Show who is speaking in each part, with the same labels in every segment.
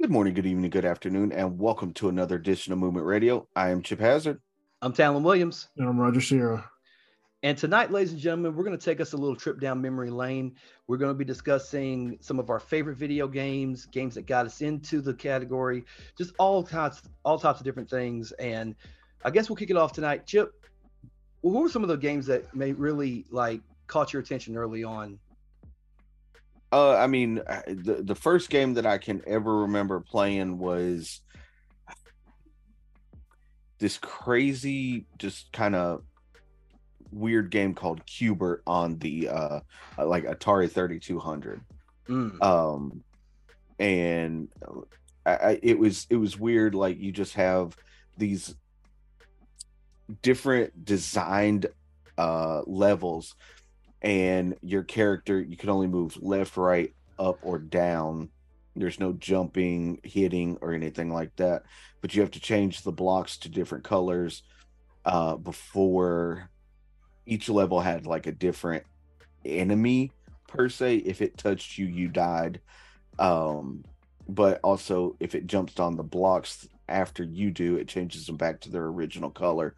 Speaker 1: Good morning, good evening, good afternoon, and welcome to another edition of Movement Radio. I am Chip Hazard.
Speaker 2: I'm Talon Williams.
Speaker 3: And I'm Roger Sierra.
Speaker 2: And tonight, ladies and gentlemen, we're going to take us a little trip down memory lane. We're going to be discussing some of our favorite video games, games that got us into the category, just all types, all types of different things. And I guess we'll kick it off tonight. Chip, what were some of the games that may really like caught your attention early on?
Speaker 1: Uh, I mean, I- the the first game that I can ever remember playing was this crazy, just kind of weird game called Cubert on the uh like Atari thirty two hundred.
Speaker 2: Mm,
Speaker 1: um and uh, I, I it was it was weird like you just have these different designed uh levels and your character you can only move left right up or down there's no jumping hitting or anything like that but you have to change the blocks to different colors uh before each level had like a different enemy per se. If it touched you, you died. Um, but also, if it jumps on the blocks after you do, it changes them back to their original color.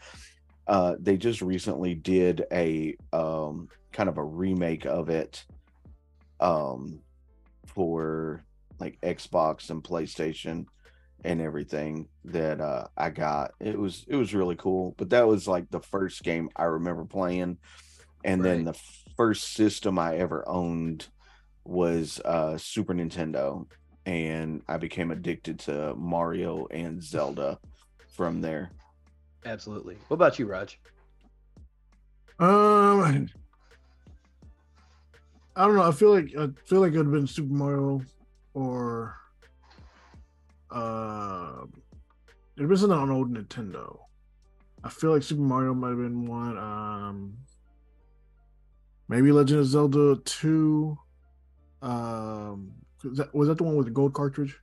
Speaker 1: Uh, they just recently did a um, kind of a remake of it um, for like Xbox and PlayStation and everything that uh, I got. It was it was really cool. But that was like the first game I remember playing, and then the
Speaker 2: Right.
Speaker 1: first system I ever owned was uh, Super Nintendo, and I became addicted to Mario and Zelda from there.
Speaker 2: absolutely. What about you, Raj?
Speaker 3: Um, I don't know. I feel like I feel like it would have been Super Mario or uh, it wasn't on old Nintendo. I feel like Super Mario might have been one. Um, maybe Legend of Zelda two. Um, was that, was that the one with the gold cartridge?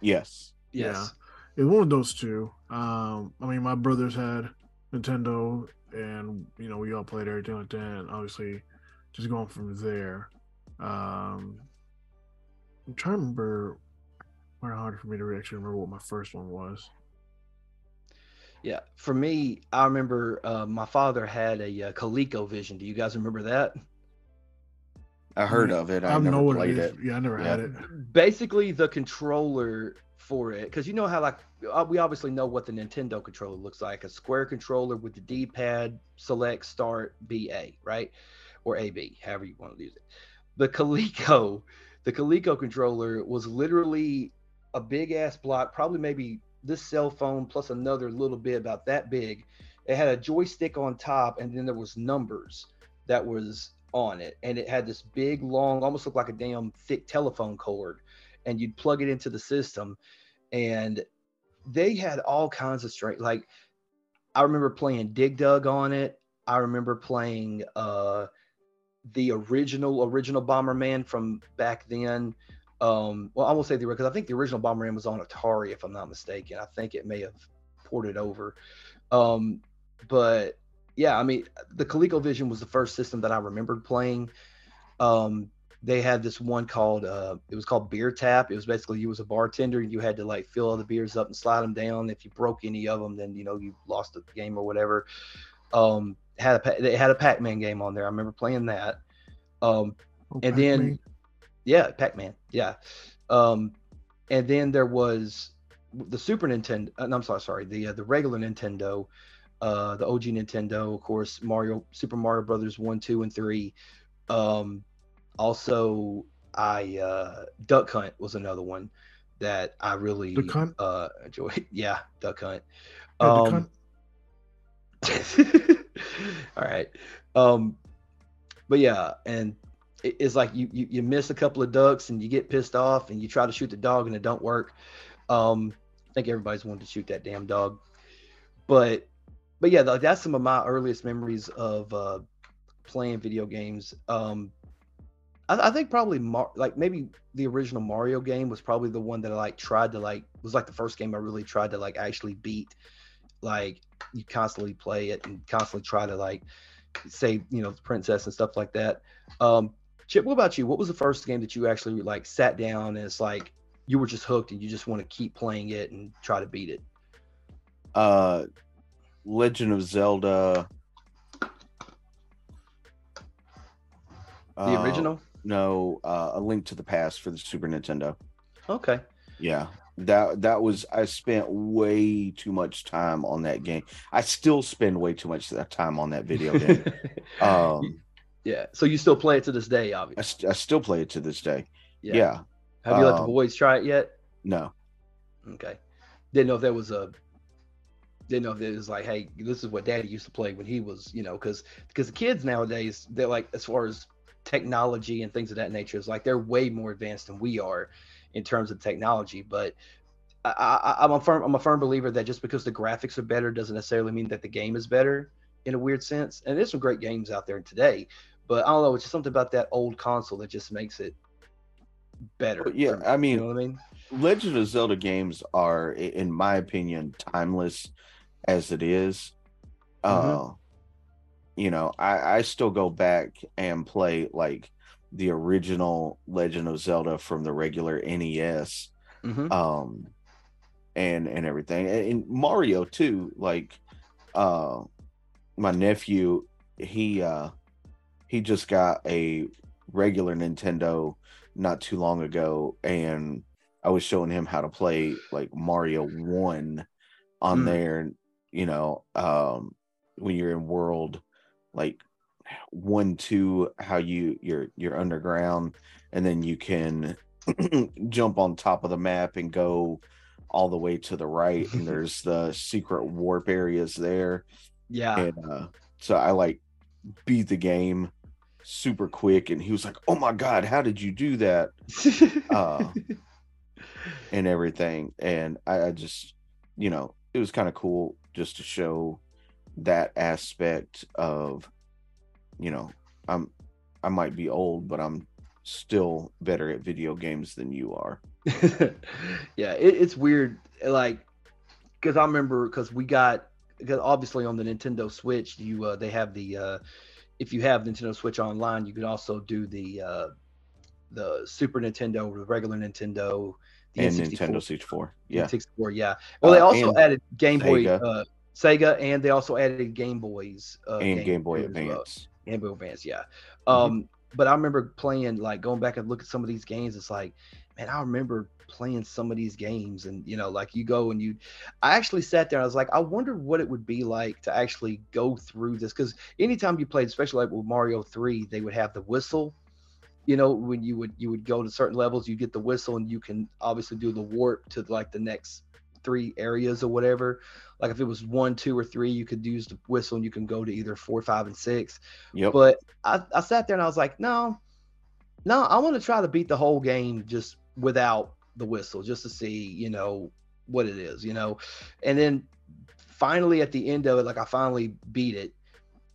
Speaker 1: Yes.
Speaker 2: Yes.
Speaker 3: Yeah. It was one of those two. Um, I mean, my brothers had Nintendo, and you know, we all played everything like that. And obviously, just going from there. Um, I'm trying to remember. Kind of hard for me to actually remember what my first one was.
Speaker 2: Yeah, for me, I remember uh, my father had a uh, ColecoVision. Do you guys remember that?
Speaker 1: I heard of it. Mm. I, never
Speaker 3: what
Speaker 1: played
Speaker 3: is.
Speaker 1: it.
Speaker 3: Yeah, I never
Speaker 1: Yeah.
Speaker 3: had it.
Speaker 2: Basically, the controller for it, because you know how like uh, we obviously know what the Nintendo controller looks like—a square controller with the D-pad, select, start, BA, right, or AB, however you want to use it. The Coleco, the Coleco controller was literally a big ass block, probably maybe this cell phone plus another little bit about that big. It had a joystick on top, and then there was numbers that was on it, and it had this big, long, almost looked like a damn thick telephone cord, and you'd plug it into the system, and they had all kinds of straight. Like I remember playing Dig Dug on it. I remember playing uh, the original original Bomberman from back then um well i won't say the because i think the original bomberman was on atari if i'm not mistaken i think it may have ported over um but yeah i mean the ColecoVision was the first system that i remembered playing um they had this one called uh it was called beer tap it was basically you was a bartender and you had to like fill all the beers up and slide them down if you broke any of them then you know you lost the game or whatever um had a Pa- they had a pac-man game on there i remember playing that um
Speaker 3: Oh,
Speaker 2: And then-
Speaker 3: Pac-Man.
Speaker 2: yeah, Pac-Man. Yeah. Um, and then there was the Super Nintendo. uh, no, I'm sorry, sorry. The uh, the regular Nintendo, uh, the OG Nintendo, of course, Mario, Super Mario Brothers one, two, and three. Um, also, I uh, Duck Hunt was another one that I really
Speaker 3: Duck Hunt?
Speaker 2: uh enjoyed. Yeah, Duck Hunt.
Speaker 3: Yeah, the
Speaker 2: um,
Speaker 3: con-
Speaker 2: all right um but yeah and it- it's like you, you you miss a couple of ducks and you get pissed off and you try to shoot the dog and it don't work um i think everybody's wanted to shoot that damn dog but but yeah like that's some of my earliest memories of uh playing video games um I, I think probably Mar- like maybe the original mario game was probably the one that i like tried to like was like the first game i really tried to like actually beat like you constantly play it and constantly try to like save you know the princess and stuff like that um chip what about you what was the first game that you actually like sat down and it's like you were just hooked and you just want to keep playing it and try to beat it?
Speaker 1: Uh, Legend of Zelda.
Speaker 2: The
Speaker 1: uh,
Speaker 2: original?
Speaker 1: No, uh, A Link to the Past for the Super Nintendo.
Speaker 2: Okay.
Speaker 1: Yeah, that that was. I spent way too much time on that game. I still spend way too much time on that video game. um,
Speaker 2: yeah. So you still play it to this day,
Speaker 1: I,
Speaker 2: obviously.
Speaker 1: st- I still play it to this day. Yeah.
Speaker 2: Have you let the
Speaker 1: um,
Speaker 2: boys try it yet?
Speaker 1: no,
Speaker 2: Okay. Didn't know if there was a. Didn't know if it was like, hey, this is what Daddy used to play when he was, you know, because because the kids nowadays they're like as far as technology and things of that nature is like they're way more advanced than we are in terms of technology. But I, I, I'm a firm I'm a firm believer that just because the graphics are better doesn't necessarily mean that the game is better in a weird sense. And there's some great games out there today, but I don't know, it's just something about that old console that just makes it better.
Speaker 1: Well, yeah,
Speaker 2: for me,
Speaker 1: I mean,
Speaker 2: you know what I mean.
Speaker 1: Legend of Zelda games are, i- in my opinion, timeless as it is. Uh, you know, I, I still go back and play like the original Legend of Zelda from the regular NES,
Speaker 2: Mhm.
Speaker 1: um, and and everything, and, and Mario too. Like, uh, my nephew, he uh, he just got a regular Nintendo not too long ago, and I was showing him how to play like Mario One on
Speaker 2: Mm.
Speaker 1: there, and you know, um, when you're in World, like one, two, how you you're you're underground, and then you can jump on top of the map and go all the way to the right, and there's the secret warp areas there,
Speaker 2: Yeah.
Speaker 1: and uh, so I like beat the game super quick, and he was like, "Oh my god, how did you do that?" Uh, and everything. And I, I just, you know, it was kind of cool just to show that aspect of, you know, I'm, I might be old, but I'm still better at video games than you are.
Speaker 2: yeah, it, it's weird. Like, because I remember because we got because obviously on the Nintendo Switch, you uh, they have the uh, if you have Nintendo Switch online, you can also do the uh, the Super Nintendo, the regular Nintendo, the
Speaker 1: and
Speaker 2: N64,
Speaker 1: Nintendo 64. Yeah.
Speaker 2: N64, yeah. Well, they
Speaker 1: Uh,
Speaker 2: also
Speaker 1: and
Speaker 2: added Game Boy,
Speaker 1: Sega.
Speaker 2: uh, Sega, and they also added Game Boys uh,
Speaker 1: And Game, Boy
Speaker 2: as well.
Speaker 1: Advance.
Speaker 2: Game Boy Advance, yeah. Um, but I remember playing like going back and look at some of these games. It's like, man, I remember playing some of these games, and you know, like you go and you, I actually sat there and I was like, I wonder what it would be like to actually go through this because anytime you played, especially like with Mario Three, they would have the whistle. You know, when you would you would go to certain levels, you get the whistle, and you can obviously do the warp to like the next three areas or whatever. Like if it was one, two, or three, you could use the whistle, and you can go to either four, five, and six.
Speaker 1: Yep.
Speaker 2: But I, I sat there and I was like, no, no, I want to try to beat the whole game just without the whistle, just to see, you know, what it is, you know. And then finally at the end of it, like I finally beat it,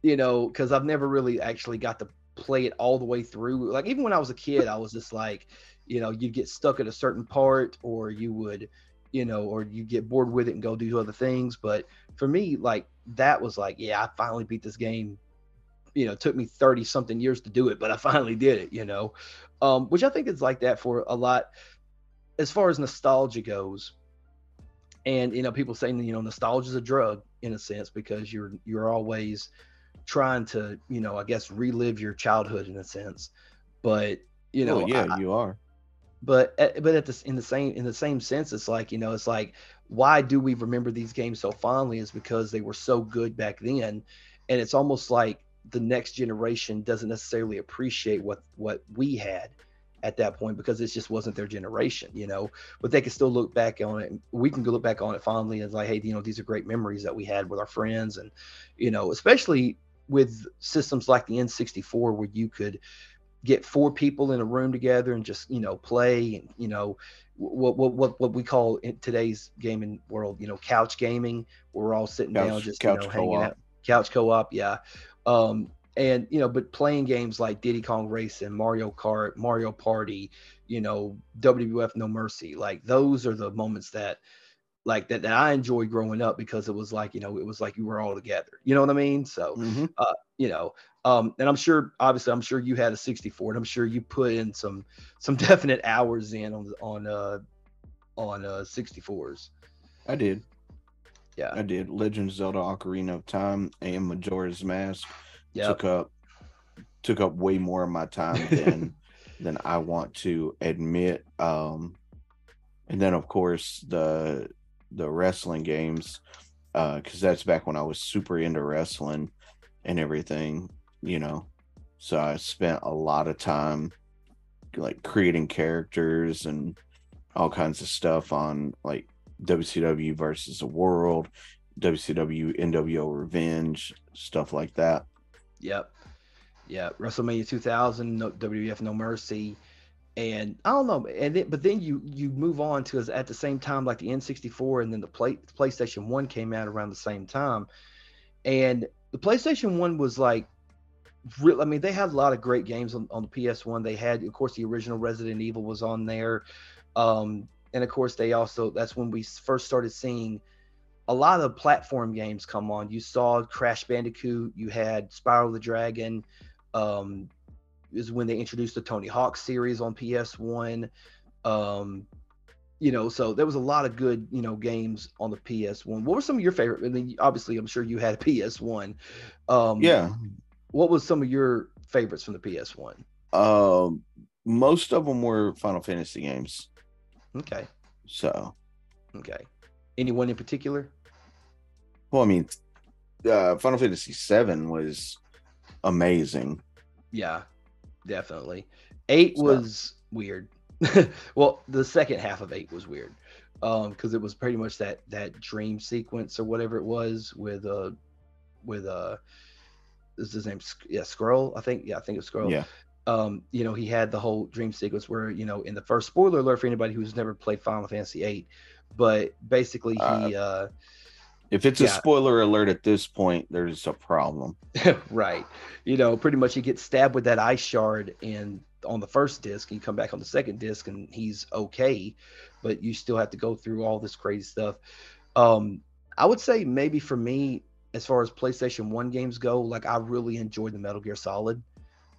Speaker 2: you know, because I've never really actually got to play it all the way through. Like even when I was a kid, I was just like, you know, you'd get stuck at a certain part or you would, you know, or you get bored with it and go do other things. But for me, like that was like, yeah, I finally beat this game you know, it took me 30 something years to do it, but I finally did it, you know, um, which I think is like that for a lot as far as nostalgia goes. And, you know, people saying, you know, nostalgia is a drug in a sense, because you're, you're always trying to, you know, I guess relive your childhood in a sense, but you know,
Speaker 1: oh, yeah, you are.
Speaker 2: but at- but at this in the same in the same sense it's like you know it's like why do we remember these games so fondly is because they were so good back then and it's almost like the next generation doesn't necessarily appreciate what what we had at that point because it just wasn't their generation you know but they can still look back on it we can go look back on it fondly and like hey you know these are great memories that we had with our friends and you know especially with systems like the n64 where you could get four people in a room together and just you know play and you know what what what, what we call in today's gaming world you know couch gaming where we're all sitting down
Speaker 1: Couch,
Speaker 2: just
Speaker 1: couch
Speaker 2: you know hanging
Speaker 1: co-op.
Speaker 2: out couch co-op yeah um and you know but playing games like diddy kong racing mario kart mario party you know wwf no mercy like those are the moments that like that, that i enjoyed growing up because it was like you know it was like you were all together you know what i mean so
Speaker 1: Mhm.
Speaker 2: you know um and i'm sure obviously i'm sure you had a 64 and i'm sure you put in some some definite hours in on on uh on uh 64s.
Speaker 1: I did.
Speaker 2: Yeah.
Speaker 1: I did. Legend of Zelda: Ocarina of Time and Majora's Mask
Speaker 2: Yep.
Speaker 1: took up took up way more of my time than than I want to admit. Um, and then of course the the wrestling games, because that's back when I was super into wrestling and everything, you know. So I spent a lot of time like creating characters and all kinds of stuff on like WCW versus the world, WCW NWO Revenge, stuff like that.
Speaker 2: Yep. Yeah. WrestleMania 2000, no, WWF No Mercy. And I don't know, and then, but then you you move on to is at the same time like the N64 and then the play, PlayStation One came out around the same time, and the PlayStation One was like, real. I mean they had a lot of great games on, on the PS One. They had of course the original Resident Evil was on there, um, and of course they also that's when we first started seeing a lot of platform games come on. You saw Crash Bandicoot, you had Spiral the Dragon, um, is when they introduced the Tony Hawk series on PS1. Um, you know, so there was a lot of good, you know, games on the PS1. What were some of your favorite? I mean, obviously, I'm sure you had a PS1. Um,
Speaker 1: Yeah,
Speaker 2: What was some of your favorites from the PS1?
Speaker 1: Um, most of them were Final Fantasy games.
Speaker 2: Okay.
Speaker 1: So,
Speaker 2: Okay. Anyone in particular?
Speaker 1: well, I mean, uh, Final Fantasy Seven was amazing.
Speaker 2: Yeah, definitely. Eight
Speaker 1: So-
Speaker 2: was weird. well, the second half of eight was weird because it was pretty much that that dream sequence or whatever it was with uh with uh is his name Sk- yeah scroll I think yeah I think it was scroll
Speaker 1: Yeah,
Speaker 2: um, you know, he had the whole dream sequence where, you know, in the first spoiler alert for anybody who's never played Final Fantasy VIII, but basically he, uh,
Speaker 1: if it's a
Speaker 2: Yeah.
Speaker 1: spoiler alert at this point, there's a problem.
Speaker 2: right, you know, pretty much he gets stabbed with that ice shard and on the first disc, you come back on the second disc and he's okay, but you still have to go through all this crazy stuff. Um, I would say maybe for me, as far as PlayStation One games go, like I really enjoyed the Metal Gear Solid.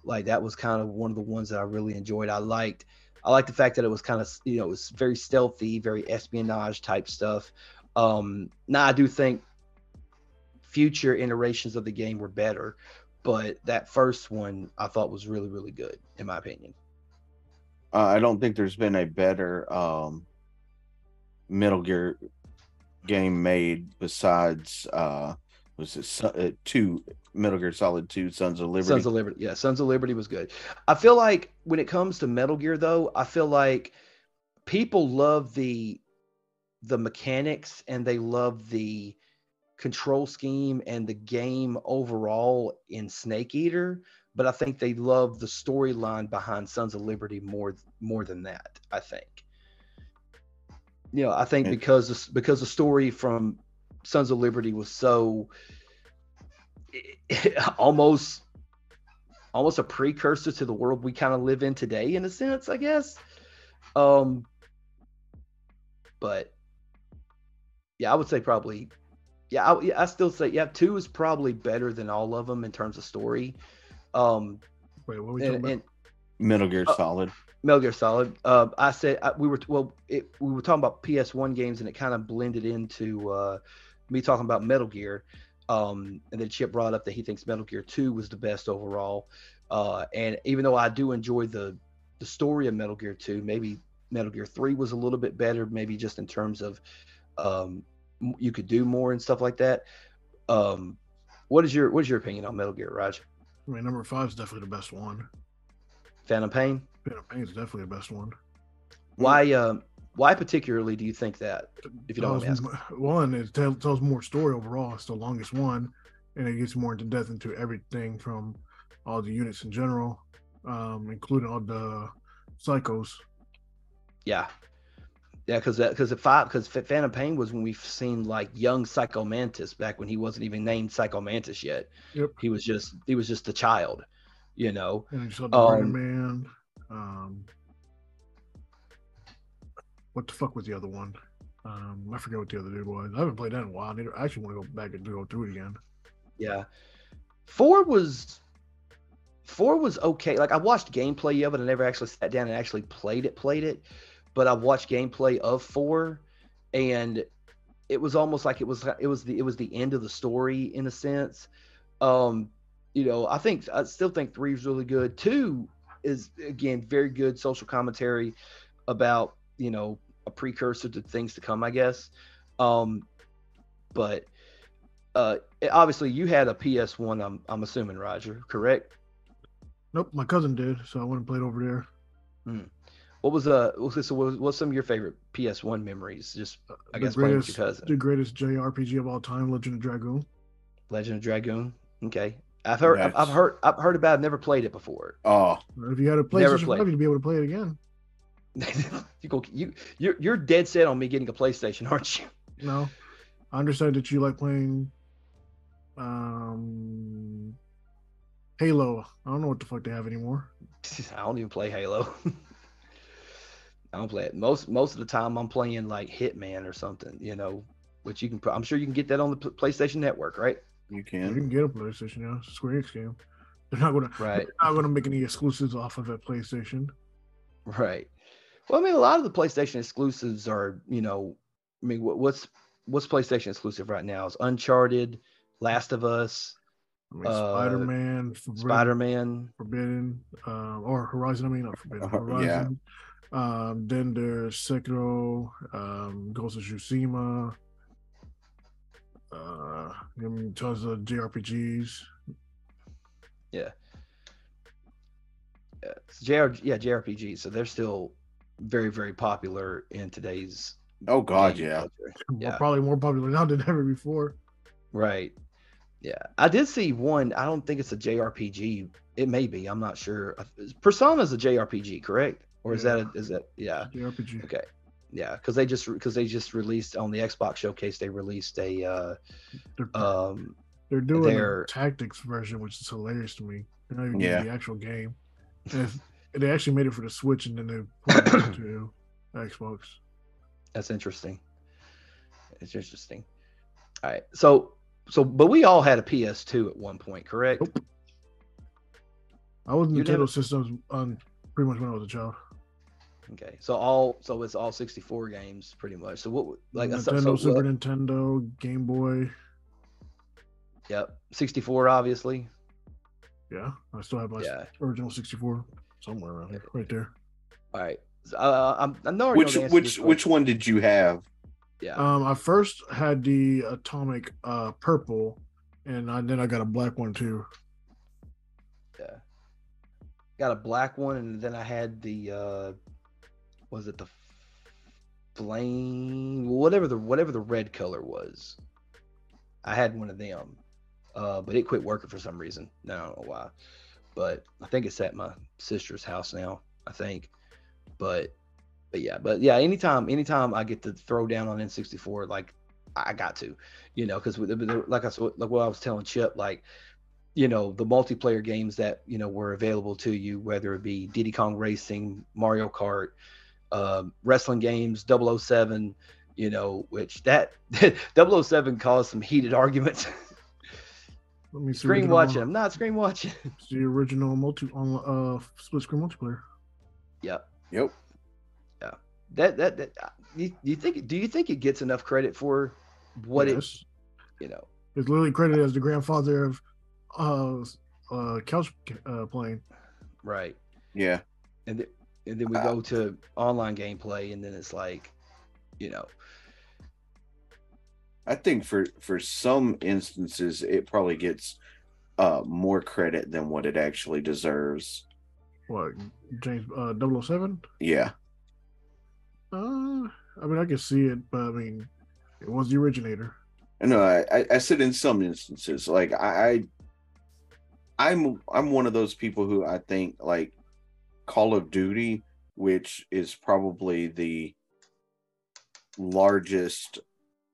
Speaker 2: Like that was kind of one of the ones that I really enjoyed. I liked, I liked the fact that it was kind of you know it was very stealthy, very espionage type stuff. Um, now I do think future iterations of the game were better, but that first one I thought was really really good in my opinion.
Speaker 1: Uh, I don't think there's been a better um, Metal Gear game made besides uh, was it Son- uh, two Metal Gear Solid Two Sons of Liberty.
Speaker 2: Sons of Liberty. Yeah, Sons of Liberty was good. I feel like when it comes to Metal Gear though, I feel like people love the the mechanics and they love the control scheme and the game overall in Snake Eater, but I think they love the storyline behind Sons of Liberty more more than that, I think. You know, I think
Speaker 1: Yeah.
Speaker 2: because the s- because the story from Sons of Liberty was so almost almost a precursor to the world we kind of live in today in a sense i guess um but yeah i would say probably yeah i, yeah, I still say yeah two is probably better than all of them in terms of story um
Speaker 3: Wait, what are we talking
Speaker 2: and,
Speaker 3: about?
Speaker 2: and
Speaker 1: Metal Gear
Speaker 2: Uh,
Speaker 1: Solid.
Speaker 2: Metal Gear Solid. Uh, I said I, we were well, it, we were talking about PS1 games, and it kind of blended into uh, me talking about Metal Gear. Um, and then Chip brought up that he thinks Metal Gear 2 was the best overall. Uh, and even though I do enjoy the the story of Metal Gear 2, maybe Metal Gear 3 was a little bit better, maybe just in terms of um, m- you could do more and stuff like that. Um, what is your what is your opinion on Metal Gear, Raj?
Speaker 3: I mean, number five is definitely the best one.
Speaker 2: Phantom Pain?
Speaker 3: Phantom Pain is definitely the best one.
Speaker 2: Why um, why particularly do you think that? If you don't mind me
Speaker 3: Tells m- one, it tell, tells more story overall. It's the longest one, and it gets more into depth into everything from all the units in general, um, including all the psychos.
Speaker 2: Yeah. Yeah, because because if five because Phantom Pain was when we've seen like young Psycho Mantis back when he wasn't even named Psycho Mantis yet.
Speaker 3: Yep.
Speaker 2: He was just he was just a child, you know.
Speaker 3: And you saw the
Speaker 2: Um,
Speaker 3: Burning Man. Um, what the fuck was the other one? Um, I forget what the other dude was. I haven't played that in a while. I, need to- I actually want to go back and go through it again.
Speaker 2: Yeah. Four was four was okay. Like I watched gameplay of it, I never actually sat down and actually played it, played it. but I've watched gameplay of four, and it was almost like it was it was the it was the end of the story in a sense. Um, you know, I think I still think three is really good. Two is again very good social commentary about you know a precursor to things to come, I guess. Um, but uh, obviously, you had a PS One. I'm I'm assuming Roger, correct?
Speaker 3: Nope, my cousin did, so I went and played over there.
Speaker 2: Mm. What was uh, so what was, what's some of your favorite PS One memories? Just uh, I
Speaker 3: The
Speaker 2: guess playing with your
Speaker 3: greatest-
Speaker 2: cousin,
Speaker 3: The greatest JRPG of all time, Legend of Dragoon.
Speaker 2: Legend of Dragoon. Okay, I've heard I've, I've
Speaker 1: That's-
Speaker 2: heard I've heard about. It, never played it before.
Speaker 1: Oh,
Speaker 3: If you had a
Speaker 2: Never
Speaker 3: PlayStation
Speaker 2: played.
Speaker 3: 5, you'd be able to play it again.
Speaker 2: you go you you're, you're dead set on me getting a PlayStation, aren't you?
Speaker 3: No, I understand that you like playing um Halo. I don't know what the fuck they have anymore.
Speaker 2: I don't even play Halo. I don't play it. Most most of the time, I'm playing like Hitman or something, you know. Which you can, pro- I'm sure you can get that on the P- PlayStation Network, right?
Speaker 1: you
Speaker 3: You can
Speaker 1: can.
Speaker 3: get a PlayStation now. It's a Square Enix game. They're not gonna
Speaker 2: Right,
Speaker 3: not gonna make any exclusives off of that PlayStation.
Speaker 2: right. Well, I mean, a lot of the PlayStation exclusives are, you know, I mean, what, what's what's PlayStation exclusive right now is Uncharted, Last of Us,
Speaker 3: I mean,
Speaker 2: Uh,
Speaker 3: Spider Man,
Speaker 2: Spider Man.
Speaker 3: Forbidden, uh, or Horizon. I mean, not
Speaker 2: Oh,
Speaker 3: Forbidden.
Speaker 1: Uh, yeah.
Speaker 3: Horizon. Um, then there's Sekiro, um, Ghost of Tsushima. Uh, I mean, tons of JRPGs.
Speaker 2: Yeah, uh, it's JR, yeah, JRPG. So they're still very, very popular in today's.
Speaker 1: Oh God,
Speaker 2: gaming
Speaker 1: yeah.
Speaker 2: culture.
Speaker 3: Well,
Speaker 2: Yeah.
Speaker 3: probably more popular now than ever before.
Speaker 2: Right. Yeah. I did see one. I don't think it's a JRPG. It may be. I'm not sure. Persona is a JRPG, correct? Or is
Speaker 3: Yeah.
Speaker 2: that a, is that yeah.
Speaker 3: JRPG.
Speaker 2: Okay. Yeah, cuz they just cuz they just released on the Xbox showcase they released a uh
Speaker 3: They're,
Speaker 2: um
Speaker 3: they're doing
Speaker 2: they're-
Speaker 3: the tactics version, which is hilarious to me. They're not even
Speaker 1: Yeah.
Speaker 3: doing the actual game. And it's- they actually made it for the Switch, and then they put it to Xbox.
Speaker 2: that's interesting. It's interesting. All right. So so but we all had a PS2 at one point, correct?
Speaker 3: Nope. I was
Speaker 2: You
Speaker 3: Nintendo
Speaker 2: never-
Speaker 3: systems on pretty much when I was a child.
Speaker 2: Okay. So all so it's all 64 games pretty much. So what like so-
Speaker 3: Mm, Nintendo,
Speaker 2: so uh,
Speaker 3: Super
Speaker 2: what-
Speaker 3: Nintendo, Game Boy.
Speaker 2: Yep. 64 obviously.
Speaker 3: Yeah, I still have my
Speaker 2: Yeah.
Speaker 3: original 64 somewhere around here, right there.
Speaker 2: All right. So, Uh, I'm, I know I already
Speaker 1: Which
Speaker 2: know the answer to this
Speaker 1: which
Speaker 2: question.
Speaker 1: which one did you have?
Speaker 2: Yeah.
Speaker 3: Um, I first had the Atomic uh, Purple, and I, then I got a black one too.
Speaker 2: yeah. Got a black one, and then I had the uh, was it the flame? Whatever the whatever the red color was. I had one of them, uh, but it quit working for some reason. Now I don't know why, but I think it's at my sister's house now. I think, but but yeah, but yeah. Anytime anytime I get to throw down on N64, like I I got to, you know, because like I saw, like what I was telling Chip, like you know the multiplayer games that you know were available to you, whether it be Diddy Kong Racing, Mario Kart, um, wrestling games, 007, you know, which that 007 caused some heated arguments.
Speaker 3: Let me see.
Speaker 2: screen
Speaker 3: original-
Speaker 2: watching, I'm not screen watching.
Speaker 3: it's The original multi on uh split screen multiplayer.
Speaker 2: yep.
Speaker 1: Yep.
Speaker 2: That that that. uh, You, you think? Do you think it gets enough credit for what it?
Speaker 3: Yes.
Speaker 2: You know.
Speaker 3: It's literally credited as the grandfather of uh, uh couch uh, playing.
Speaker 2: Right.
Speaker 1: Yeah.
Speaker 2: and th- and then we
Speaker 1: Uh,
Speaker 2: go to online gameplay, and then it's like, you know,
Speaker 1: I think for for some instances it probably gets uh more credit than what it actually deserves.
Speaker 3: What James uh 007?
Speaker 1: Yeah.
Speaker 3: Uh, I mean, I can see it, but I mean, it was the originator.
Speaker 1: No, I, I- I said in some instances, like I, I, I'm I'm one of those people who I think like Call of Duty, which is probably the largest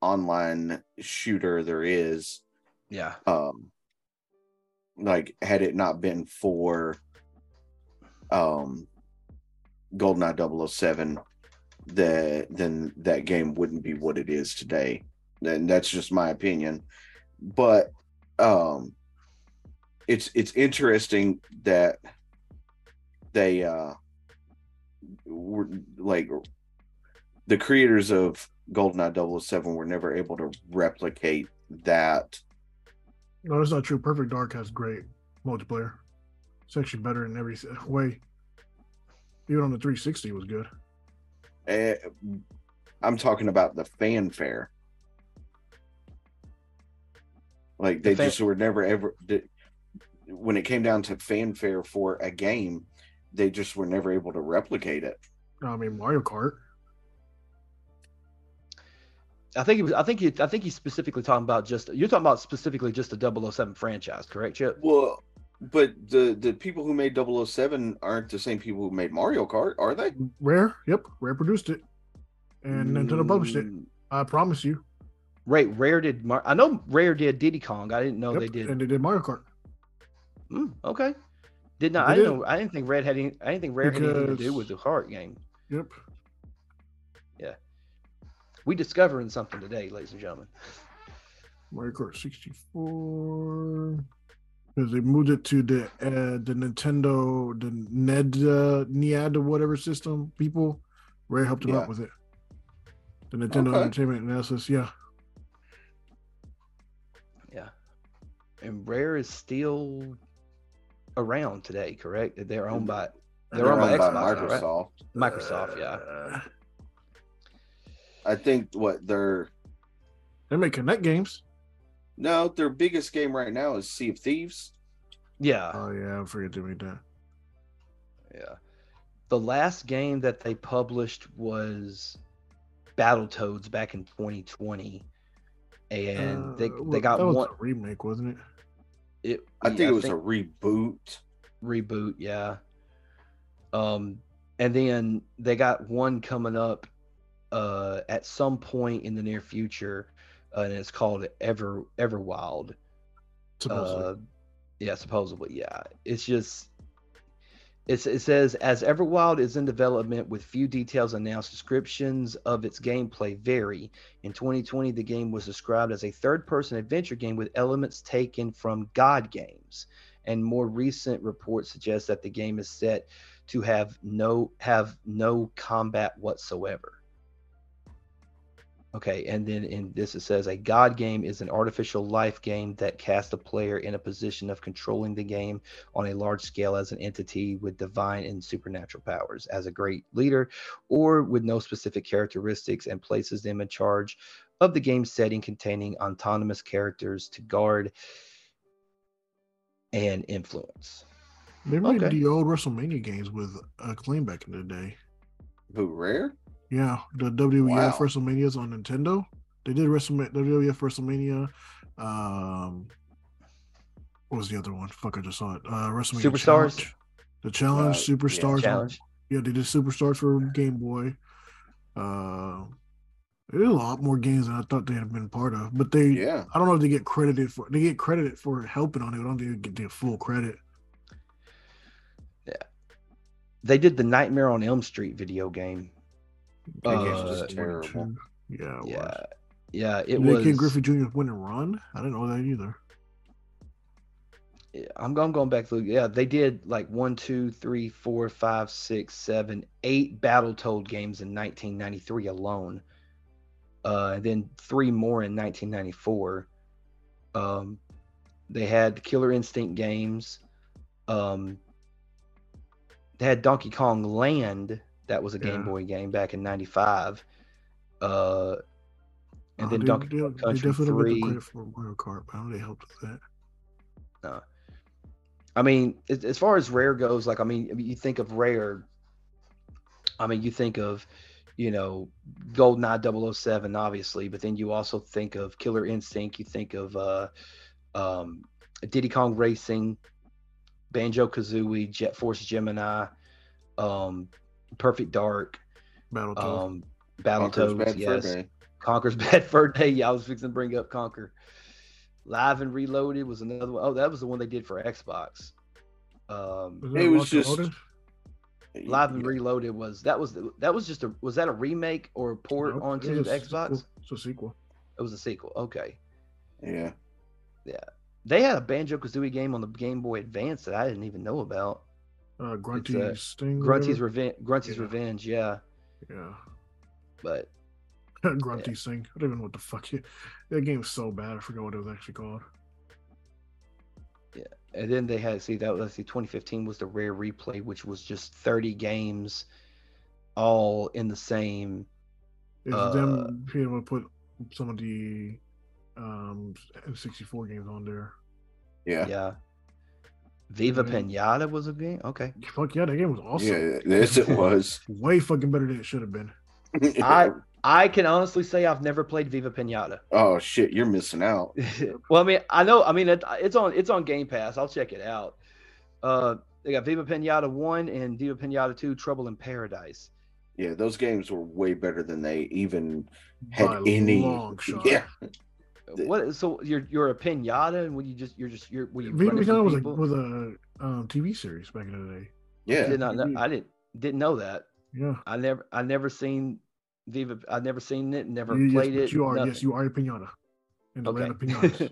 Speaker 1: online shooter there is.
Speaker 2: yeah,
Speaker 1: Um, like had it not been for um, GoldenEye 007, the then that game wouldn't be what it is today and that's just my opinion but um it's it's interesting that they uh were like the creators of GoldenEye 007 were never able to replicate that.
Speaker 3: No, that's not true. Perfect Dark has great multiplayer. It's actually better in every s- way. Even on the 360 was good.
Speaker 1: Eh, I'm talking about the fanfare. Like
Speaker 2: The
Speaker 1: they
Speaker 2: fan-
Speaker 1: just were never ever. th- When it came down to fanfare for a game, they just were never able to replicate it.
Speaker 3: I mean, Mario Kart.
Speaker 2: I think he was. I think he. I think he's specifically talking about just. You're talking about specifically just the 007 franchise, correct, Chip?
Speaker 1: Well, but the the people who made 007 aren't the same people who made Mario Kart, are they?
Speaker 3: Rare. Yep. Rare produced it. And Nintendo published it.
Speaker 1: Mm,
Speaker 3: I promise you.
Speaker 2: Right. Rare did. Mar- I know Rare did Diddy Kong. I didn't know
Speaker 3: Yep,
Speaker 2: Oh, they did.
Speaker 3: And they did Mario Kart.
Speaker 2: Mm, okay. Did not.
Speaker 3: They
Speaker 2: I didn't
Speaker 3: did.
Speaker 2: know. I didn't think Red had any. I didn't think Rare had anything to do
Speaker 3: Because-
Speaker 2: with the card game.
Speaker 3: Yep.
Speaker 2: We discovering something today, ladies and gentlemen.
Speaker 3: Mario Kart 64. Because they moved it to the uh, the Nintendo, the Ned uh, Niad whatever system people. Ray helped him
Speaker 1: Yeah.
Speaker 3: out with it. The Nintendo
Speaker 1: Okay.
Speaker 3: Entertainment Analysis, yeah.
Speaker 2: Yeah. And Rare is still around today, correct? They're
Speaker 3: Mm-hmm.
Speaker 2: owned by They're
Speaker 1: They're
Speaker 2: owned by
Speaker 1: owned by
Speaker 2: Xbox now, right?
Speaker 1: Microsoft.
Speaker 2: Microsoft. Yeah.
Speaker 3: Uh,
Speaker 1: I think what their
Speaker 3: they make Connect games.
Speaker 1: no, their biggest game right now is Sea of Thieves.
Speaker 2: Yeah.
Speaker 3: Oh yeah, I forget to make that.
Speaker 2: Yeah. The last game that they published was Battletoads back in 2020. And
Speaker 3: Uh,
Speaker 2: they they
Speaker 3: well,
Speaker 2: got
Speaker 3: that was
Speaker 2: one
Speaker 3: a remake, wasn't it?
Speaker 2: it,
Speaker 1: I think
Speaker 2: yeah,
Speaker 1: it was a reboot.
Speaker 2: reboot, yeah. Um and then they got one coming up uh at some point in the near future uh, and it's called Ever Everwild.
Speaker 3: Supposedly.
Speaker 2: Uh, yeah, supposedly, yeah. It's just it's, it says as Everwild is in development with few details announced, descriptions of its gameplay vary. In 2020, the game was described as a third-person adventure game with elements taken from God games, and more recent reports suggest that the game is set to have no have no combat whatsoever. Okay, and then in this it says a god game is an artificial life game that casts the player in a position of controlling the game on a large scale as an entity with divine and supernatural powers, as a great leader, or with no specific characteristics, and places them in charge of the game setting containing autonomous characters to guard and influence.
Speaker 3: they made
Speaker 2: okay.
Speaker 3: the old WrestleMania games with Acclaim back in the day.
Speaker 1: Who rare?
Speaker 3: Yeah, the WWF
Speaker 1: Wow.
Speaker 3: WrestleManias on Nintendo. They did WrestleMania, WWF E WrestleMania. Um, what was the other one? Fuck, I just saw it. Uh, WrestleMania
Speaker 2: Superstars?
Speaker 3: Challenge. The challenge,
Speaker 1: Uh, yeah,
Speaker 3: superstars. Yeah,
Speaker 2: Challenge.
Speaker 3: they did superstars for Game Boy. Uh, they did a lot more games than I thought they had been part of, but they.
Speaker 1: Yeah.
Speaker 3: I don't know if they get credited for. They get credited for helping on it. I don't think they get their full credit.
Speaker 2: They did the Nightmare on Elm Street video game.
Speaker 3: That
Speaker 2: Uh,
Speaker 3: game's
Speaker 2: it was
Speaker 3: just
Speaker 1: terrible.
Speaker 3: 22. Yeah, it
Speaker 2: Yeah.
Speaker 3: was.
Speaker 2: Yeah, it
Speaker 3: Did
Speaker 2: was.
Speaker 3: Kid Griffey Jr. win and run? I didn't know that either.
Speaker 2: Yeah, I'm going going back through. Yeah, they did like one, two, three, four, five, six, seven, eight Battletoad games in 1993 alone. Uh, and then three more in 1994. Um, they had Killer Instinct games. Um, they had Donkey Kong Land. That was a Game
Speaker 3: Yeah.
Speaker 2: Boy game back in '95. Uh, and
Speaker 3: Uh,
Speaker 2: then
Speaker 3: they-
Speaker 2: Donkey
Speaker 3: they-
Speaker 2: Kong
Speaker 3: they
Speaker 2: Country
Speaker 3: definitely don't get
Speaker 2: 3.
Speaker 3: the credit for Mario Kart, but I know they helped with that.
Speaker 2: I mean, as, as far as rare goes, like I mean, I mean, you think of rare. I mean, you think of, you know, GoldenEye 007, obviously, but then you also think of Killer Instinct. You think of uh, um, Diddy Kong Racing, Banjo Kazooie, Jet Force Gemini, um, Perfect Dark,
Speaker 3: Battletoads.
Speaker 2: um,
Speaker 1: Conker's
Speaker 2: Battletoads,
Speaker 1: Bad Fur
Speaker 2: yes,
Speaker 1: Day.
Speaker 2: Conker's Bad Fur Day. Yeah, I was fixing to bring up Conker. Live and Reloaded was another one. Oh, that was the one they did for Xbox. Um,
Speaker 3: Was that
Speaker 1: it was
Speaker 3: Lost
Speaker 1: just-
Speaker 3: Order? Mm-hmm.
Speaker 2: Live and Reloaded was that was that was just a was that a remake or a port
Speaker 3: Nope, it
Speaker 2: onto
Speaker 3: was a
Speaker 2: Xbox?
Speaker 3: sequel. It's a sequel.
Speaker 2: It was a sequel. Okay,
Speaker 1: Yeah.
Speaker 2: they had a Banjo Kazooie game on the Game Boy Advance that I didn't even know about.
Speaker 3: Uh, Grunty's thing. or
Speaker 2: Grunty's
Speaker 3: whatever.
Speaker 2: Revenge. Grunty's
Speaker 3: Yeah.
Speaker 2: Revenge. Yeah.
Speaker 3: yeah.
Speaker 2: But
Speaker 3: Grunty Sync. I don't even know what the fuck you. That game's so bad. I forgot what it was actually called.
Speaker 2: and then they had see that was see 2015 was the rare replay, which was just 30 games, all in the same.
Speaker 3: It's
Speaker 2: Uh,
Speaker 3: them being able to put some of the um N64 games on there.
Speaker 2: Yeah.
Speaker 1: Yeah.
Speaker 2: Viva
Speaker 3: Mhm.
Speaker 2: Pinata was a game. Okay.
Speaker 3: Fuck yeah, that game was awesome.
Speaker 1: Yeah. Yes, it was.
Speaker 3: Way fucking better than it should have been.
Speaker 2: I I can honestly say I've never played Viva Pinata.
Speaker 1: oh shit, you're missing out.
Speaker 2: well, I mean, I know. I mean, it, it's on it's on Game Pass. I'll check it out. Uh, they got Viva Pinata One and Viva Pinata Two: Trouble in Paradise.
Speaker 1: Yeah, those games were way better than they even had
Speaker 3: By a
Speaker 1: any.
Speaker 3: long shot.
Speaker 1: Yeah. The-
Speaker 2: What? So you're you're a pinata, and when you just you're just you're when you
Speaker 3: Viva
Speaker 2: run
Speaker 3: Pinata
Speaker 2: into
Speaker 3: was a
Speaker 2: people.
Speaker 3: was a um, TV series back in the day.
Speaker 2: I
Speaker 1: Yeah.
Speaker 2: did not know.
Speaker 3: TV.
Speaker 2: I didn't didn't know that.
Speaker 3: Yeah,
Speaker 2: I never I never seen Viva. I never seen it. Never
Speaker 3: You- yes,
Speaker 2: played
Speaker 3: but
Speaker 2: it.
Speaker 3: You are
Speaker 2: nothing.
Speaker 3: yes, you are a pinata. In the land of
Speaker 2: okay.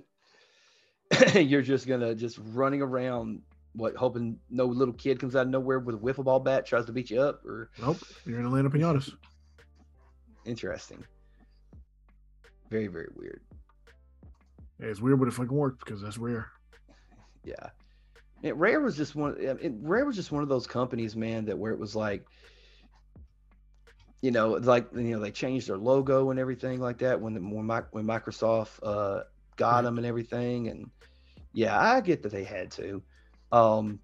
Speaker 3: pinatas.
Speaker 2: you're just gonna just running around, what hoping no little kid comes out of nowhere with a wiffle ball bat tries to beat you up or
Speaker 3: nope, you're in the land of pinatas.
Speaker 2: interesting. Very very weird.
Speaker 3: Hey, it's weird, but it fucking worked because that's rare.
Speaker 2: Yeah. And Rare was just one. I mean, Rare was just one of those companies, man, that where it was like, you know, it's like you know, they changed their logo and everything like that when the, when, Mi- when Microsoft uh, got
Speaker 3: Mhm.
Speaker 2: them and everything. And yeah, I get that they had to. Um,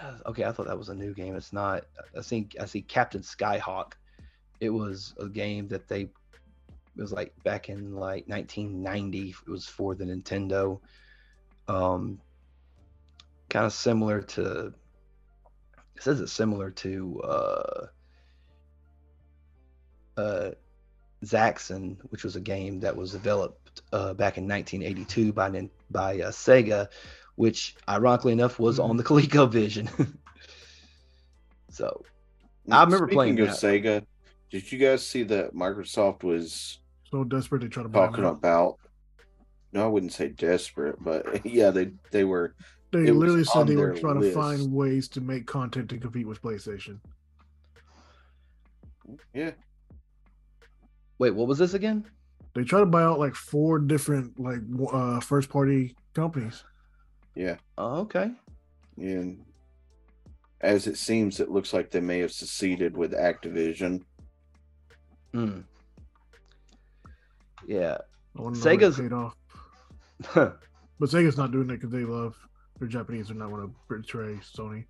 Speaker 2: uh, okay, I thought that was a new game. It's not. I think I see Captain Skyhawk. It was a game that they it was like back in like 1990. It was for the Nintendo. Um, kind of similar to. It says it's similar to uh, uh, Zaxxon, which was a game that was developed uh, back in 1982 by Nin- by uh, Sega, which ironically enough was on the ColecoVision. so I remember
Speaker 1: Speaking
Speaker 2: playing
Speaker 1: of
Speaker 2: that.
Speaker 1: Sega. Did you guys see that Microsoft was
Speaker 3: So desperate they try to buy
Speaker 1: talking
Speaker 3: them out.
Speaker 1: about? No, I wouldn't say desperate, but yeah, they they were.
Speaker 3: They
Speaker 1: it was
Speaker 3: literally
Speaker 1: on
Speaker 3: said they were
Speaker 1: their
Speaker 3: trying to
Speaker 1: list.
Speaker 3: find ways to make content to compete with PlayStation.
Speaker 1: Yeah,
Speaker 2: Wait, what was this again?
Speaker 3: They try to buy out like four different like w- uh, first party companies.
Speaker 1: yeah,
Speaker 2: Oh, okay.
Speaker 1: and as it seems, it looks like they may have succeeded with Activision.
Speaker 2: Hmm. Yeah.
Speaker 3: I wanna know where it
Speaker 2: Sega's-
Speaker 3: paid off,
Speaker 2: Huh.
Speaker 3: but Sega's not doing it because they love their Japanese. They're not going to betray Sony.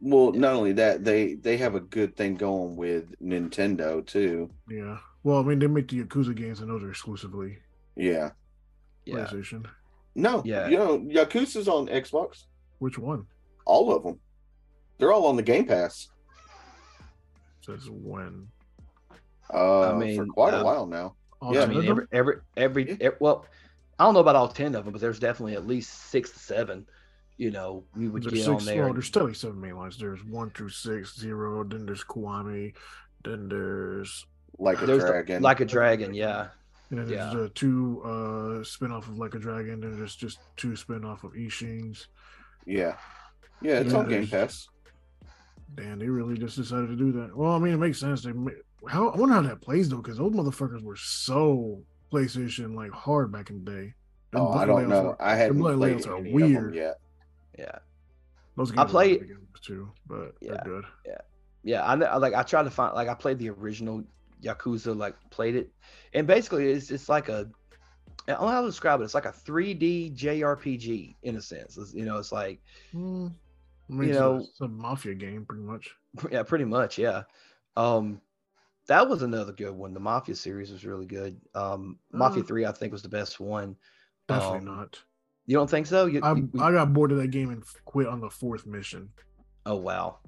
Speaker 1: Well,
Speaker 2: Yeah.
Speaker 1: not only that, they they have a good thing going with Nintendo too.
Speaker 3: Yeah. Well, I mean, they make the Yakuza games, and those are exclusively
Speaker 1: Yeah.
Speaker 2: Yeah.
Speaker 3: PlayStation.
Speaker 1: No.
Speaker 2: Yeah.
Speaker 1: You know, Yakuza's on Xbox.
Speaker 3: Which one?
Speaker 1: All of them. They're all on the Game Pass.
Speaker 3: Says when?
Speaker 1: Uh,
Speaker 2: I mean,
Speaker 1: for quite
Speaker 2: um,
Speaker 1: a while now.
Speaker 3: All
Speaker 1: Yeah,
Speaker 2: I
Speaker 3: ten
Speaker 2: mean,
Speaker 3: of them?
Speaker 2: every, every, every,
Speaker 1: Yeah.
Speaker 2: ev- well, I don't know about all 10 of them, but there's definitely at least six to seven, you know, we would
Speaker 3: there's
Speaker 2: get on
Speaker 3: six.
Speaker 2: there.
Speaker 3: Well, there's still like seven main lines. There's one through six, zero. Then there's Kiwami. Then there's
Speaker 1: Like a
Speaker 2: There's the-
Speaker 1: dragon.
Speaker 2: like a dragon. Yeah.
Speaker 3: and then there's
Speaker 2: Yeah.
Speaker 3: uh, two uh spin-off of Like a Dragon. Then there's just two spin-off of Ishings.
Speaker 1: yeah. Yeah, it's
Speaker 3: Yeah,
Speaker 1: on Game
Speaker 3: there's-
Speaker 1: Pass.
Speaker 3: And they really just decided to do that. Well, I mean, it makes sense. They ma- how I wonder how that plays though, because those motherfuckers were so PlayStation like hard back in the day. Them
Speaker 1: Oh, I
Speaker 3: fucking
Speaker 1: don't
Speaker 3: layouts
Speaker 1: know.
Speaker 3: were-
Speaker 1: I hadn't
Speaker 3: blood
Speaker 1: played
Speaker 3: layouts are
Speaker 1: any of them
Speaker 3: weird. Mm-hmm.
Speaker 1: yet.
Speaker 2: Yeah.
Speaker 3: Those
Speaker 2: I
Speaker 3: games
Speaker 2: play-
Speaker 3: are good too, but
Speaker 2: Yeah.
Speaker 3: they're good.
Speaker 2: Yeah. I, know- I like, I tried to find, like, I played the original Yakuza, like, played it. And basically, it's, it's like a, I don't know how to describe it. It's like a 3D JRPG in a sense. It's, you know, it's like,
Speaker 3: Mm, I
Speaker 2: You
Speaker 3: mean, it's a-
Speaker 2: know-
Speaker 3: it's a mafia game pretty much.
Speaker 2: Yeah, pretty much. Yeah. Um, that was another good one. The Mafia series was really good. Um, Mafia
Speaker 3: Mm.
Speaker 2: Three, I think, was the best one.
Speaker 3: Definitely
Speaker 2: Um,
Speaker 3: not.
Speaker 2: You don't think so? You,
Speaker 3: I,
Speaker 2: you- we-
Speaker 3: I got bored of that game and f- quit on the fourth mission.
Speaker 2: oh wow.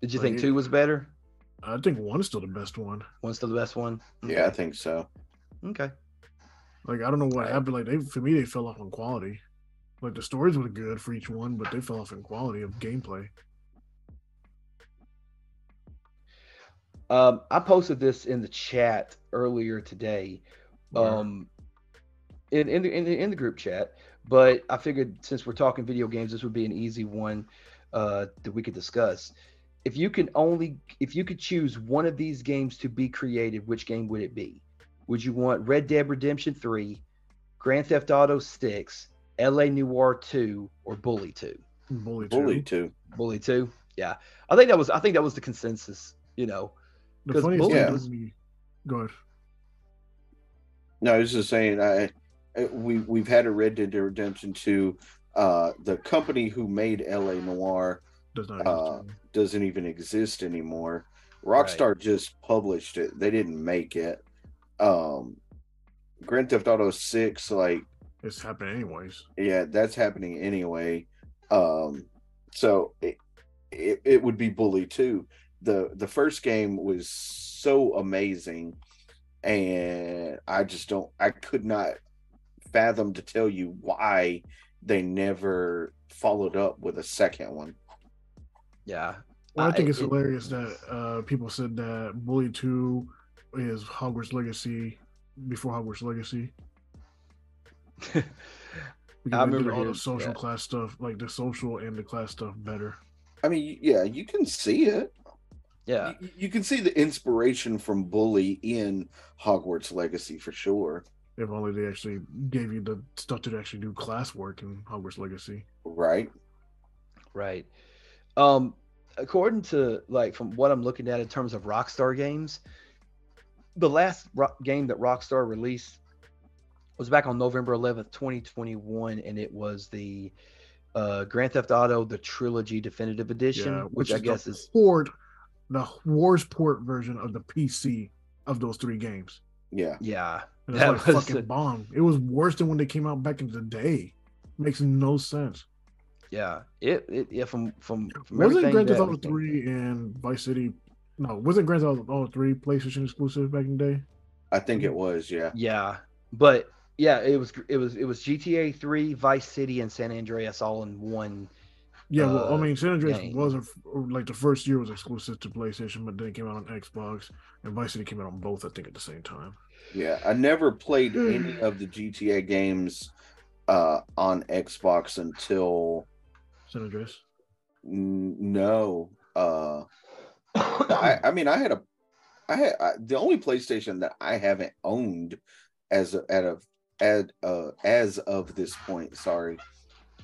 Speaker 2: Did you
Speaker 3: Like
Speaker 2: think
Speaker 3: it-
Speaker 2: two was better?
Speaker 3: I think one is still the best one.
Speaker 2: One's still the best one.
Speaker 1: Yeah, I think so.
Speaker 2: Okay.
Speaker 3: Like I don't know what
Speaker 2: Right.
Speaker 3: happened. Like they for me they fell off on quality. Like the stories were good for each one, but they fell off in quality of gameplay.
Speaker 2: Um, I posted this in the chat earlier today. um in in the, in the in the group chat but i figured since we're talking video games this would be an easy one uh that we could discuss if you can only if you could choose one of these games to be created, which game would it be? Would you want Red Dead Redemption 3, Grand Theft Auto 6, LA Noir 2, or Bully 2?
Speaker 3: Bully,
Speaker 1: Bully
Speaker 3: too.
Speaker 1: too.
Speaker 2: Bully 2. Yeah. I think that was I think that was the consensus, you know.
Speaker 3: The
Speaker 2: 'Cause
Speaker 3: funniest
Speaker 1: Bully
Speaker 3: thing
Speaker 1: was-
Speaker 3: would be, go ahead.
Speaker 1: No, I was just saying I I- we we've had a Red Dead Redemption 2. Uh the company who made LA Noir
Speaker 3: Does not
Speaker 1: Uh,
Speaker 3: exist.
Speaker 1: doesn't even exist anymore.
Speaker 2: Right.
Speaker 1: Rockstar just published it. They didn't make it. Um Grand Theft Auto 6 like
Speaker 3: it's happening anyways.
Speaker 1: yeah, that's happening anyway. Um so it it, it would be Bully 2. The the first game was so amazing and I just don't I could not fathom to tell you why they never followed up with a second one.
Speaker 2: Yeah.
Speaker 3: Well, I think it's
Speaker 2: it-
Speaker 3: hilarious that uh, people said that Bully 2 is Hogwarts Legacy before Hogwarts Legacy. Because
Speaker 2: I
Speaker 3: they did
Speaker 2: remember
Speaker 3: all the
Speaker 2: hearing
Speaker 3: social
Speaker 2: that.
Speaker 3: class stuff, like the social and the class stuff better.
Speaker 1: I mean, yeah, you can see it.
Speaker 2: yeah.
Speaker 1: you, you can see the inspiration from Bully in Hogwarts Legacy for sure,
Speaker 3: If only they actually gave you the stuff to actually do classwork in Hogwarts Legacy.
Speaker 1: right?
Speaker 2: Right. Um, according to like from what I'm looking at in terms of Rockstar games, the last ro- game that Rockstar released was back on November 11th, 2021, and it was the uh, Grand Theft Auto the Trilogy Definitive Edition,
Speaker 3: Yeah,
Speaker 2: which, I guess
Speaker 3: the
Speaker 2: is
Speaker 3: port, the Wars port version of the PC of those three games.
Speaker 1: Yeah.
Speaker 2: yeah,
Speaker 3: And that's
Speaker 2: That
Speaker 3: like
Speaker 2: was
Speaker 3: fucking
Speaker 2: a-
Speaker 3: bomb. It was worse than when they came out back in the day. Makes no sense.
Speaker 2: yeah, it, it yeah from from, from
Speaker 3: Wasn't
Speaker 2: everything
Speaker 3: Grand Theft
Speaker 2: that-
Speaker 3: Auto Three and Vice City? No, wasn't Grand Theft Auto Three PlayStation exclusive back in the day?
Speaker 1: I think it was, yeah.
Speaker 2: Yeah, but yeah, it was it was it was GTA 3, Vice City, and San Andreas all in one.
Speaker 3: Yeah, well,
Speaker 2: Uh,
Speaker 3: I mean, San Andreas
Speaker 2: dang.
Speaker 3: was a, like the first year was exclusive to PlayStation, but then it came out on Xbox, and Vice City came out on both, I think, at the same time.
Speaker 1: Yeah. I never played any of the GTA games uh on Xbox until
Speaker 3: San Andreas.
Speaker 1: n- no. Uh I, I mean I had a I had I, the only PlayStation that I haven't owned as a, at a at uh as of this point, sorry,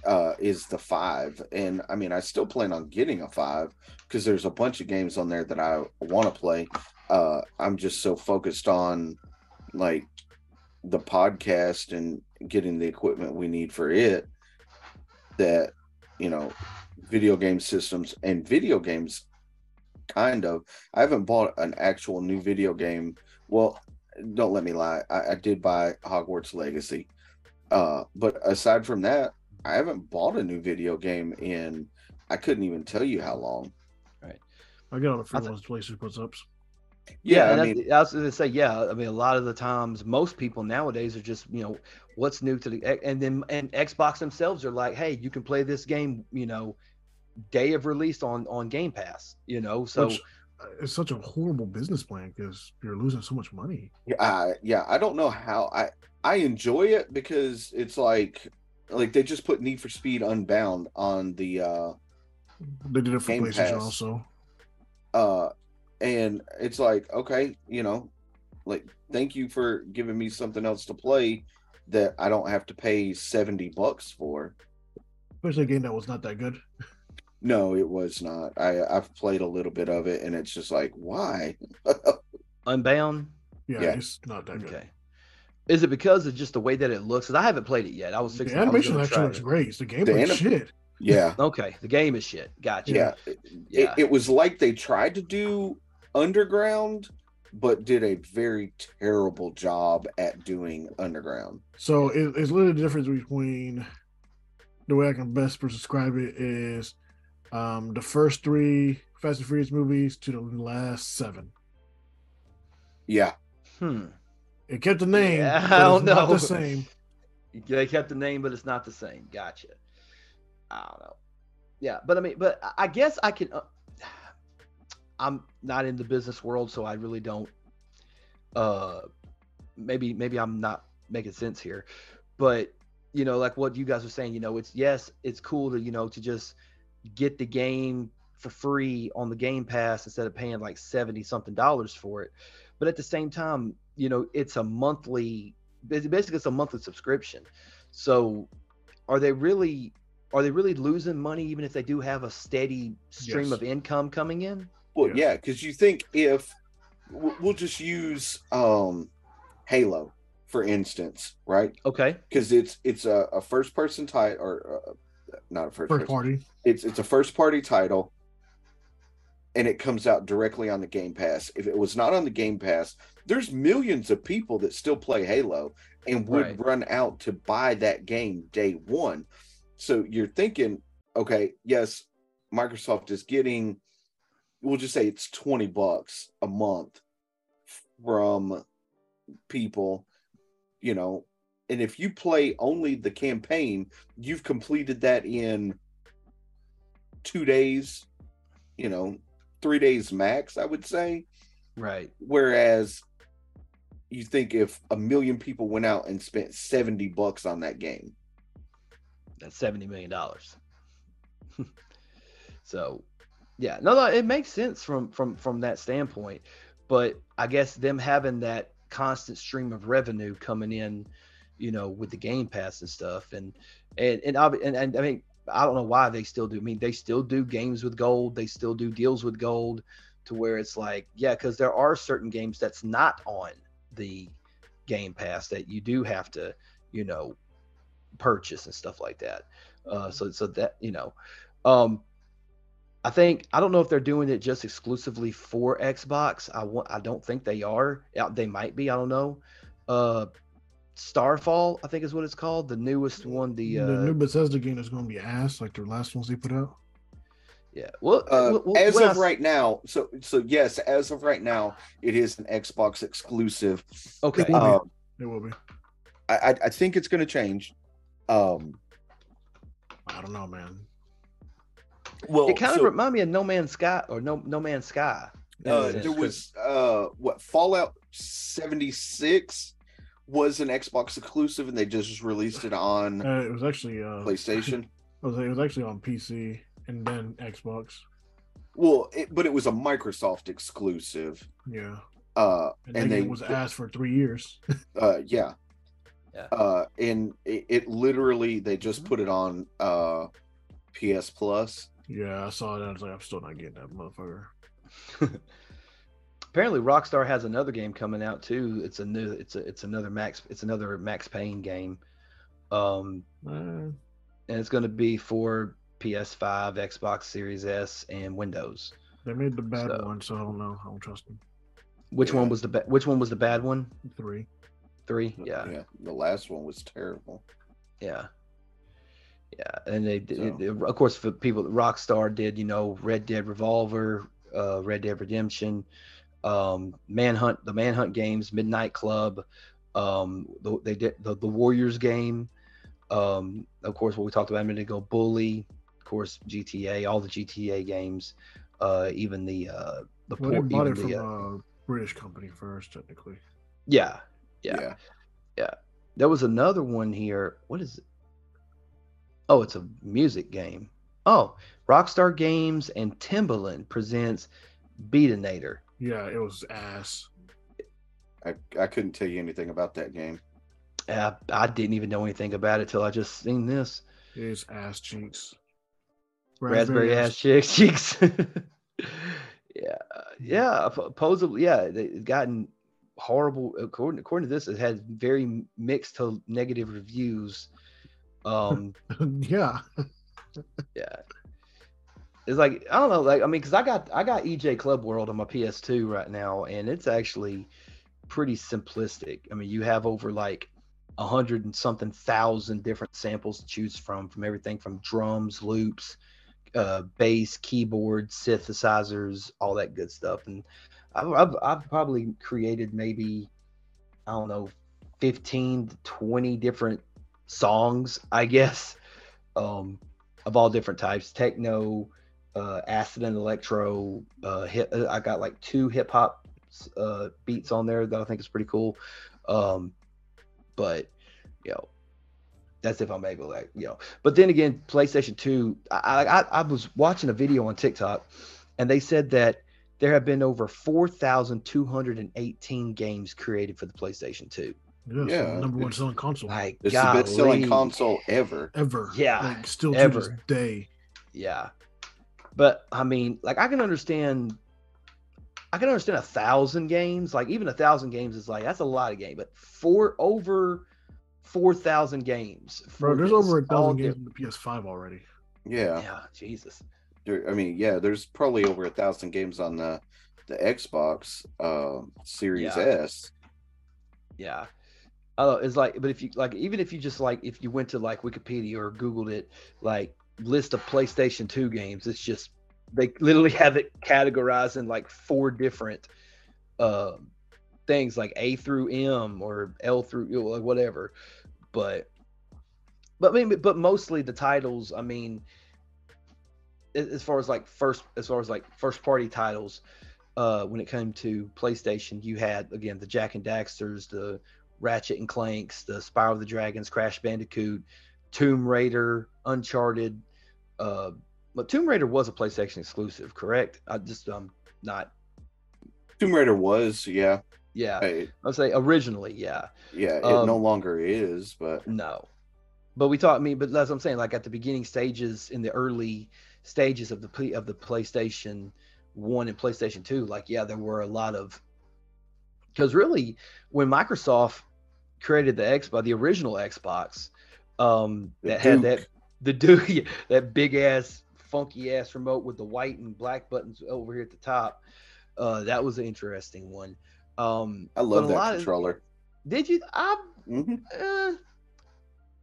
Speaker 1: uh is the five. And I mean I still plan on getting a five because there's a bunch of games on there that I want to play. Uh I'm just so focused on like the podcast and getting the equipment we need for it that you know video game systems and video games kind of I haven't bought an actual new video game. Well, don't let me lie. I, I did buy Hogwarts Legacy. Uh, but aside from that, I haven't bought a new video game in I couldn't even tell you how long.
Speaker 3: I got all the free
Speaker 2: I thi-
Speaker 3: ones PlayStation puts up.
Speaker 2: Yeah,
Speaker 1: Yeah,
Speaker 2: and
Speaker 1: I
Speaker 2: I,
Speaker 1: mean,
Speaker 2: I was going to say, yeah. I mean, a lot of the times, most people nowadays are just, you know, what's new to the, and then and Xbox themselves are like, hey, you can play this game, you know, day of release on on Game Pass, you know. So
Speaker 3: which is such a horrible business plan because you're losing so much money.
Speaker 1: I, yeah, I don't know how I I enjoy it because it's like like they just put Need for Speed Unbound on the uh
Speaker 3: They did it for
Speaker 1: Game
Speaker 3: PlayStation
Speaker 1: Pass.
Speaker 3: also.
Speaker 1: uh and it's like okay you know like thank you for giving me something else to play that i don't have to pay 70 bucks for
Speaker 3: Especially a game that was not that good.
Speaker 1: no it was not i i've played a little bit of it and it's just like why
Speaker 2: Unbound,
Speaker 3: Yeah,
Speaker 1: Yeah.
Speaker 3: it's not that good.
Speaker 2: okay. Is it because of just the way that it looks? 'Cause I haven't played it yet. I was fixing.
Speaker 3: The
Speaker 2: I was
Speaker 3: animation
Speaker 2: gonna
Speaker 3: actually
Speaker 2: try
Speaker 3: looks
Speaker 2: it.
Speaker 3: great. It's the gameplay
Speaker 1: anim-
Speaker 3: shit.
Speaker 1: yeah
Speaker 2: Okay, the game is shit. Gotcha.
Speaker 1: yeah, It-
Speaker 2: Yeah.
Speaker 1: It, it was like they tried to do underground but did a very terrible job at doing underground
Speaker 3: So it, it's literally the difference between the way I can best describe it is um, the first three Fast and Furious movies to the last seven.
Speaker 1: yeah
Speaker 2: Hmm.
Speaker 3: It kept the name.
Speaker 2: Yeah,
Speaker 3: but
Speaker 2: I don't
Speaker 3: it's not
Speaker 2: know.
Speaker 3: the same.
Speaker 2: They kept the name, but it's not the same. Gotcha. I don't know. Yeah, but I mean, but I- I guess I can. Uh, I'm not in the business world, so I really don't. Uh, maybe maybe I'm not making sense here, but you know, like what you guys are saying, you know, it's yes, it's cool to you know to just get the game for free on the Game Pass instead of paying like 70 something dollars for it. But at the same time, you know, it's a monthly basically it's a monthly subscription. So are they really are they really losing money even if they do have a steady stream
Speaker 3: Yes.
Speaker 2: of income coming in?
Speaker 1: Well,
Speaker 3: Yeah.
Speaker 1: yeah, because you think if w- we'll just use um Halo for instance, right?
Speaker 2: Okay.
Speaker 1: Because it's it's a, a first person title or uh, not a first,
Speaker 3: First
Speaker 1: person.
Speaker 3: party.
Speaker 1: It's it's a first party title, and it comes out directly on the Game Pass. If it was not on the Game Pass, there's millions of people that still play Halo and would
Speaker 2: Right.
Speaker 1: run out to buy that game day one. So you're thinking, okay, yes, Microsoft is getting we'll just say it's 20 bucks a month from people, you know. And if you play only the campaign, you've completed that in two days, you know, three days max, I would say.
Speaker 2: Right.
Speaker 1: Whereas you think if a million people went out and spent 70 bucks on that game,
Speaker 2: That's 70 million dollars. so, yeah. No, no, it makes sense from from from that standpoint, but I guess them having that constant stream of revenue coming in, you know, with the Game Pass and stuff and and and obvi- and, and I mean, I don't know why they still do. I mean, they still do games with gold, they still do deals with gold to where it's like, yeah, cuz there are certain games that's not on the Game Pass that you do have to, you know, purchase and stuff like that. Uh, so so that you know, um, I think I don't know if they're doing it just exclusively for Xbox. I want I don't think they are. Yeah, They might be. I don't know. Uh, Starfall, I think is what it's called. The newest one. The, uh,
Speaker 3: The new Bethesda game is going to be ass, like their last ones they put out.
Speaker 2: yeah. Well,
Speaker 1: uh,
Speaker 2: well, well,
Speaker 1: as
Speaker 2: when I
Speaker 1: of
Speaker 2: s-
Speaker 1: right now, so so yes, as of right now, it is an Xbox exclusive.
Speaker 2: Okay.
Speaker 3: Will be.
Speaker 1: Um,
Speaker 3: It will be.
Speaker 1: I, I, I think it's going to change. Um,
Speaker 3: I don't know, man.
Speaker 1: well,
Speaker 2: it kind of
Speaker 1: oh, so,
Speaker 2: remind me of No Man's Sky or No No Man's Sky. in a
Speaker 1: uh,
Speaker 2: sense,
Speaker 1: there
Speaker 2: 'cause-
Speaker 1: was uh, what Fallout seventy six was an Xbox exclusive, and they just released it on
Speaker 3: Uh, it was actually
Speaker 2: Oh.
Speaker 3: uh,
Speaker 1: PlayStation.
Speaker 3: It was, it was actually on PC and then Xbox.
Speaker 1: Well, it, but it was a Microsoft exclusive,
Speaker 3: Yeah,
Speaker 1: uh,
Speaker 3: and, that
Speaker 1: and they
Speaker 3: game was ass for three years.
Speaker 1: uh, yeah,
Speaker 2: Yeah. Mm-hmm.
Speaker 1: uh, and it, it literally they just put it on uh, PS Plus.
Speaker 3: yeah, I saw that. I was like, I'm still not getting that motherfucker.
Speaker 2: Apparently, Rockstar has another game coming out too. It's a new. It's a. It's another Max. It's another Max Payne game. Um,
Speaker 3: Uh,
Speaker 2: and it's going to be for PS5, Xbox Series S, and Windows.
Speaker 3: they made the bad
Speaker 2: So-
Speaker 3: one, so I don't know. I don't trust them.
Speaker 2: Which one
Speaker 1: Yeah.
Speaker 2: was the ba- Which one was the bad one?
Speaker 3: Three.
Speaker 2: Three. Yeah.
Speaker 1: yeah, the last one was terrible.
Speaker 2: Yeah. Yeah, and they, did
Speaker 1: So-
Speaker 2: they- of course, for people, Rockstar did, you know, Red Dead Revolver, uh, Red Dead Redemption, um, Manhunt, the Manhunt games, Midnight Club, um, the, they did the, the Warriors game, um, of course, what we talked about a minute ago, Bully, of course, GTA, all the GTA games, uh, even the uh, the
Speaker 3: Well, they
Speaker 2: port,
Speaker 3: bought
Speaker 2: even
Speaker 3: it from
Speaker 2: the, uh,
Speaker 3: a British company first, technically.
Speaker 2: yeah, yeah, There was another one here. What is it? Oh, it's a music game. Oh, Rockstar Games and Timbaland presents Beatinator.
Speaker 3: Yeah, it was ass.
Speaker 1: I, I couldn't tell you anything about that game.
Speaker 2: I, I didn't even know anything about it till I just seen this.
Speaker 3: It is ass cheeks.
Speaker 2: Raspberry, ass chicks. cheeks. yeah, yeah. Supposedly, yeah, they- it's gotten horrible. According according to this, it had very mixed to negative reviews. Um,
Speaker 3: yeah,
Speaker 2: Yeah. It's like I don't know, like I mean, because I got I got EJ Club World on my PS2 right now, and it's actually pretty simplistic. I mean, you have over like a hundred and something thousand different samples to choose from, from everything from drums, loops, uh, bass, keyboard, synthesizers, all that good stuff. And I've, I've, I've probably created maybe I don't know, fifteen to twenty different songs, I guess. Um, of all different types techno uh acid and electro uh hip i got like two hip hop uh beats on there that i think is pretty cool um but you know That's if I'm able, to, like, you know. But then again, PlayStation 2, I, I, I was watching a video on TikTok and they said that there have been over 4,218 games created for the PlayStation 2.
Speaker 3: Yeah, it's
Speaker 1: Yeah.
Speaker 3: the number one selling console
Speaker 2: Like,
Speaker 1: It's the best selling
Speaker 2: golly.
Speaker 1: console ever.
Speaker 3: ever.
Speaker 2: Yeah,
Speaker 3: like, still
Speaker 2: ever.
Speaker 3: to this day.
Speaker 2: Yeah. But I mean, like I can understand I can understand a thousand games. Like even a thousand games is like that's a lot of game, but four over four thousand games.
Speaker 3: Bro,
Speaker 2: for
Speaker 3: there's
Speaker 2: this,
Speaker 3: over a
Speaker 2: all
Speaker 3: thousand games
Speaker 2: diff-
Speaker 3: on the PS5 already.
Speaker 1: Yeah.
Speaker 2: Yeah, Jesus.
Speaker 1: There, I mean, yeah, there's probably over a thousand games on the the Xbox uh, Series
Speaker 2: Yeah.
Speaker 1: S.
Speaker 2: Yeah. Oh, it's like, but if you like, even if you just like, if you went to like Wikipedia or Googled it, like list of PlayStation 2 games, it's just they literally have it categorized in like four different um, things, like A through M or L through you know, like, whatever. But, but I mean, but mostly the titles, I mean, a- as far as like first, as far as like first party titles, uh, when it came to PlayStation, you had again the Jack and Daxters, the Ratchet and Clanks, the Spiral of the Dragons, Crash Bandicoot, Tomb Raider, Uncharted. Uh, but Tomb Raider was a PlayStation exclusive, correct? I just I'm not.
Speaker 1: Tomb Raider was, yeah,
Speaker 2: Yeah,
Speaker 1: I-
Speaker 2: I'll say originally, yeah.
Speaker 1: yeah. It
Speaker 2: Um,
Speaker 1: no longer is, but
Speaker 2: No. But we talked. I mean, but that's what I'm saying. Like at the beginning stages, in the early stages of the P- of the PlayStation One and PlayStation Two, like yeah, there were a lot of. Because really, when Microsoft created the Xbox, the original Xbox, um,
Speaker 1: The
Speaker 2: that had that
Speaker 1: Duke.
Speaker 2: the Duke, that big ass funky ass remote with the white and black buttons over here at the top, uh, that was an interesting one. Um,
Speaker 1: I
Speaker 2: but
Speaker 1: love
Speaker 2: a
Speaker 1: that
Speaker 2: lot of-
Speaker 1: controller.
Speaker 2: did you? I
Speaker 1: Mhm.
Speaker 2: uh,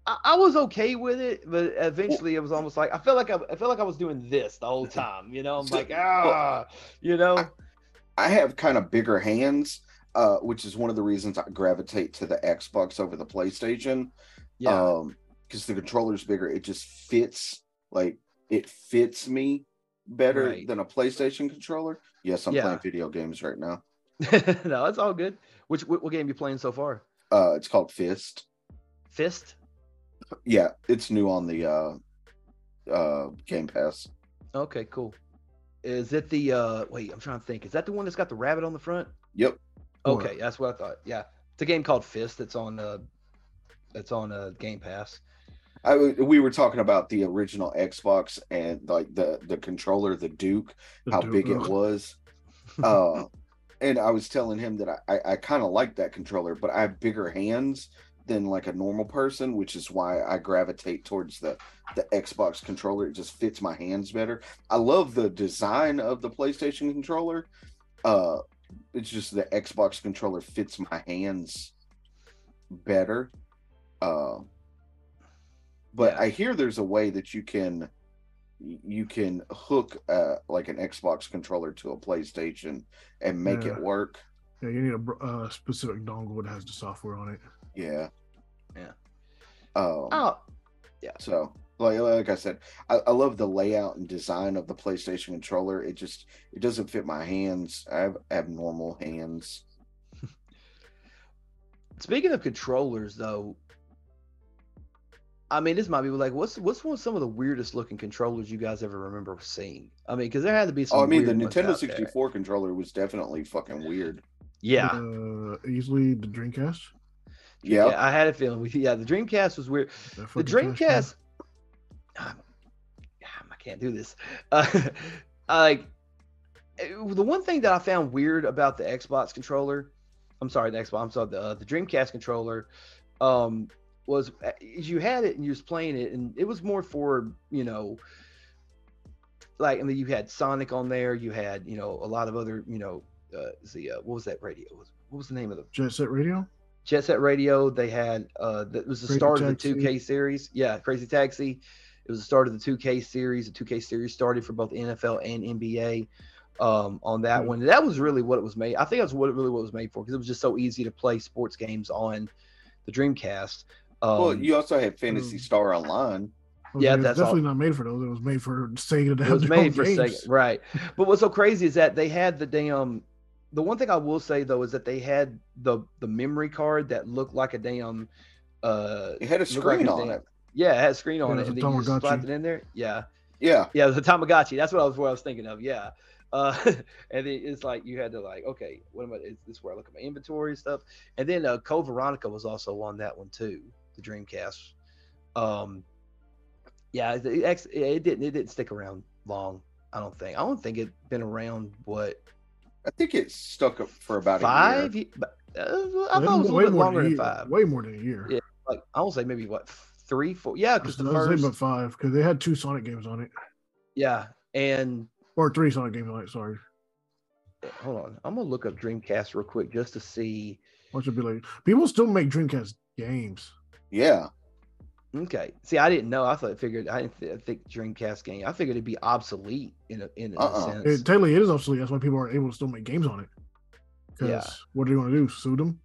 Speaker 2: I, I was okay with it, but eventually it was almost like I felt like I, I felt like I was doing this the whole time. You know, I'm
Speaker 1: So-
Speaker 2: like ah, you know,
Speaker 1: I have kind of bigger hands, uh, which is one of the reasons I gravitate to the Xbox over the PlayStation.
Speaker 2: yeah,
Speaker 1: um because the controller's bigger it just fits like it fits me better
Speaker 2: Right.
Speaker 1: than a playstation controller yes i'm
Speaker 2: Yeah.
Speaker 1: playing video games right now
Speaker 2: no, it's all good. Which what, what game you playing so far?
Speaker 1: uh it's called fist
Speaker 2: Fist.
Speaker 1: yeah it's new on the uh uh game pass
Speaker 2: Okay, cool. Is it the uh wait? I'm trying to think. Is that the one that's got the rabbit on the front?
Speaker 1: yep
Speaker 3: Or-
Speaker 2: Okay, that's what I thought. Yeah, it's a game called Fist. That's on uh, that's on uh Game Pass.
Speaker 1: i w- we were talking about the original xbox and like the the controller the duke
Speaker 3: The
Speaker 1: how
Speaker 3: Duke-
Speaker 1: big it
Speaker 3: ugh.
Speaker 1: was. Uh, and I was telling him that I, I, I kind of like that controller, but I have bigger hands than like a normal person, which is why I gravitate towards the, the Xbox controller. It just fits my hands better. I love the design of the PlayStation controller. Uh, it's just the Xbox controller fits my hands better. Uh, but
Speaker 2: Yeah.
Speaker 1: I hear there's a way that you can you can hook uh, like an Xbox controller to a PlayStation and make
Speaker 3: Yeah.
Speaker 1: it work.
Speaker 3: Yeah, you need a br- uh, specific dongle that has the software on it.
Speaker 1: Yeah.
Speaker 2: Yeah.
Speaker 1: Um,
Speaker 2: Oh,
Speaker 1: So, like, like I said, I, I love the layout and design of the PlayStation controller. It just it doesn't fit my hands. I have abnormal hands.
Speaker 2: Speaking of controllers, though, I mean, this might be like, what's what's one of some of the weirdest looking controllers you guys ever remember seeing? I mean, because there had to be some.
Speaker 1: Oh, I mean, the
Speaker 2: weird ones
Speaker 1: Nintendo
Speaker 2: out there.
Speaker 1: 64 controller was definitely fucking weird.
Speaker 2: Yeah,
Speaker 3: Uh, easily the Dreamcast.
Speaker 1: Yeah.
Speaker 2: I had a feeling. We, yeah, the Dreamcast was weird.
Speaker 3: That
Speaker 2: The
Speaker 3: fucking trash can.
Speaker 2: Dreamcast. Um, I can't do this. Uh, like it- the one thing that I found weird about the Xbox controller, I'm sorry, the Xbox, I'm sorry, the, uh, the Dreamcast controller, um, was uh, you had it and you was playing it, and it was more for you know, like I mean, you had Sonic on there, you had you know a lot of other you know, uh, the uh, what was that radio? What was, what was the name of the
Speaker 3: Jet Set Radio.
Speaker 2: Jet Set Radio. They had uh, that was the
Speaker 3: Crazy
Speaker 2: start
Speaker 3: Taxi.
Speaker 2: of the 2K series. Yeah, Crazy Taxi. It was the start of the 2K series. The 2K series started for both NFL and NBA. Um, on that
Speaker 3: Mhm.
Speaker 2: one, that was really what it was made. I think that's what it really what it was made for because it was just so easy to play sports games on the Dreamcast. Um,
Speaker 1: well, you also had Fantasy
Speaker 3: mm.
Speaker 1: Star Online.
Speaker 3: I was
Speaker 2: Yeah,
Speaker 3: like, Oh, it's
Speaker 2: that's all-
Speaker 3: definitely not made for those. It was made for Sega to
Speaker 2: it
Speaker 3: have
Speaker 2: was
Speaker 3: their own
Speaker 2: made for
Speaker 3: games.
Speaker 2: Sega, right? But what's so crazy is that they had the damn. The one thing I will say though is that they had the the memory card that looked like a damn uh, uh
Speaker 1: It had a
Speaker 2: looked like
Speaker 1: screen on
Speaker 2: thing.
Speaker 1: it.
Speaker 2: Yeah, it had a screen on
Speaker 3: Yeah,
Speaker 2: it,
Speaker 3: it was
Speaker 2: and
Speaker 3: a
Speaker 2: then you just
Speaker 3: Tamagotchi.
Speaker 2: slapped it in there. Yeah,
Speaker 1: Yeah.
Speaker 2: yeah, it was a Tamagotchi. That's what I was what I was thinking of. Yeah, uh, and then it's like you had to like, okay, what am I? Is this where I look at my inventory and stuff? And then uh, Code Veronica was also on that one too, the Dreamcast. Um, yeah, it, it, ex- it didn't it didn't stick around long. I don't think. I don't think it been around what
Speaker 1: I think it stuck up for about a
Speaker 2: five?
Speaker 1: year.
Speaker 2: ye- but, uh, I thought it was a little
Speaker 3: Way
Speaker 2: bit
Speaker 3: more
Speaker 2: longer
Speaker 3: a
Speaker 2: than
Speaker 3: year.
Speaker 2: five.
Speaker 3: Way more than a year.
Speaker 2: Yeah, Like I would say maybe what three, four? Yeah,
Speaker 3: I
Speaker 2: because
Speaker 3: was
Speaker 2: the
Speaker 3: gonna say
Speaker 2: first.
Speaker 3: about five because they had two Sonic games on it,
Speaker 2: Yeah, and
Speaker 3: or three Sonic games on it. Sorry,
Speaker 2: hold on. I'm gonna look up Dreamcast real quick just to see.
Speaker 3: I should be like people still make Dreamcast games.
Speaker 1: Yeah.
Speaker 2: Okay, see, I didn't know. I thought figured I didn't th- I think Dreamcast game. I figured it'd be obsolete in a in a
Speaker 1: Uh-uh.
Speaker 2: sense.
Speaker 3: It, technically, it is obsolete. That's why people aren't able to still make games on it. Because
Speaker 2: Yeah.
Speaker 3: what are you going to do? Sue them?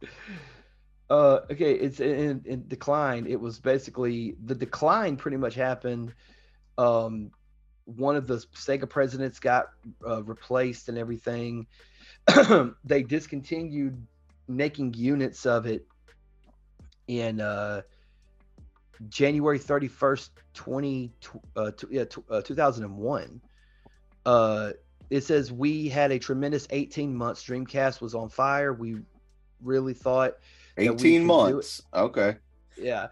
Speaker 2: uh, okay, it's in, in decline. It was basically the decline pretty much happened. Um, one of the Sega presidents got uh, replaced and everything. they discontinued making units of it in uh, January 31st, 20, uh, tw- yeah, tw- uh, 2001. Uh, it says we had a tremendous 18 months. Dreamcast was on fire. We really thought, we
Speaker 1: 18
Speaker 2: could do
Speaker 1: months. Okay.
Speaker 2: yeah.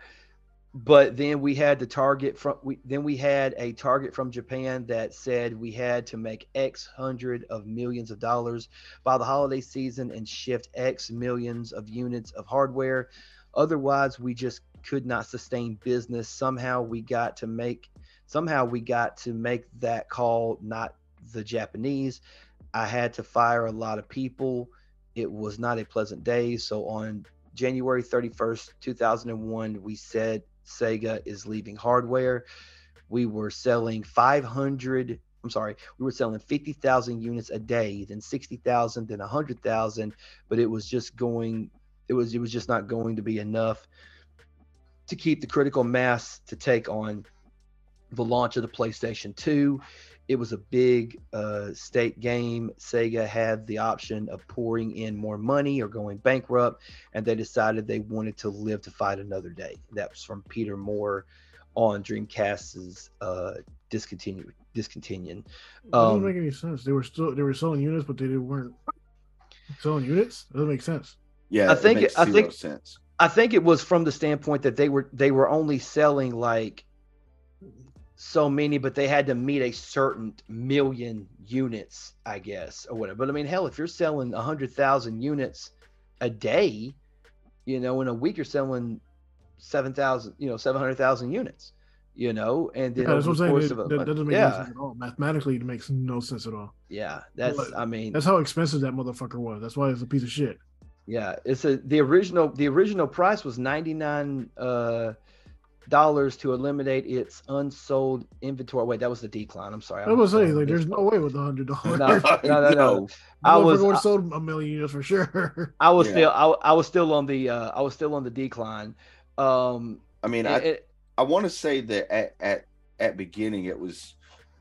Speaker 2: But then we had the target from we then we had a target from Japan that said we had to make X hundred of millions of dollars by the holiday season and shift X millions of units of hardware. Otherwise, we just could not sustain business. Somehow we got to make somehow we got to make that call, not the Japanese. I had to fire a lot of people. It was not a pleasant day. So on January 31st, 2001, we said Sega is leaving hardware. We were selling 500, I'm sorry, we were selling 50,000 units a day, then 60,000, then 100,000, but it was just going it was it was just not going to be enough to keep the critical mass to take on the launch of the PlayStation 2. It was a big uh, state game. Sega had the option of pouring in more money or going bankrupt and they decided they wanted to live to fight another day. That was from Peter Moore on Dreamcast's uh, discontinue discontinuing.
Speaker 3: That doesn't
Speaker 2: Um,
Speaker 3: make any sense. They were still they were selling units, but they didn't, weren't selling units. That doesn't make sense.
Speaker 1: Yeah.
Speaker 2: I
Speaker 1: it
Speaker 2: think
Speaker 1: makes
Speaker 2: it- I
Speaker 1: zero
Speaker 2: think-
Speaker 1: sense.
Speaker 2: I think it was from the standpoint that they were they were only selling like so many, but they had to meet a certain million units, I guess, or whatever. But I mean, hell, if you're selling hundred thousand units a day, you know, in a week you're selling seven thousand, you know, seven hundred thousand units, you know, and then
Speaker 3: Yeah, that's
Speaker 2: over
Speaker 3: what I'm
Speaker 2: the
Speaker 3: saying.
Speaker 2: course
Speaker 3: It-
Speaker 2: of a
Speaker 3: that
Speaker 2: month-
Speaker 3: doesn't make any
Speaker 2: yeah,
Speaker 3: sense at all. Mathematically, it makes no sense at all.
Speaker 2: yeah, that's
Speaker 3: Like,
Speaker 2: I mean,
Speaker 3: That's how expensive that motherfucker was. That's why it's a piece of shit.
Speaker 2: Yeah, it's a the original the original price was ninety nine uh dollars to eliminate its unsold inventory. Wait, that was the decline. I'm sorry.
Speaker 3: I was
Speaker 2: I'm-
Speaker 3: saying, like,
Speaker 2: I'm
Speaker 3: there's
Speaker 2: mis-
Speaker 3: no way with a hundred dollars.
Speaker 2: No, no, no, no. I was
Speaker 3: would
Speaker 2: I,
Speaker 3: have sold a million units for sure.
Speaker 2: I was
Speaker 1: Yeah.
Speaker 2: still I, I was still on the uh I was still on the decline. Um
Speaker 1: I mean,
Speaker 2: it-
Speaker 1: I,
Speaker 2: it-
Speaker 1: I want to say that at, at, at beginning it was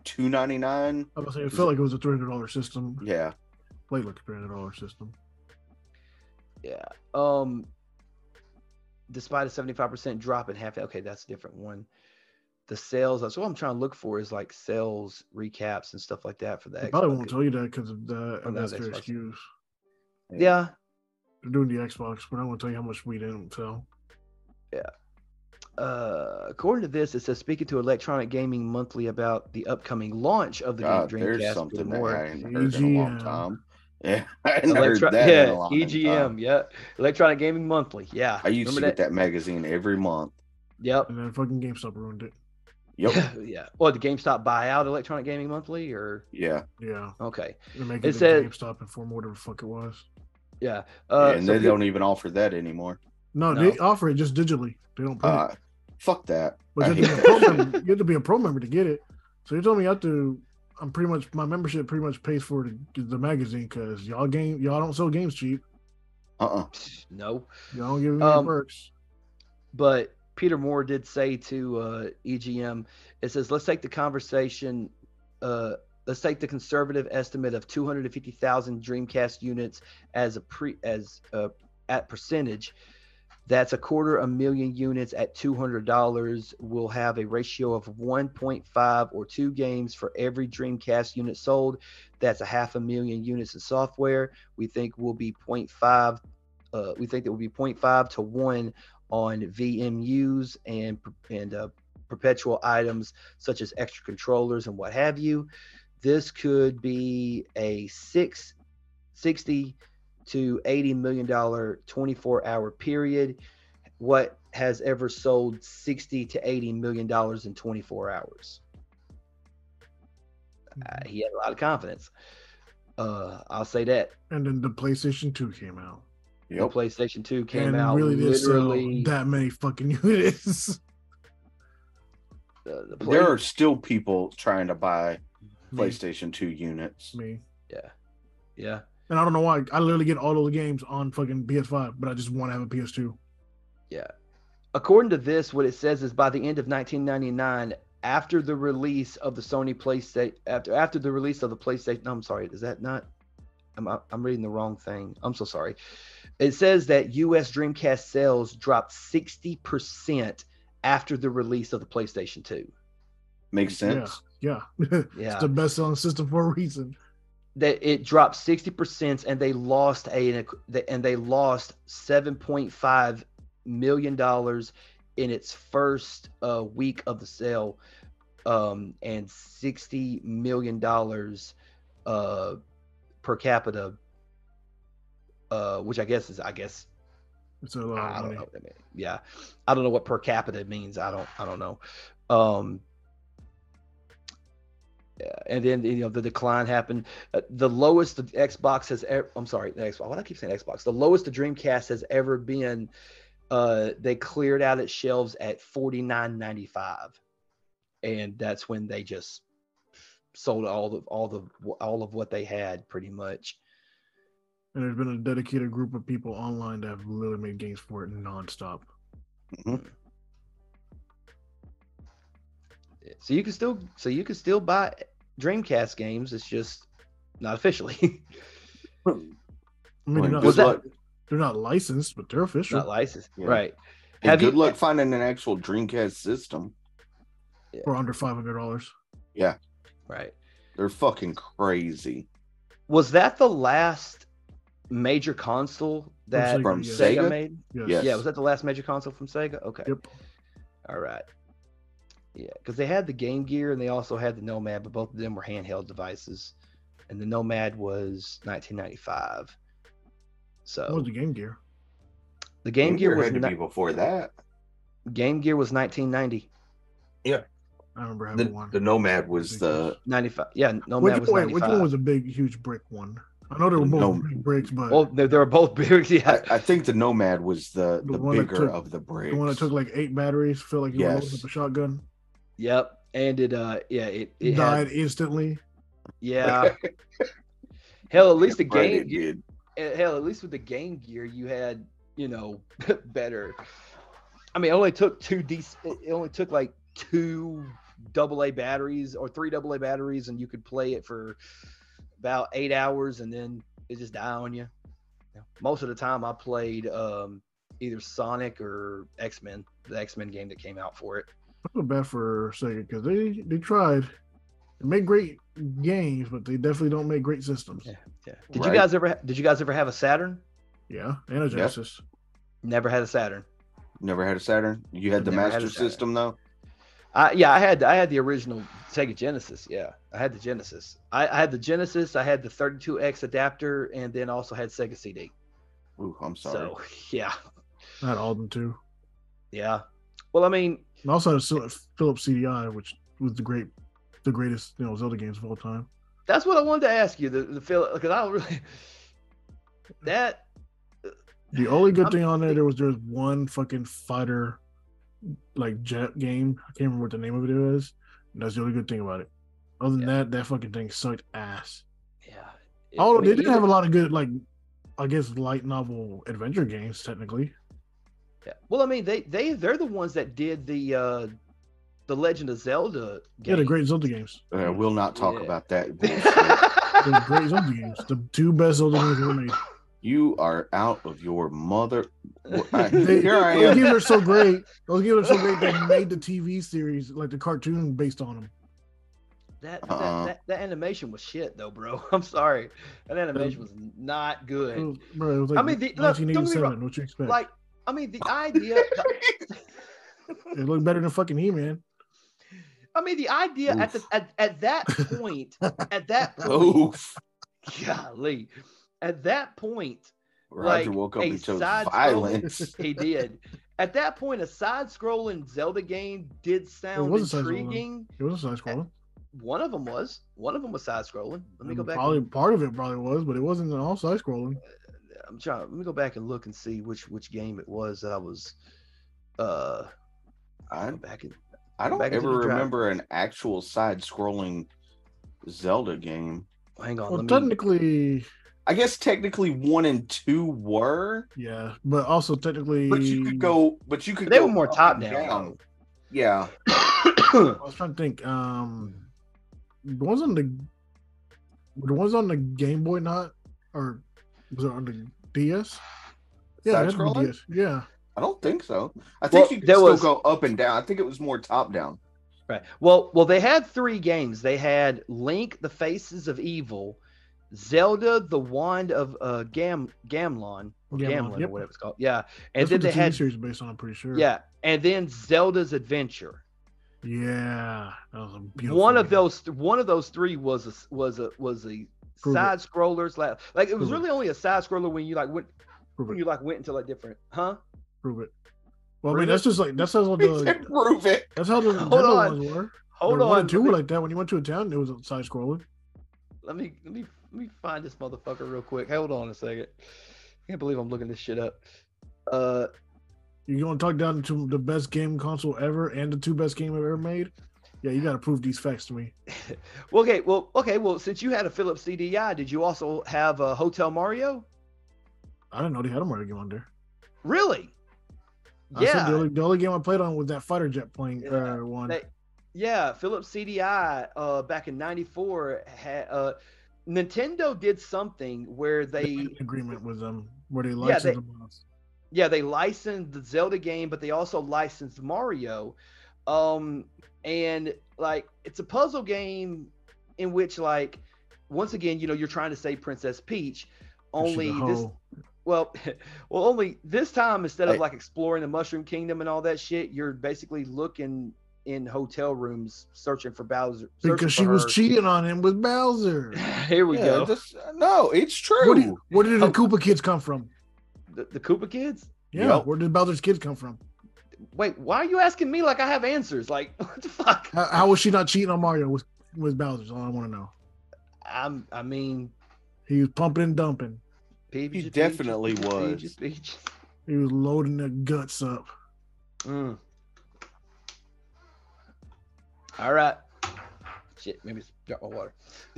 Speaker 1: 299.
Speaker 3: I was saying, it felt like it was a three hundred dollar system.
Speaker 1: Yeah.
Speaker 3: Played like a three hundred dollar system.
Speaker 2: yeah. Um despite a 75% drop in half okay, that's a different one. The sales that's what I'm trying to look for is like sales recaps and stuff like that for the
Speaker 3: They
Speaker 2: Xbox.
Speaker 3: probably won't tell you that because of the
Speaker 2: Oh, no,
Speaker 3: that's
Speaker 2: the
Speaker 3: their
Speaker 2: Xbox.
Speaker 3: excuse.
Speaker 2: Yeah.
Speaker 3: They're doing the Xbox, but I want to tell you how much we didn't sell.
Speaker 2: uh, according to this, it says speaking to Electronic Gaming Monthly about the upcoming launch of the new
Speaker 1: God,
Speaker 2: Dreamcast.
Speaker 1: there's
Speaker 2: Good
Speaker 1: something that
Speaker 2: lord.
Speaker 1: I ain't heard in a long
Speaker 3: EGM.
Speaker 1: time. Yeah. I hadn't
Speaker 2: Electro-
Speaker 1: heard that in
Speaker 2: yeah,
Speaker 1: a long
Speaker 2: EGM,
Speaker 1: time.
Speaker 2: yeah, Electronic Gaming Monthly, yeah.
Speaker 1: I used
Speaker 2: Remember
Speaker 1: to get that magazine every month.
Speaker 2: Yep.
Speaker 3: And then fucking GameStop ruined it.
Speaker 1: Yep.
Speaker 2: yeah. Well, the GameStop buyout Electronic Gaming Monthly, or
Speaker 1: yeah.
Speaker 3: Yeah.
Speaker 2: okay,
Speaker 3: They're making
Speaker 2: It
Speaker 3: it
Speaker 2: said-
Speaker 3: GameStop and form whatever the fuck it was.
Speaker 2: yeah. Uh,
Speaker 1: and
Speaker 2: so
Speaker 1: they
Speaker 2: good-
Speaker 1: don't even offer that anymore.
Speaker 3: No,
Speaker 2: No.
Speaker 3: they offer it just digitally. They
Speaker 2: Oh.
Speaker 3: don't print
Speaker 1: Uh,
Speaker 3: it.
Speaker 1: fuck that. I
Speaker 3: But you
Speaker 1: hate
Speaker 3: have, to be a
Speaker 1: that
Speaker 3: pro
Speaker 1: shit.
Speaker 3: member. you have to be a pro member to get it. So you told me I have to. I'm pretty much my membership pretty much pays for the, the magazine because y'all game y'all don't sell games cheap.
Speaker 1: Uh-uh.
Speaker 2: no.
Speaker 3: Y'all don't give me
Speaker 2: Um,
Speaker 3: any perks.
Speaker 2: but Peter Moore did say to uh, EGM, it says, let's take the conversation, uh, let's take the conservative estimate of 250,000 Dreamcast units as a pre as a, at uh, percentage. That's a quarter a million units at $200. We'll have a ratio of 1.5 or two games for every Dreamcast unit sold. That's a half a million units of software. We think will be 0.5. Uh, we think it will be 0.5 to one on VMUs and and uh, perpetual items such as extra controllers and what have you. This could be a six, 60 to 80 million dollar 24 hour period. What has ever sold 60 to 80 million dollars in 24 hours? Uh, he had a lot of confidence. Uh, I'll say that.
Speaker 3: And then the PlayStation 2 came out.
Speaker 2: The PlayStation 2 came
Speaker 3: and
Speaker 2: out
Speaker 3: really did sell
Speaker 2: literally.
Speaker 3: that many fucking units.
Speaker 2: uh, the
Speaker 1: there
Speaker 2: Play-
Speaker 1: are still people trying to buy PlayStation 2 units.
Speaker 3: Me. Me.
Speaker 2: yeah, yeah.
Speaker 3: And I don't know why. I literally get all those games on fucking PS5, but I just want to have a PS2.
Speaker 2: According to this, what it says is by the end of 1999, after the release of the Sony PlayStation, after after the release of the PlayStation, no, I'm sorry, is that not? I'm I'm reading the wrong thing. I'm so sorry. It says that U.S. Dreamcast sales dropped 60 percent after the release of the PlayStation 2.
Speaker 1: Makes sense.
Speaker 3: Yeah. it's
Speaker 2: Yeah,
Speaker 3: the best selling system for a reason.
Speaker 2: that it dropped 60% and they lost a and they lost 7.5 million dollars in its first uh, week of the sale um, and 60 million dollars uh, per capita uh, which I guess is I guess
Speaker 3: It's a lot
Speaker 2: I
Speaker 3: of
Speaker 2: don't
Speaker 3: money.
Speaker 2: know. what that mean- Yeah, I don't know what per capita means. I don't. I don't know. Um, yeah, and then you know the decline happened. Uh, the lowest the Xbox has. Ever, I'm sorry, the Xbox. Why do I keep saying Xbox? The lowest the Dreamcast has ever been. Uh, they cleared out its shelves at 49.95, and that's when they just sold all of all the all of what they had pretty much.
Speaker 3: And there's been a dedicated group of people online that have literally made games for it nonstop.
Speaker 2: So you can still so you can still buy Dreamcast games. It's just not officially
Speaker 3: I mean, they're
Speaker 1: And
Speaker 3: not,
Speaker 1: good
Speaker 2: Was that-
Speaker 1: luck.
Speaker 3: they're not licensed, but they're official.
Speaker 2: not licensed,
Speaker 1: Yeah.
Speaker 2: right?
Speaker 1: and
Speaker 2: Have
Speaker 1: good
Speaker 2: you-
Speaker 1: luck finding an actual Dreamcast system.
Speaker 3: for under five hundred dollars.
Speaker 2: Right.
Speaker 1: They're fucking crazy.
Speaker 2: Was that the last major console that
Speaker 1: From
Speaker 3: yes.
Speaker 2: Sega,
Speaker 1: Sega?
Speaker 2: made?
Speaker 1: Yes.
Speaker 2: Yeah, was that the last major console from Sega? Okay.
Speaker 3: Yep.
Speaker 2: All right. Yeah, because they had the Game Gear and they also had the Nomad, but both of them were handheld devices, and the Nomad was 1995.
Speaker 3: That was
Speaker 2: So
Speaker 3: the Game Gear.
Speaker 2: the Game, Gear, was
Speaker 1: had to
Speaker 2: ni-
Speaker 1: be before that.
Speaker 2: Game Gear was 1990.
Speaker 3: I remember
Speaker 1: The,
Speaker 3: having one.
Speaker 1: the Nomad was the Oh,
Speaker 2: 95 yeah no
Speaker 3: which,
Speaker 2: man was
Speaker 3: wait,
Speaker 2: 95
Speaker 3: which one was a big, huge brick one? I know they were both
Speaker 1: No.
Speaker 3: big bricks, but
Speaker 2: well they, they were both big yeah
Speaker 1: I, I think the Nomad was the
Speaker 3: The
Speaker 1: the,
Speaker 3: one that
Speaker 1: bigger
Speaker 3: took-
Speaker 1: of the bricks.
Speaker 3: the one that took like eight batteries, felt like you were loading
Speaker 1: Yes.
Speaker 3: up a shotgun,
Speaker 2: yep and it uh yeah it, it
Speaker 3: died
Speaker 2: had,
Speaker 3: instantly.
Speaker 2: yeah hell at least the
Speaker 1: Right, it
Speaker 2: game
Speaker 1: did.
Speaker 2: eh, hell at least with the game gear you had you know better i mean it only took two d it only took like two double a batteries or three double a batteries and you could play it for about eight hours and then it just die on you most of the time i played um either sonic or x-men the x-men game that came out for it
Speaker 3: I feel bad for Sega because they they tried, they make great games, but they definitely don't make great systems.
Speaker 2: Yeah. yeah
Speaker 3: Yeah,
Speaker 2: did
Speaker 1: Right.
Speaker 2: you guys ever ha- did you guys ever have a saturn
Speaker 3: and a
Speaker 1: Yeah.
Speaker 3: Genesis.
Speaker 2: never had a saturn
Speaker 1: Never had a Saturn. You had the
Speaker 2: Never had a
Speaker 1: Master
Speaker 2: Saturn.
Speaker 1: System though.
Speaker 2: I, yeah, I had I had the original Sega Genesis. Yeah, I had the Genesis. I, I had the Genesis. I had the 32x adapter, and then also had Sega CD.
Speaker 1: Ooh, I'm sorry.
Speaker 2: So yeah,
Speaker 3: I had all of them too.
Speaker 2: yeah. Well, I mean,
Speaker 3: And also had a Philips CDI, which was the great, the greatest you know Zelda games of all time.
Speaker 2: that's what I wanted to ask you. The the feel because I don't really that
Speaker 3: The only good
Speaker 2: I'm-
Speaker 3: thing on there, there was there was one fucking fighter, like jet game. I can't remember what the name of it is. And that's the only good thing about it. Other than that, that fucking thing sucked ass.
Speaker 2: yeah.
Speaker 3: Although
Speaker 2: I mean,
Speaker 3: Oh, they did have a
Speaker 2: either-
Speaker 3: lot of good, like, I guess light novel adventure games technically.
Speaker 2: yeah. Well, I mean, they they they're the ones that did the uh the Legend of Zelda
Speaker 3: Yeah,
Speaker 2: game.
Speaker 3: the great Zelda games.
Speaker 1: Uh, we'll not talk
Speaker 2: mm, Yeah.
Speaker 1: about that. bullshit.
Speaker 3: The great Zelda games. The two best Zelda games ever made.
Speaker 1: You are out of your mother. I-
Speaker 3: They,
Speaker 1: Here I
Speaker 3: those
Speaker 1: am.
Speaker 3: games are so great. Those games are so great. They made the TV series, like the cartoon, based on them.
Speaker 2: That,
Speaker 1: Uh-uh.
Speaker 2: that, that that animation was shit though, bro. I'm sorry, that
Speaker 3: Um,
Speaker 2: animation was not
Speaker 3: It
Speaker 2: good.
Speaker 3: was, bro, it was like
Speaker 2: I mean, the- look, don't get me
Speaker 3: 1987.
Speaker 2: wrong.
Speaker 3: what you expect?
Speaker 2: Like, I mean, the idea.
Speaker 3: it looked better than fucking He Man.
Speaker 2: I mean, the idea at the
Speaker 1: Oof.
Speaker 2: at, at that point, at that point,
Speaker 1: Oof.
Speaker 2: golly, at that point,
Speaker 1: Roger
Speaker 2: Like
Speaker 1: woke up
Speaker 2: a
Speaker 1: and chose
Speaker 2: side scroll.
Speaker 1: violence.
Speaker 2: he did. At that point, a side-scrolling Zelda game did sound
Speaker 3: was a side-scrolling.
Speaker 2: intriguing.
Speaker 3: It was a side scroller.
Speaker 2: One of them was. One of them was side-scrolling. Let me go back.
Speaker 3: Mm, Probably
Speaker 2: and-
Speaker 3: part of it probably was, but it wasn't all side scrolling.
Speaker 2: I'm trying. Let me go back and look and see which which game it was that I was. Uh,
Speaker 1: I,
Speaker 2: go back and
Speaker 1: I don't
Speaker 2: Back into
Speaker 1: ever
Speaker 2: the drive.
Speaker 1: remember an actual side scrolling Zelda game.
Speaker 2: hang on. let
Speaker 3: Well,
Speaker 2: me,
Speaker 3: technically,
Speaker 1: I guess technically one and two were,
Speaker 3: yeah, but also technically,
Speaker 1: but you could go, but you could
Speaker 2: Mm. they
Speaker 1: go
Speaker 2: were more
Speaker 1: up
Speaker 2: top
Speaker 1: and
Speaker 2: down.
Speaker 1: Yeah.
Speaker 3: I was trying to think. Um, the ones on the were the ones on the Game Boy, not or was it on the DS? Yeah, that's
Speaker 1: Side-scrolling?
Speaker 3: DS. Yeah,
Speaker 1: I don't think so. I think
Speaker 2: Well,
Speaker 1: you could
Speaker 2: there
Speaker 1: still
Speaker 2: was-
Speaker 1: go up and down. I think it was more top down.
Speaker 2: Right. Well, well, they had three games. They had Link: The Faces of Evil, Zelda: The Wand of uh, Gam Gamlon, or
Speaker 3: Gamlon,
Speaker 2: Gamlon, or
Speaker 3: yep.
Speaker 2: whatever it's called. Yeah. And
Speaker 3: that's
Speaker 2: then
Speaker 3: what the
Speaker 2: they
Speaker 3: TV
Speaker 2: had
Speaker 3: series based on. I'm pretty sure.
Speaker 2: yeah, and then Zelda's Adventure.
Speaker 3: yeah, that was a beautiful.
Speaker 2: one of
Speaker 3: game.
Speaker 2: those, one of those three was a s- was a was a
Speaker 3: Prove it.
Speaker 2: side scroller like like it was
Speaker 3: Prove it.
Speaker 2: really only a side scroller when you like went
Speaker 3: Prove
Speaker 2: when
Speaker 3: it.
Speaker 2: you like went into like different huh
Speaker 3: Prove it. Well, I
Speaker 2: Prove
Speaker 3: mean, that's
Speaker 2: it.
Speaker 3: just like that's how the
Speaker 1: Prove it.
Speaker 3: that's how the
Speaker 2: Hold
Speaker 3: Nintendo
Speaker 2: on.
Speaker 3: ones were.
Speaker 2: hold
Speaker 3: The one
Speaker 2: on
Speaker 3: and two
Speaker 2: let
Speaker 3: were
Speaker 2: me-
Speaker 3: like that. When you went to a town, it was side scrolling.
Speaker 2: Let me let me let me find this motherfucker real quick. Hold on a second. I can't believe I'm looking this shit up. Uh,
Speaker 3: You're gonna talk down to the best game console ever and the two best game I've ever made. Yeah, you gotta prove these facts to me.
Speaker 2: well, okay, well, okay, well, since you had a Philips CDI, did you also have a Hotel Mario?
Speaker 3: I didn't know they had a Mario game on there.
Speaker 2: Really?
Speaker 3: I said the
Speaker 2: Yeah,
Speaker 3: only, the only game I played on was that fighter jet plane
Speaker 2: Yeah,
Speaker 3: uh, one.
Speaker 2: they- yeah. Philips CDI, uh, back in '94, had uh, Nintendo did something where
Speaker 3: They
Speaker 2: they,
Speaker 3: had an agreement with them where they
Speaker 2: Yeah,
Speaker 3: licensed
Speaker 2: they-
Speaker 3: them off.
Speaker 2: yeah, they licensed the Zelda game, but they also licensed Mario. Um, and like it's a puzzle game in which like once again, you know, you're trying to save Princess Peach,
Speaker 3: This is a
Speaker 2: only this
Speaker 3: hoe.
Speaker 2: well, well, only this time instead of
Speaker 1: Hey.
Speaker 2: like exploring the Mushroom Kingdom and all that shit, you're basically looking in hotel rooms searching for Bowser. searching
Speaker 3: because
Speaker 2: for
Speaker 3: she was
Speaker 2: her.
Speaker 3: cheating on him with Bowser.
Speaker 2: Here we
Speaker 1: Yeah,
Speaker 2: go.
Speaker 1: just- no, it's
Speaker 3: Where
Speaker 1: true.
Speaker 3: did, where did the
Speaker 2: Oh.
Speaker 3: Koopa kids come from?
Speaker 2: The, the Koopa kids.
Speaker 3: Yeah,
Speaker 1: Yep.
Speaker 3: where did Bowser's kids come from?
Speaker 2: Wait, why are you asking me like I have answers? Like what the fuck?
Speaker 3: How, how was she not cheating on Mario with with Bowser's? All I want to know.
Speaker 2: I'm. I mean,
Speaker 3: He was pumping and dumping.
Speaker 2: Peaches,
Speaker 1: He
Speaker 2: peaches,
Speaker 1: definitely
Speaker 2: peaches,
Speaker 1: was.
Speaker 2: peaches, peaches.
Speaker 3: He was loading the guts up.
Speaker 2: Mm. All right. Shit, maybe drop my water.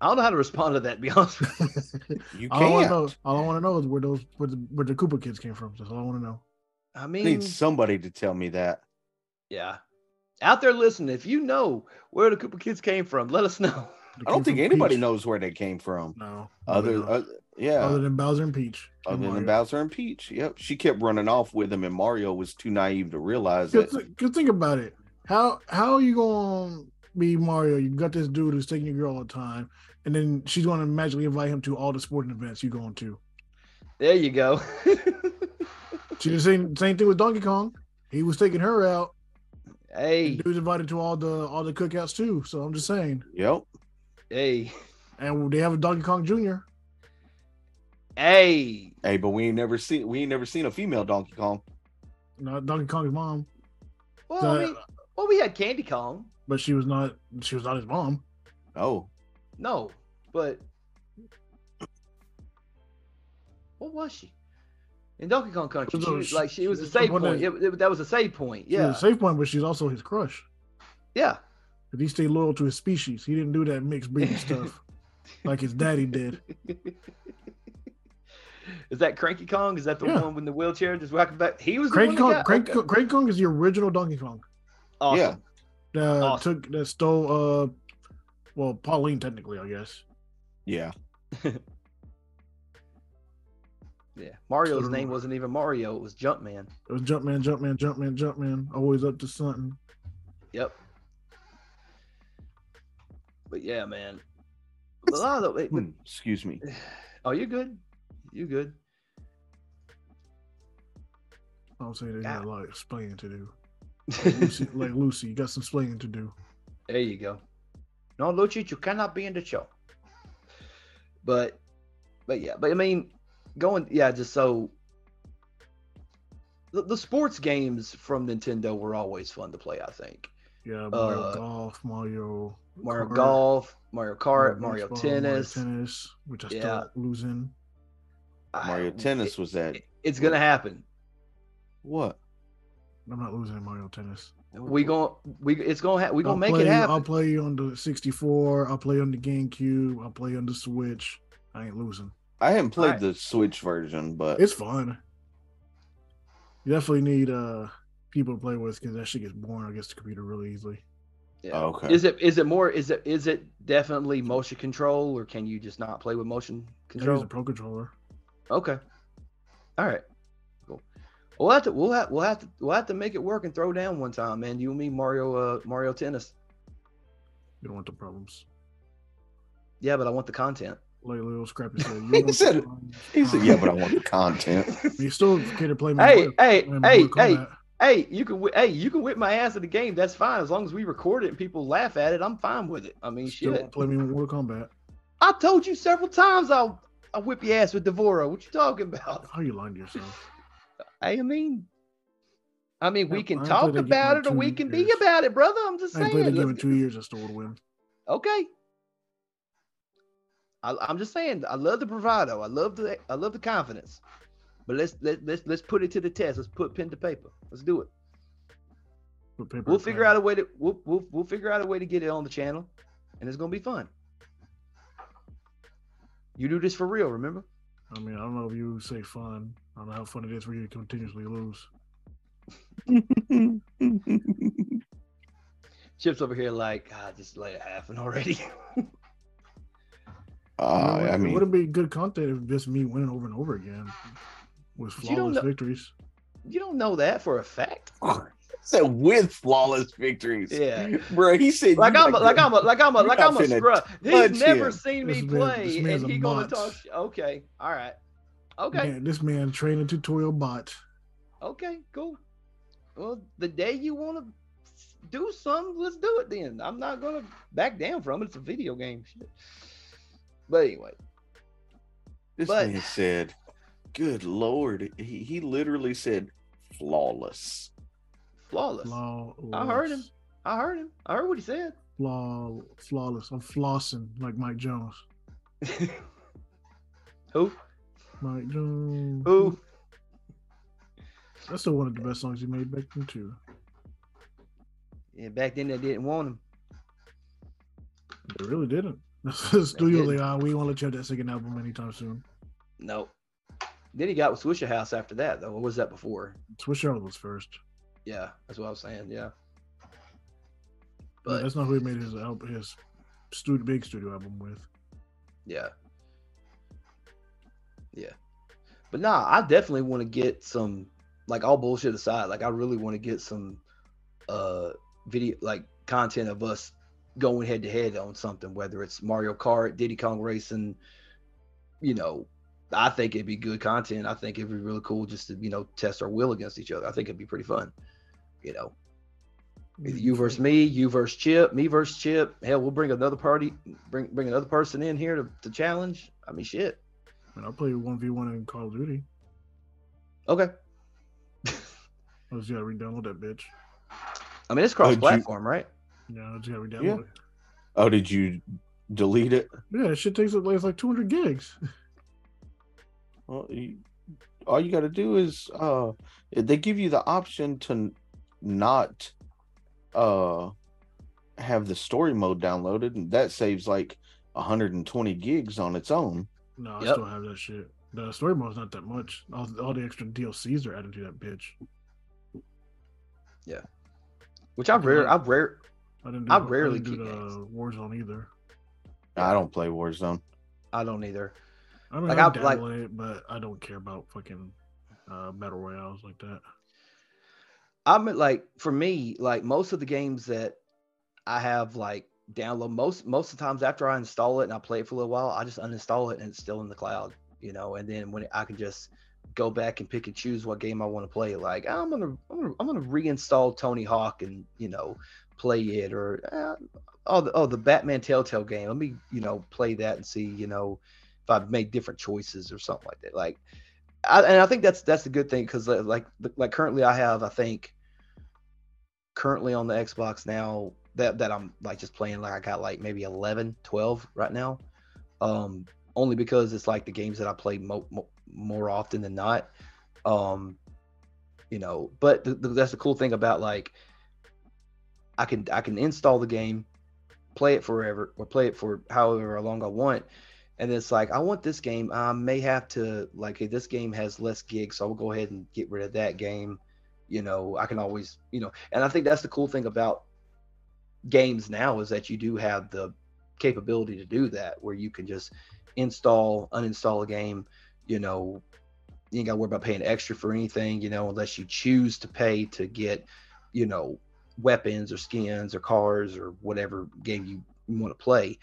Speaker 2: I don't know how to respond to that. To be honest with you.
Speaker 1: You
Speaker 3: All I want to
Speaker 1: can't.
Speaker 3: know, all I want to know is where those where the, where the Koopa kids came from. That's all I want to know.
Speaker 2: I
Speaker 1: I
Speaker 2: mean,
Speaker 1: need somebody to tell me that.
Speaker 2: yeah. Out there listening, if you know where the Koopa kids came from, let us know.
Speaker 1: I
Speaker 3: They came
Speaker 1: don't think
Speaker 3: from
Speaker 1: anybody
Speaker 3: Peach.
Speaker 1: knows where they came from.
Speaker 3: No.
Speaker 1: Other,
Speaker 3: no.
Speaker 1: uh, yeah,
Speaker 3: other
Speaker 1: other,
Speaker 3: than Bowser and Peach. and
Speaker 1: than
Speaker 3: Mario.
Speaker 1: Bowser and Peach. Yep, she kept running off with him, and Mario was too naive to realize it.
Speaker 3: Cause, thi- 'cause think about it. How how you gonna be Mario? You got this dude who's taking your girl all the time, and then she's gonna magically invite him to all the sporting events you going to.
Speaker 2: There you go.
Speaker 3: She the same same thing with Donkey Kong. He was taking her out.
Speaker 2: hey,
Speaker 3: Dude's invited to all the all the cookouts too. So I'm just saying.
Speaker 1: Yep,
Speaker 2: hey,
Speaker 3: And they have a Donkey Kong Jr.
Speaker 2: hey.
Speaker 1: hey, but we ain't never seen we ain't never seen a female Donkey Kong.
Speaker 3: Not Donkey Kong's mom,
Speaker 2: Well, I
Speaker 3: The-
Speaker 2: mean, well, we had Candy Kong.
Speaker 3: but she was not she was not his mom.
Speaker 1: Oh,
Speaker 2: No, but what was she? In Donkey Kong Country,
Speaker 3: She
Speaker 2: she
Speaker 3: was-
Speaker 2: was, like she was a
Speaker 3: she was the
Speaker 2: save
Speaker 3: one
Speaker 2: point.
Speaker 3: that-
Speaker 2: It- it- that was a save point.
Speaker 3: She was
Speaker 2: Yeah,
Speaker 3: a safe point, but she's also his crush.
Speaker 2: yeah.
Speaker 3: But he stayed loyal to his species. He didn't do that mixed breeding stuff like his daddy did.
Speaker 2: Is that Cranky Kong? Is that the
Speaker 3: Yeah.
Speaker 2: one with the wheelchair just walking back? He was
Speaker 3: Cranky
Speaker 2: the one
Speaker 3: Kong,
Speaker 2: that got-
Speaker 3: Cranky,
Speaker 2: okay.
Speaker 3: Kong- Cranky Kong is the original Donkey Kong
Speaker 2: Awesome.
Speaker 1: Yeah.
Speaker 3: that
Speaker 2: Awesome.
Speaker 3: took that stole uh, well, Pauline technically, I guess.
Speaker 1: yeah,
Speaker 2: Yeah, Mario's
Speaker 3: Mhm.
Speaker 2: name wasn't even Mario; it was Jumpman.
Speaker 3: It was Jumpman, Jumpman, Jumpman, Jumpman. Always up to something.
Speaker 2: Yep. But yeah, man. A lot of the,
Speaker 1: Hmm, excuse me.
Speaker 2: oh, you're good. You're good.
Speaker 3: I don't say they got
Speaker 2: Yeah.
Speaker 3: a lot of explaining to do. Lucy, like Lucy, you got some explaining to do.
Speaker 2: There you go. No, Lucic, you cannot be in the show. But, but yeah, but I mean, going yeah, just so. The, the sports games from Nintendo were always fun to play. I think
Speaker 3: Yeah, Mario
Speaker 2: Uh,
Speaker 3: Golf, Mario,
Speaker 2: Mario
Speaker 3: Kart,
Speaker 2: Golf, Mario Kart, Mario
Speaker 3: Baseball,
Speaker 2: Tennis.
Speaker 3: Mario Tennis, which I still
Speaker 2: Yeah.
Speaker 3: losing.
Speaker 2: I-
Speaker 1: Mario Tennis was that.
Speaker 2: it- it's gonna happen.
Speaker 1: What?
Speaker 3: I'm not losing Mario Tennis.
Speaker 2: We going we it's gonna ha- we gonna
Speaker 3: I'll
Speaker 2: make
Speaker 3: play,
Speaker 2: it
Speaker 3: I'll
Speaker 2: happen.
Speaker 3: play on the 64. I'll play on the GameCube. I'll play on the Switch. I ain't losing.
Speaker 1: I haven't played
Speaker 2: Alright.
Speaker 1: the Switch version, but
Speaker 3: It's fun. You definitely need uh people to play with because that shit gets boring against the computer really easily.
Speaker 2: Yeah.
Speaker 1: oh, okay.
Speaker 2: Is it is it more is it is it definitely motion control or can you just not play with motion control?
Speaker 3: Control. Use a pro controller.
Speaker 2: Okay. All right. Cool. We'll have to we'll have we'll have to we'll have to make it work and throw down one time, man. You and me, Mario uh Mario Tennis.
Speaker 3: You don't want the problems.
Speaker 2: Yeah, but I want the content.
Speaker 3: Like little Scrappy said. You
Speaker 1: He
Speaker 3: don't want
Speaker 1: said
Speaker 3: the
Speaker 1: it.
Speaker 3: problems. Um,
Speaker 1: He said, "Yeah, but I want the content."
Speaker 3: You still care to play
Speaker 2: Hey,
Speaker 3: Mortal-
Speaker 2: hey,
Speaker 3: play
Speaker 2: hey,
Speaker 3: Mortal
Speaker 2: hey,
Speaker 3: Kombat.
Speaker 2: hey, you can whi- hey, you can whip my ass in the game. That's fine. As long as we record it and people laugh at it, I'm fine with it. I mean
Speaker 3: Still
Speaker 2: shit.
Speaker 3: won't play me with Mortal Kombat.
Speaker 2: I told you several times I'll I'll whip your ass with Devora. What you talking about?
Speaker 3: How you lying to yourself?
Speaker 2: I mean, I mean, we
Speaker 3: Yeah,
Speaker 2: can
Speaker 3: I
Speaker 2: talk
Speaker 3: played a game
Speaker 2: about
Speaker 3: like
Speaker 2: it or we
Speaker 3: two
Speaker 2: can be
Speaker 3: years.
Speaker 2: about it, brother. I'm just
Speaker 3: I ain't played the
Speaker 2: saying.
Speaker 3: game in
Speaker 2: Let's-
Speaker 3: two years. I still would win.
Speaker 2: Okay. I, I'm just saying. I love the bravado. I love the I love the confidence. But let's let, let's let's put it to the test. Let's put pen to paper. Let's do it.
Speaker 3: With paper
Speaker 2: We'll
Speaker 3: and
Speaker 2: figure
Speaker 3: pen.
Speaker 2: out a way to we'll we'll, we'll figure out a way to get it on the channel, and it's gonna be fun. You do this for real, remember?
Speaker 3: I mean, I don't know if you say fun. I don't know how fun it is for you to continuously lose.
Speaker 2: Chips over here, like God, just lay a half and already.
Speaker 1: uh,
Speaker 3: You know,
Speaker 1: I
Speaker 3: it
Speaker 1: mean,
Speaker 3: wouldn't be good content if just me winning over and over again with
Speaker 2: But you don't
Speaker 3: flawless
Speaker 2: know-
Speaker 3: victories.
Speaker 2: you don't know that for a fact.
Speaker 1: said with flawless victories.
Speaker 2: Yeah.
Speaker 1: bro. He said,
Speaker 2: Like
Speaker 1: you
Speaker 2: I'm, a, like
Speaker 1: the-
Speaker 2: I'm, a, like I'm, a,
Speaker 1: You're
Speaker 2: like
Speaker 1: not
Speaker 2: I'm a
Speaker 1: finna
Speaker 2: scrub.
Speaker 1: touch
Speaker 2: He's never
Speaker 1: him.
Speaker 2: seen me
Speaker 3: This man- this
Speaker 2: play,
Speaker 3: man's
Speaker 2: and
Speaker 3: a
Speaker 2: he gonna
Speaker 3: bot.
Speaker 2: talk. sh- Okay, all right, okay,
Speaker 3: Man, this man training tutorial bot.
Speaker 2: okay, cool. Well, the day you want to do something, let's do it then. I'm not gonna back down from it. It's a video game, shit. But anyway,
Speaker 1: This
Speaker 2: But-
Speaker 1: man said, "Good lord!" He he literally said, "Flawless."
Speaker 2: flawless.
Speaker 3: Flawless.
Speaker 2: I heard him. I heard him. I heard what he said.
Speaker 3: Flaw, flawless. I'm flossing like Mike Jones.
Speaker 2: Who?
Speaker 3: Mike Jones.
Speaker 2: Who?
Speaker 3: That's still one of the best songs he made back then too.
Speaker 2: Yeah, back then they didn't want him.
Speaker 3: They really didn't. the studio
Speaker 2: didn't.
Speaker 3: they are. We won't let you have that second album anytime soon.
Speaker 2: No. Then he got with Swisher House after that, though. What was that before?
Speaker 3: Swiss Army was first.
Speaker 2: Yeah, that's what I was saying. Yeah.
Speaker 3: But
Speaker 2: But
Speaker 3: that's not who he made his album, his studio, big studio album with.
Speaker 2: yeah. Yeah. But nah, I definitely want to get some like all bullshit aside, like I really want to get some uh video like content of us going head to head on something, whether it's Mario Kart, Diddy Kong Racing, you know. I think it'd be good content. I think it'd be really cool just to, you know, test our will against each other. I think it'd be pretty fun. You know. Either you versus me, you versus Chip, me versus Chip. Hell, we'll bring another party, bring bring another person in here to, to challenge. I mean, shit.
Speaker 3: And I'll play one v one in Call of Duty.
Speaker 2: Okay.
Speaker 3: I just gotta re-download that bitch.
Speaker 2: I mean, it's
Speaker 1: Oh, do
Speaker 2: cross
Speaker 1: you-
Speaker 2: platform, right?
Speaker 3: Yeah, I just gotta re-download
Speaker 1: Yeah.
Speaker 3: it.
Speaker 1: Oh, did you delete it?
Speaker 3: Yeah, that shit takes up like, it's like 200 gigs.
Speaker 1: Well, you, all you got to do is uh, they give you the option to n- not uh have the story mode downloaded, and that saves like 120 gigs on its own.
Speaker 3: No, I
Speaker 2: Yep.
Speaker 3: still have that shit. The story mode's not that much. All, all the extra DLCs are added to that bitch.
Speaker 2: Which I've rare, I've rare.
Speaker 3: I didn't.
Speaker 2: I rarely
Speaker 3: didn't
Speaker 2: keep
Speaker 3: do
Speaker 2: games.
Speaker 3: the Warzone either.
Speaker 1: I don't play Warzone.
Speaker 2: I don't either.
Speaker 3: I mean,
Speaker 2: Like,
Speaker 3: I
Speaker 2: I- like-
Speaker 3: dabble in it, but I don't care about fucking uh, battle royales like that.
Speaker 2: I'm like for me, like most of the games that I have like download most most of the times after I install it and I play it for a little while, I just uninstall it and it's still in the cloud, you know. And then when I can just go back and pick and choose what game I want to play. Like "Ah, I'm gonna I'm gonna, I'm gonna reinstall Tony Hawk and you know play it or uh, oh the, oh the Batman Telltale game. Let me you know play that and see you know if I've made different choices or something like that. Like I, and I think that's that's the good thing because like like currently I have I think currently on the Xbox now that that I'm like just playing like I got like maybe 11, 12 right now, um, only because it's like the games that I play mo- mo- more often than not, um, you know. But th- th- that's the cool thing about like I can I can install the game, play it forever or play it for however long I want, and it's like I want this game. I may have to like hey, this game has less gigs, so I'll go ahead and get rid of that game. You know, I can always you know, and I think that's the cool thing about games now is that you do have the capability to do that, where you can just install, uninstall a game. You know, you ain't got to worry about paying extra for anything. You know, unless you choose to pay to get, you know, weapons or skins or cars or whatever game you want to play.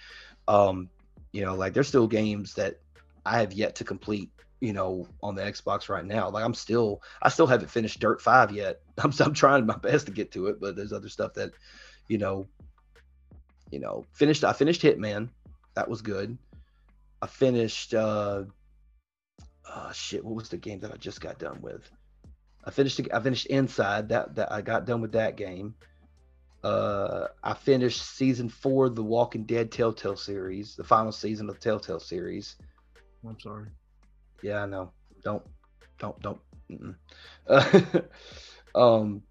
Speaker 2: Um, you know like there's still games that i have yet to complete you know on the xbox right now like i'm still i still haven't finished dirt 5 yet i'm, I'm trying my best to get to it but there's other stuff that you know you know finished i finished hitman that was good i finished uh oh shit what was the game that i just got done with i finished i finished inside that that i got done with that game uh i finished season four of the walking dead telltale series the final season of the telltale series
Speaker 3: I'm sorry.
Speaker 2: yeah i know don't don't don't mm-mm. Uh, um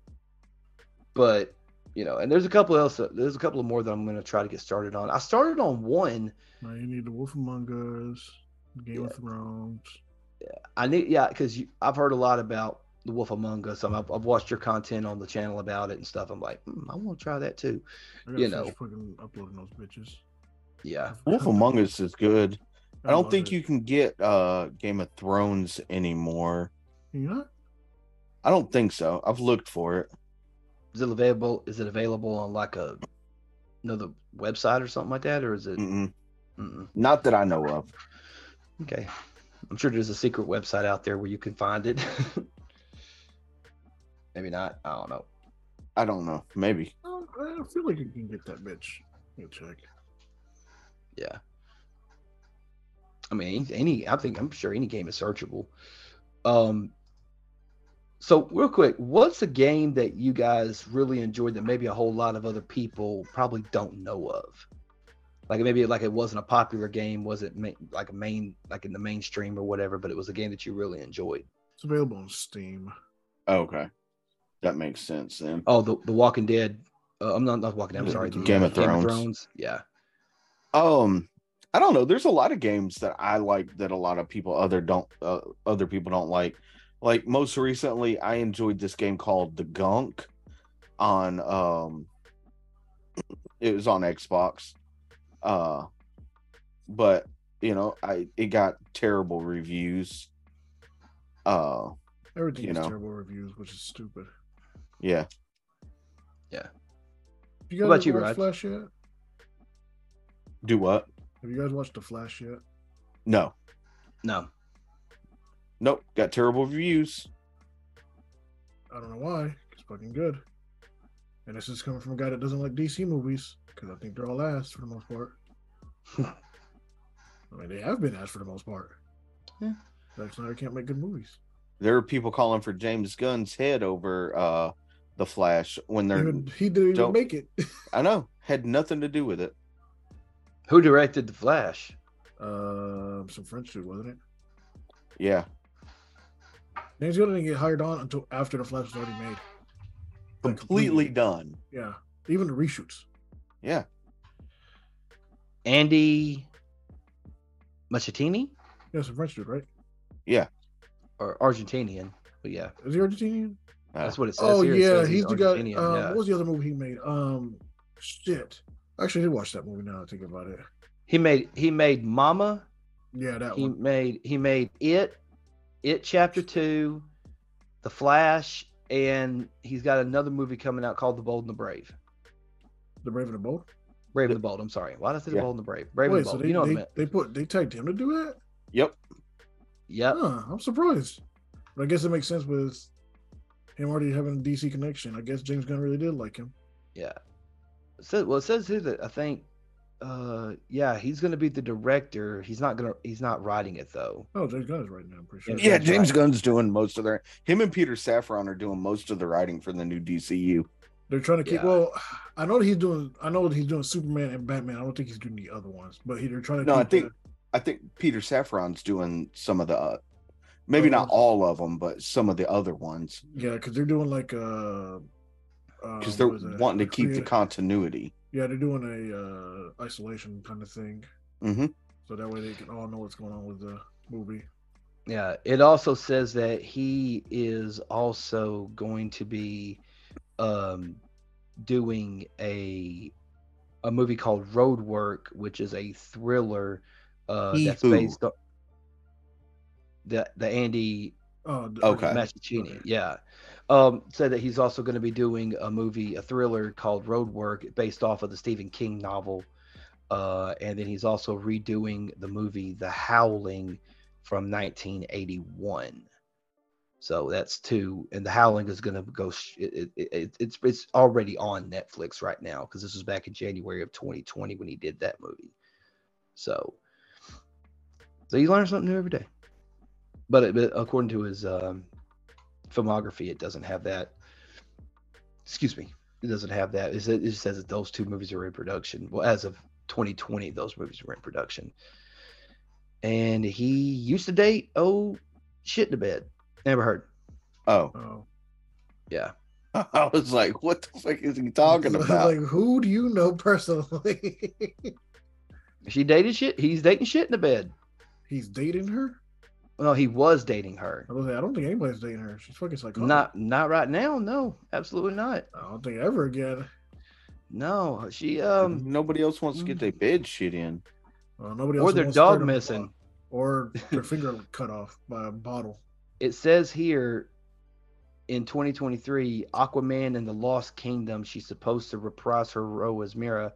Speaker 2: but you know and there's a couple else there's a couple of more that i'm going to try to get started on i started on one
Speaker 3: Now you need the Wolf Among Us, Game of Thrones.
Speaker 2: I need, yeah, because I've heard a lot about The Wolf Among Us. I'm, I've, I've watched your content on the channel about it and stuff. I'm like, mm, I want to try that too.
Speaker 3: I gotta
Speaker 2: You
Speaker 3: finish
Speaker 2: know.
Speaker 3: fucking uploading those bitches.
Speaker 2: Yeah,
Speaker 1: Wolf Among Us is good. I
Speaker 3: love
Speaker 1: don't think
Speaker 3: it.
Speaker 1: you can get uh Game of Thrones anymore.
Speaker 3: Can You not?
Speaker 1: I don't think so. I've looked for it.
Speaker 2: is it available? Is it available on like a another website or something like that, or is it?
Speaker 1: Mm-mm.
Speaker 2: Mm-mm.
Speaker 1: Not that I know of.
Speaker 2: Okay, I'm sure there's a secret website out there where you can find it. Maybe not. I don't know.
Speaker 1: I don't know. Maybe.
Speaker 3: Oh, I feel like you can get that bitch. Let me check.
Speaker 2: Yeah. I mean, any- any, I think, I'm sure any game is searchable. Um, so real quick, what's a game that you guys really enjoyed that maybe a whole lot of other people probably don't know of? Like maybe like it wasn't a popular game, wasn't ma- like a main like in the mainstream or whatever, but it was a game that you really enjoyed.
Speaker 3: It's available on Steam.
Speaker 1: Oh, okay. That makes sense then.
Speaker 2: Oh, the the Walking Dead. Uh, I'm not not Walking Dead. I'm
Speaker 1: The-
Speaker 2: sorry.
Speaker 1: the
Speaker 2: The,
Speaker 1: Game
Speaker 2: uh,
Speaker 1: of Thrones.
Speaker 2: Yeah.
Speaker 1: Um I don't know. There's a lot of games that I like that a lot of people other don't uh, other people don't like. Like most recently I enjoyed this game called The Gunk on um it was on Xbox. Uh but you know, I it got terrible reviews. Uh
Speaker 3: Everything
Speaker 1: You
Speaker 3: has
Speaker 1: know.
Speaker 3: terrible reviews, which is stupid.
Speaker 1: yeah.
Speaker 3: You
Speaker 2: What about
Speaker 3: guys
Speaker 2: you,
Speaker 3: watched
Speaker 2: Raj?
Speaker 3: Flash yet?
Speaker 1: Do what?
Speaker 3: Have you guys watched The Flash yet?
Speaker 1: No.
Speaker 2: No.
Speaker 1: Nope. Got terrible reviews.
Speaker 3: I don't know why. It's fucking good. And this is coming from a guy that doesn't like DC movies because I think they're all ass for the most part. I mean, they have been ass for the most part.
Speaker 2: Yeah.
Speaker 3: Zack Snyder can't make good movies.
Speaker 1: There are people calling for James Gunn's head over uh the Flash when they're
Speaker 3: Even- he didn't even
Speaker 1: don't-
Speaker 3: make it.
Speaker 1: I know had nothing to do with it.
Speaker 2: Who directed The Flash?
Speaker 3: Um, some French dude, wasn't it?
Speaker 1: Yeah,
Speaker 3: James Gunn didn't get hired on until after the Flash was already made. Like,
Speaker 1: completely done.
Speaker 3: Yeah, even the reshoots.
Speaker 1: Yeah,
Speaker 2: Andy Machettini?
Speaker 3: Yeah, some French dude, right?
Speaker 2: or Argentinian. But yeah,
Speaker 3: Is he Argentinian?
Speaker 1: Ah.
Speaker 2: that's what it says.
Speaker 3: Oh
Speaker 2: here. It
Speaker 3: yeah,
Speaker 2: says
Speaker 3: he's the guy. Um,
Speaker 2: Argentinian, yeah.
Speaker 3: What was the other movie he made? Um, shit. I Actually, did watch that movie. Now I think about it.
Speaker 2: He made he made Mama,
Speaker 3: Yeah, that
Speaker 2: he
Speaker 3: one.
Speaker 2: made he made it it chapter two the flash and he's got another movie coming out called the bold and the brave
Speaker 3: The Brave and the Bold.
Speaker 2: brave and the bold i'm sorry why did i say the
Speaker 1: Yeah.
Speaker 2: bold and the brave brave
Speaker 3: Wait,
Speaker 2: and the
Speaker 3: so
Speaker 2: bold
Speaker 3: they,
Speaker 2: you know what
Speaker 3: they,
Speaker 2: i meant
Speaker 3: they put they tagged him to do that?
Speaker 1: Yep.
Speaker 2: yep
Speaker 3: Huh, I'm surprised. But I guess it makes sense with him already having a DC connection. I guess James Gunn really did like him.
Speaker 2: yeah it says, well it says here that i think uh yeah he's gonna be the director he's not gonna he's not writing it though
Speaker 3: Oh, James Gunn is right now. I'm pretty sure.
Speaker 1: Yeah,
Speaker 2: That's
Speaker 1: James
Speaker 2: right.
Speaker 1: Gunn's doing most of their. Him and Peter Saffron are doing most of the writing for the new DCU.
Speaker 3: They're trying to keep.
Speaker 2: Yeah.
Speaker 3: Well, I know that he's doing. I know that he's doing Superman and Batman. I don't think he's doing the other ones, but he, they're trying to.
Speaker 1: No, I
Speaker 3: keep
Speaker 1: think I think Peter Saffron's doing some of the, uh, maybe not
Speaker 3: Oh.
Speaker 1: all of them, but some of the other ones
Speaker 3: the- yeah, because they're doing like uh
Speaker 1: because
Speaker 3: uh,
Speaker 1: they're
Speaker 3: what is that?
Speaker 1: wanting to
Speaker 3: Like
Speaker 1: keep the
Speaker 3: create-
Speaker 1: continuity.
Speaker 3: yeah, they're doing a uh isolation kind of thing,
Speaker 1: hmm
Speaker 3: so that way they can all know what's going on with the movie.
Speaker 2: Yeah, it also says that he is also going to be um, doing a a movie called Roadwork, which is a thriller uh,
Speaker 1: He
Speaker 2: that's
Speaker 1: who?
Speaker 2: based on the the Andy
Speaker 3: Oh, the-
Speaker 1: Okay.
Speaker 2: Masticini.
Speaker 3: Okay.
Speaker 2: Yeah, um, said that he's also going to be doing a movie, a thriller called Roadwork, based off of the Stephen King novel, uh, and then he's also redoing the movie The Howling from 1981. So that's two, and The Howling is going to go. sh- It, it, it, it's it's already on Netflix right now because this was back in January of 2020 when he did that movie. So, so you learn something new every day. But, it, but according to his um, filmography, it doesn't have that. Excuse me, it doesn't have that. It, sa- it just says that those two movies are in production. Well, as of 2020, those movies were in production. And he used to date oh shit to bed. Never heard.
Speaker 1: Oh,
Speaker 3: Oh.
Speaker 2: Yeah,
Speaker 1: I was like, what the fuck is he talking about?
Speaker 3: like who do you know personally?
Speaker 2: she dated shit. He's dating shit in the bed.
Speaker 3: he's dating her.
Speaker 2: No, he was dating her.
Speaker 3: I was like, I don't think anybody's dating her. She's fucking psychotic.
Speaker 2: Not not right now. No, absolutely not.
Speaker 3: I don't think ever again.
Speaker 2: No, she um.
Speaker 1: Nobody else wants to get their bed shit in.
Speaker 3: Well, Uh, nobody
Speaker 2: or
Speaker 3: else
Speaker 2: their
Speaker 3: wants
Speaker 2: dog
Speaker 3: to hurt him.
Speaker 2: missing.
Speaker 3: or their finger cut off by a bottle.
Speaker 2: It says here in 2023, Aquaman and the Lost Kingdom, she's supposed to reprise her role as Mira,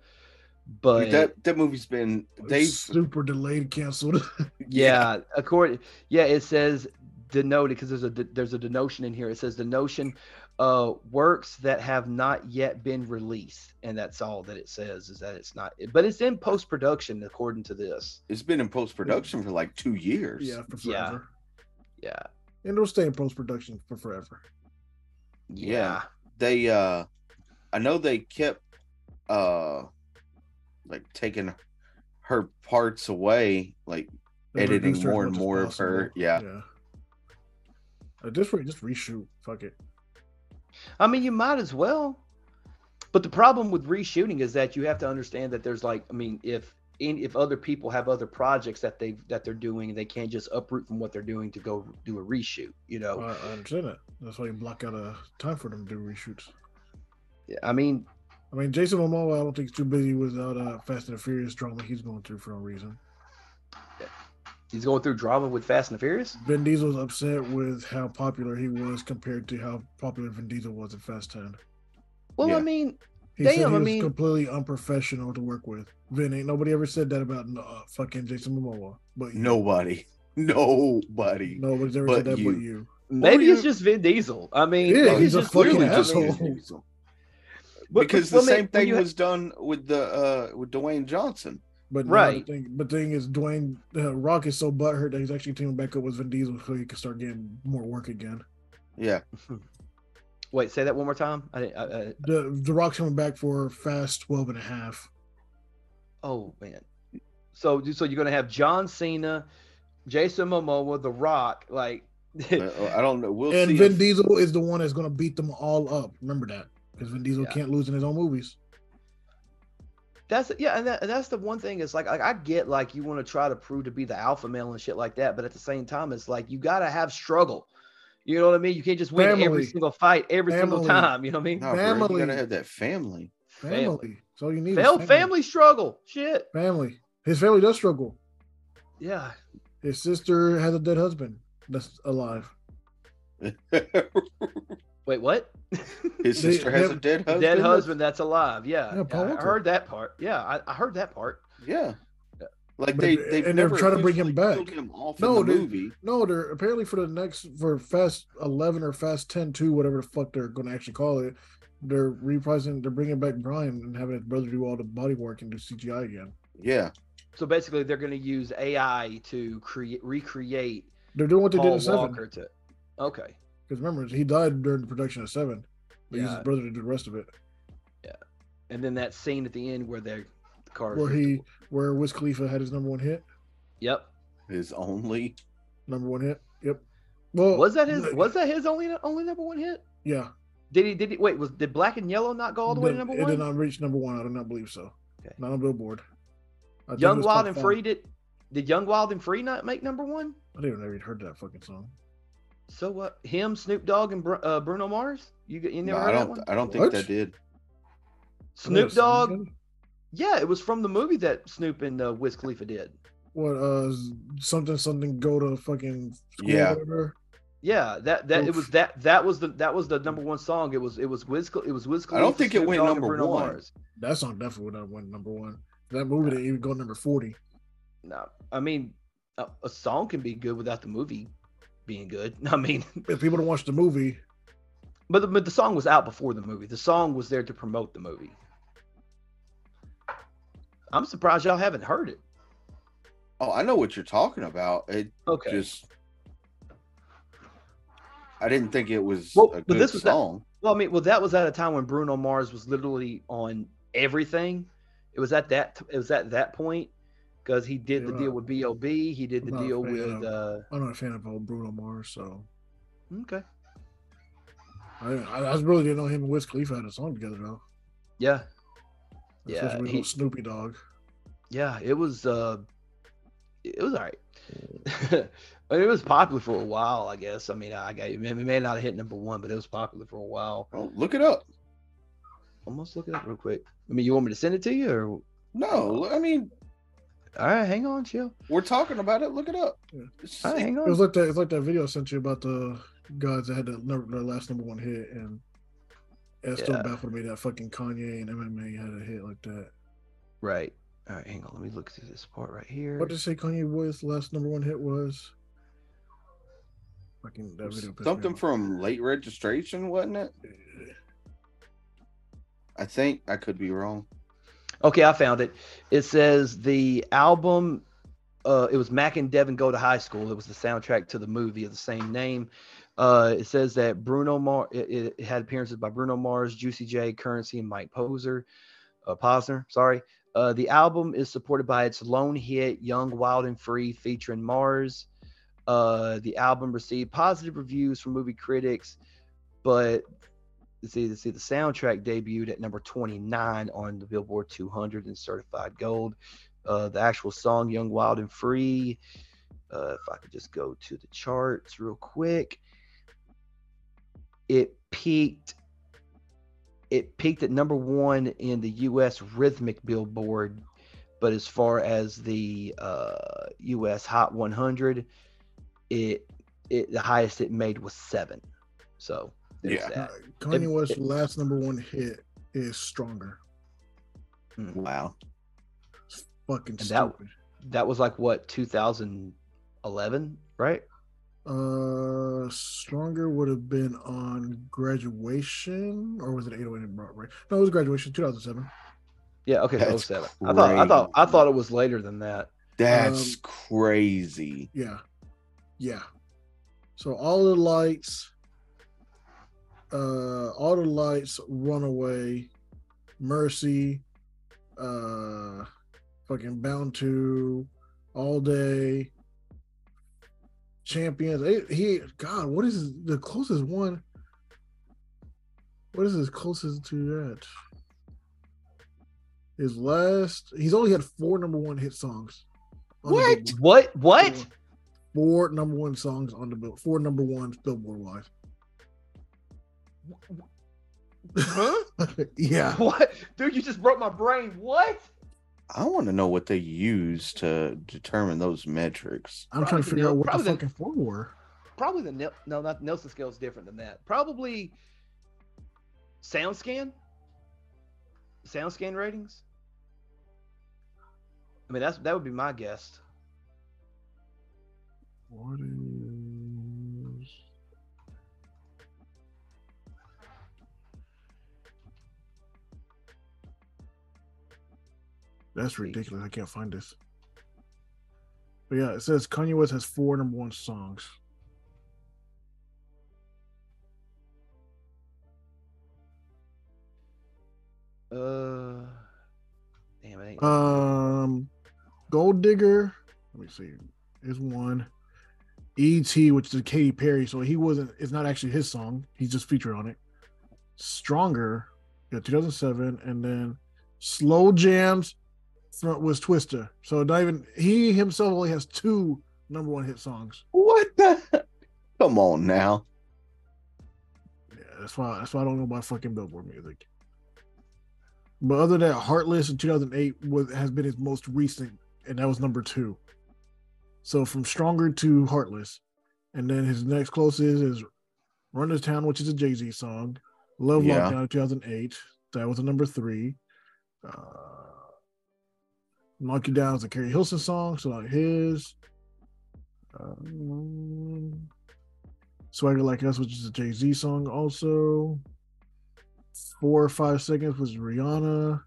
Speaker 2: but
Speaker 1: Dude, that that movie's been they
Speaker 3: super delayed, canceled.
Speaker 2: yeah, according yeah, it says denoted because there's a de- there's a denotion in here. It says denotion uh works that have not yet been released and that's all that it says is that it's not but it's in post production according to this.
Speaker 1: it's been in post production for like two years.
Speaker 3: yeah, for
Speaker 2: Yeah.
Speaker 3: forever.
Speaker 2: Yeah.
Speaker 3: And it'll stay in post production for forever.
Speaker 1: Yeah. They uh I know they kept uh like taking her parts away, like
Speaker 3: They
Speaker 1: Editing
Speaker 3: reduced her as
Speaker 1: more and
Speaker 3: much as
Speaker 1: more of her,
Speaker 3: possible.
Speaker 1: yeah.
Speaker 3: yeah. At this rate, just reshoot. Fuck it.
Speaker 2: I mean, you might as well. But the problem with reshooting is that you have to understand that there's like, I mean, if in, if other people have other projects that they that they're doing, they can't just uproot from what they're doing to go do a reshoot. You
Speaker 1: Oh.
Speaker 2: know,
Speaker 3: I, I understand that. That's why you block out a time for them to do reshoots.
Speaker 2: I mean,
Speaker 3: I mean, Jason Momoa, I don't think is too busy without uh, Fast and the Furious drama he's going through for no reason.
Speaker 2: he's going through drama with Fast and the Furious.
Speaker 3: Vin Diesel's upset with how popular he was compared to how popular Vin Diesel was in Fast 10.
Speaker 2: Well, I
Speaker 1: Yeah.
Speaker 2: mean,
Speaker 3: He
Speaker 2: Damn,
Speaker 3: said he
Speaker 2: I
Speaker 3: was
Speaker 2: mean-
Speaker 3: completely unprofessional to work with. Vin, ain't nobody ever said that about uh, fucking Jason Momoa, but you.
Speaker 1: nobody. Nobody.
Speaker 3: nobody's ever
Speaker 1: but
Speaker 3: said that
Speaker 1: you.
Speaker 3: but you.
Speaker 2: maybe
Speaker 1: you-
Speaker 2: it's just Vin Diesel. I mean,
Speaker 3: Yeah,
Speaker 2: maybe it's
Speaker 3: he's a
Speaker 2: just
Speaker 3: fucking
Speaker 2: Vin
Speaker 1: Really,
Speaker 2: Diesel.
Speaker 3: asshole.
Speaker 1: Vin Diesel.
Speaker 2: But-
Speaker 1: because the
Speaker 2: but when-
Speaker 1: same
Speaker 2: when
Speaker 1: thing
Speaker 2: you-
Speaker 1: was done with the uh with Dwayne Johnson.
Speaker 3: But
Speaker 2: Right.
Speaker 3: right, thing, but thing is, Dwayne uh, Rock is so butthurt that he's actually teaming back up with Vin Diesel so he can start getting more work again.
Speaker 1: Yeah.
Speaker 2: Wait, say that one more time. I, didn't- I, I
Speaker 3: The The Rock's coming back for Fast 12 and a half.
Speaker 2: Oh man. So so you're gonna have John Cena, Jason Momoa, The Rock, like
Speaker 1: uh, I I don't know. We'll
Speaker 3: and
Speaker 1: see.
Speaker 3: Vin
Speaker 1: if-
Speaker 3: Diesel is the one that's going to beat them all up. Remember that. Because Vin Diesel
Speaker 2: Yeah.
Speaker 3: can't lose in his own movies.
Speaker 2: that's yeah, and, that, and that's the one thing is like, like I get like you want to try to prove to be the alpha male and shit like that, but at the same time it's like you gotta have struggle. You know what I mean? You can't just win every
Speaker 3: Family.
Speaker 2: single fight every single
Speaker 3: Family.
Speaker 2: time. You know what I mean?
Speaker 1: No, bro, you
Speaker 3: Family.
Speaker 1: gotta have that family.
Speaker 3: Family.
Speaker 2: Family.
Speaker 3: So you need is
Speaker 2: Failed family struggle. Shit.
Speaker 3: Family. His family does struggle.
Speaker 2: Yeah.
Speaker 3: His sister has a dead husband that's alive.
Speaker 2: Wait, what?
Speaker 1: His
Speaker 3: They-
Speaker 1: sister has
Speaker 3: they-
Speaker 1: a dead husband.
Speaker 2: Dead husband that's alive. Yeah.
Speaker 3: Yeah,
Speaker 2: I-
Speaker 3: Paul
Speaker 2: I
Speaker 3: Walker.
Speaker 2: heard that part. Yeah, I, I heard that part.
Speaker 1: Yeah. Like
Speaker 3: But
Speaker 1: they,
Speaker 3: they-
Speaker 1: they've
Speaker 3: and they're
Speaker 1: never
Speaker 3: trying to bring him
Speaker 1: officially killed
Speaker 3: back.
Speaker 1: him off
Speaker 3: No,
Speaker 1: in the
Speaker 3: they-
Speaker 1: movie.
Speaker 3: No, they're apparently for the next for Fast Eleven or Fast 10 2, whatever the fuck they're going to actually call it. They're reprising, they're bringing back Brian and having his brother do all the body work and do CGI again.
Speaker 1: Yeah,
Speaker 2: So basically, they're going to use AI to create recreate
Speaker 3: They're doing what they did
Speaker 2: Paul
Speaker 3: in Seven
Speaker 2: Walker to. Okay.
Speaker 3: because remember he died during the production of Seven. They used
Speaker 2: Yeah.
Speaker 3: his brother to do the rest of it.
Speaker 2: And then that scene at the end where they the car.
Speaker 3: Where he, where Wiz Khalifa had his number one hit,
Speaker 2: Yep.
Speaker 1: his only.
Speaker 3: number one hit. Yep. Well,
Speaker 2: Was that his?
Speaker 3: like-
Speaker 2: Was that his only only number one hit?
Speaker 3: yeah?
Speaker 2: Did he? Did he? Wait, was did Black and Yellow not go all the way to number
Speaker 3: it
Speaker 2: one?
Speaker 3: did not reach number one. I do not believe so.
Speaker 2: Okay.
Speaker 3: Not on Billboard. I think it
Speaker 2: Young
Speaker 3: was
Speaker 2: Wild
Speaker 3: top
Speaker 2: and
Speaker 3: five.
Speaker 2: Free did. Did Young Wild and Free not make number one?
Speaker 3: I didn't even know you'd heard that fucking song.
Speaker 2: So what? Him, Snoop Dogg, and Br- uh, Bruno Mars. You you
Speaker 1: No,
Speaker 2: never
Speaker 1: I
Speaker 2: heard that one?
Speaker 1: don't. I don't think
Speaker 3: What?
Speaker 1: that did.
Speaker 2: Snoop
Speaker 3: Is that a song
Speaker 2: Dogg.
Speaker 3: again?
Speaker 2: Yeah, it was from the movie that Snoop and uh, Wiz Khalifa did.
Speaker 3: What uh something something go to fucking school
Speaker 1: Yeah.
Speaker 3: or whatever.
Speaker 2: Yeah, that that it was
Speaker 3: Oof.
Speaker 2: that that was the that was the number one song. It was it was Wiz Khal- it was Wiz
Speaker 1: I
Speaker 2: Khalifa.
Speaker 1: don't think it
Speaker 2: Snoop
Speaker 1: went
Speaker 2: Dogg, and
Speaker 1: number
Speaker 2: Bruno
Speaker 1: one.
Speaker 2: Mars.
Speaker 3: That song definitely would not win number one. That movie didn't even go number forty.
Speaker 2: No, I mean a, a song can be good without the movie being good. I mean,
Speaker 3: If people don't watch the movie,
Speaker 2: but the, but the song was out before the movie. The song was there to promote the movie. I'm surprised y'all haven't heard it.
Speaker 1: Oh, I know what you're talking about. It
Speaker 2: Okay,
Speaker 1: just. I didn't think it was
Speaker 2: Well,
Speaker 1: a
Speaker 2: but
Speaker 1: good
Speaker 2: this was that-
Speaker 1: song.
Speaker 2: Well, I mean, well, that was at a time when Bruno Mars was literally on everything. It was at that. It was at that point because he did the
Speaker 3: Yeah.
Speaker 2: deal with Bob. He did the
Speaker 3: Not a
Speaker 2: deal
Speaker 3: fan.
Speaker 2: with. Uh,
Speaker 3: I'm not a fan of old Bruno Mars, so
Speaker 2: okay.
Speaker 3: I didn't- I, I really didn't know him and Wiz Khalifa had a song together though.
Speaker 2: Yeah. Yeah,
Speaker 3: Especially with
Speaker 2: he-
Speaker 3: little Snoopy Dogg.
Speaker 2: Yeah. It was. Uh, it was all right. But it was popular for a while, I guess. I mean, I got it may- may not have hit number one, but it was popular for a while.
Speaker 1: Oh, look it up.
Speaker 2: Almost look it up real quick. I mean, you want me to send it to you, or all
Speaker 1: No, I mean
Speaker 2: right, hang on, chill.
Speaker 1: we're talking about it. Look it up.
Speaker 3: Yeah.
Speaker 1: It's-
Speaker 2: All right, hang
Speaker 3: It was
Speaker 2: on.
Speaker 3: like that. It's like that video I sent you about the guys that had the number, their last number one hit, and it still
Speaker 2: Yeah.
Speaker 3: baffled me that fucking Kanye and MMA had a hit like that.
Speaker 2: Right. All right, hang on. Let me look through this part right here.
Speaker 3: What did it say Kanye West's last number one hit was? Fucking that video. pissed me
Speaker 1: Something
Speaker 3: off.
Speaker 1: from late registration, wasn't it? I think I could be wrong.
Speaker 2: Okay, I found it. It says the album. Uh, it was Mac and Devin go to high school. It was the soundtrack to the movie of the same name. Uh, it says that Bruno Mars. It, it had appearances by Bruno Mars, Juicy J, Currency, and Mike Poser, uh, Posner. Sorry. Uh, the album is supported by its lone hit "Young, Wild, and Free" featuring Mars. Uh, the album received positive reviews from movie critics, but let's see, let's see, the soundtrack debuted at number 29 on the Billboard 200 and certified gold. Uh, the actual song "Young, Wild, and Free." Uh, if I could just go to the charts real quick, it peaked. It peaked at number one in the U.S. rhythmic Billboard, but as far as the uh, U.S. Hot 100, it it the highest it made was seven. So there's
Speaker 1: Yeah.
Speaker 2: that.
Speaker 3: Kanye
Speaker 2: It-
Speaker 3: West's
Speaker 2: it-
Speaker 3: last number one hit is Stronger.
Speaker 1: Wow.
Speaker 3: It's fucking
Speaker 2: And that-
Speaker 3: stupid.
Speaker 2: that was like what 2011 right
Speaker 3: Uh, Stronger would have been on graduation, or was it 808 and Broadway? No, it was graduation 2007.
Speaker 2: yeah okay so
Speaker 1: That's
Speaker 2: 07 i thought i thought i
Speaker 1: crazy.
Speaker 2: thought it was later than that
Speaker 1: That's
Speaker 3: Um,
Speaker 1: crazy.
Speaker 3: Yeah. Yeah. So all the lights, uh, all the lights, runaway, mercy, uh, fucking bound to, all day, champions. It- he, God, what is his- the closest one? What is his closest to that? His last, he's only had four number one hit songs. on the
Speaker 1: What?
Speaker 3: Billboard
Speaker 2: what what
Speaker 3: four number one songs on the bill, four number ones Billboard wise.
Speaker 2: huh
Speaker 3: yeah,
Speaker 2: what dude you just broke my brain what
Speaker 1: I want to know what they use to determine those metrics.
Speaker 3: I'm
Speaker 2: Probably
Speaker 3: trying
Speaker 2: the
Speaker 3: to figure out
Speaker 2: Nel-
Speaker 3: what the
Speaker 2: probably the-
Speaker 3: fucking four were.
Speaker 2: Probably the Nel- no, not Nelson scale is different than that. Probably sound scan, sound scan ratings. I mean, that's that would be my guess.
Speaker 3: What is? That's ridiculous. I can't find this. But yeah, it says Kanye West has four number one songs.
Speaker 2: Uh, damn it.
Speaker 3: Uh,
Speaker 2: Ain't,
Speaker 3: Um, Gold Digger. Let me see. Is one. E.T., which is Katy Perry, so he wasn't. It's not actually his song. He's just featured on it. Stronger, yeah, 2007, and then Slow Jams front was Twista. So not even he himself only has two number one hit songs.
Speaker 1: What the? Come on now.
Speaker 3: Yeah, that's why. That's why I don't know about fucking Billboard music. But other than that, Heartless in 2008 was has been his most recent, and that was number two. So from Stronger to Heartless, and then his next closest is Run to Town, which is a Jay Z song. Love
Speaker 1: Yeah.
Speaker 3: Lockdown in 2008, that was a number three. Uh, Knock You Down is a Carrie Hilson song, so like his. Um, Swagger Like Us, which is a Jay Z song, also. Four or five seconds was Rihanna.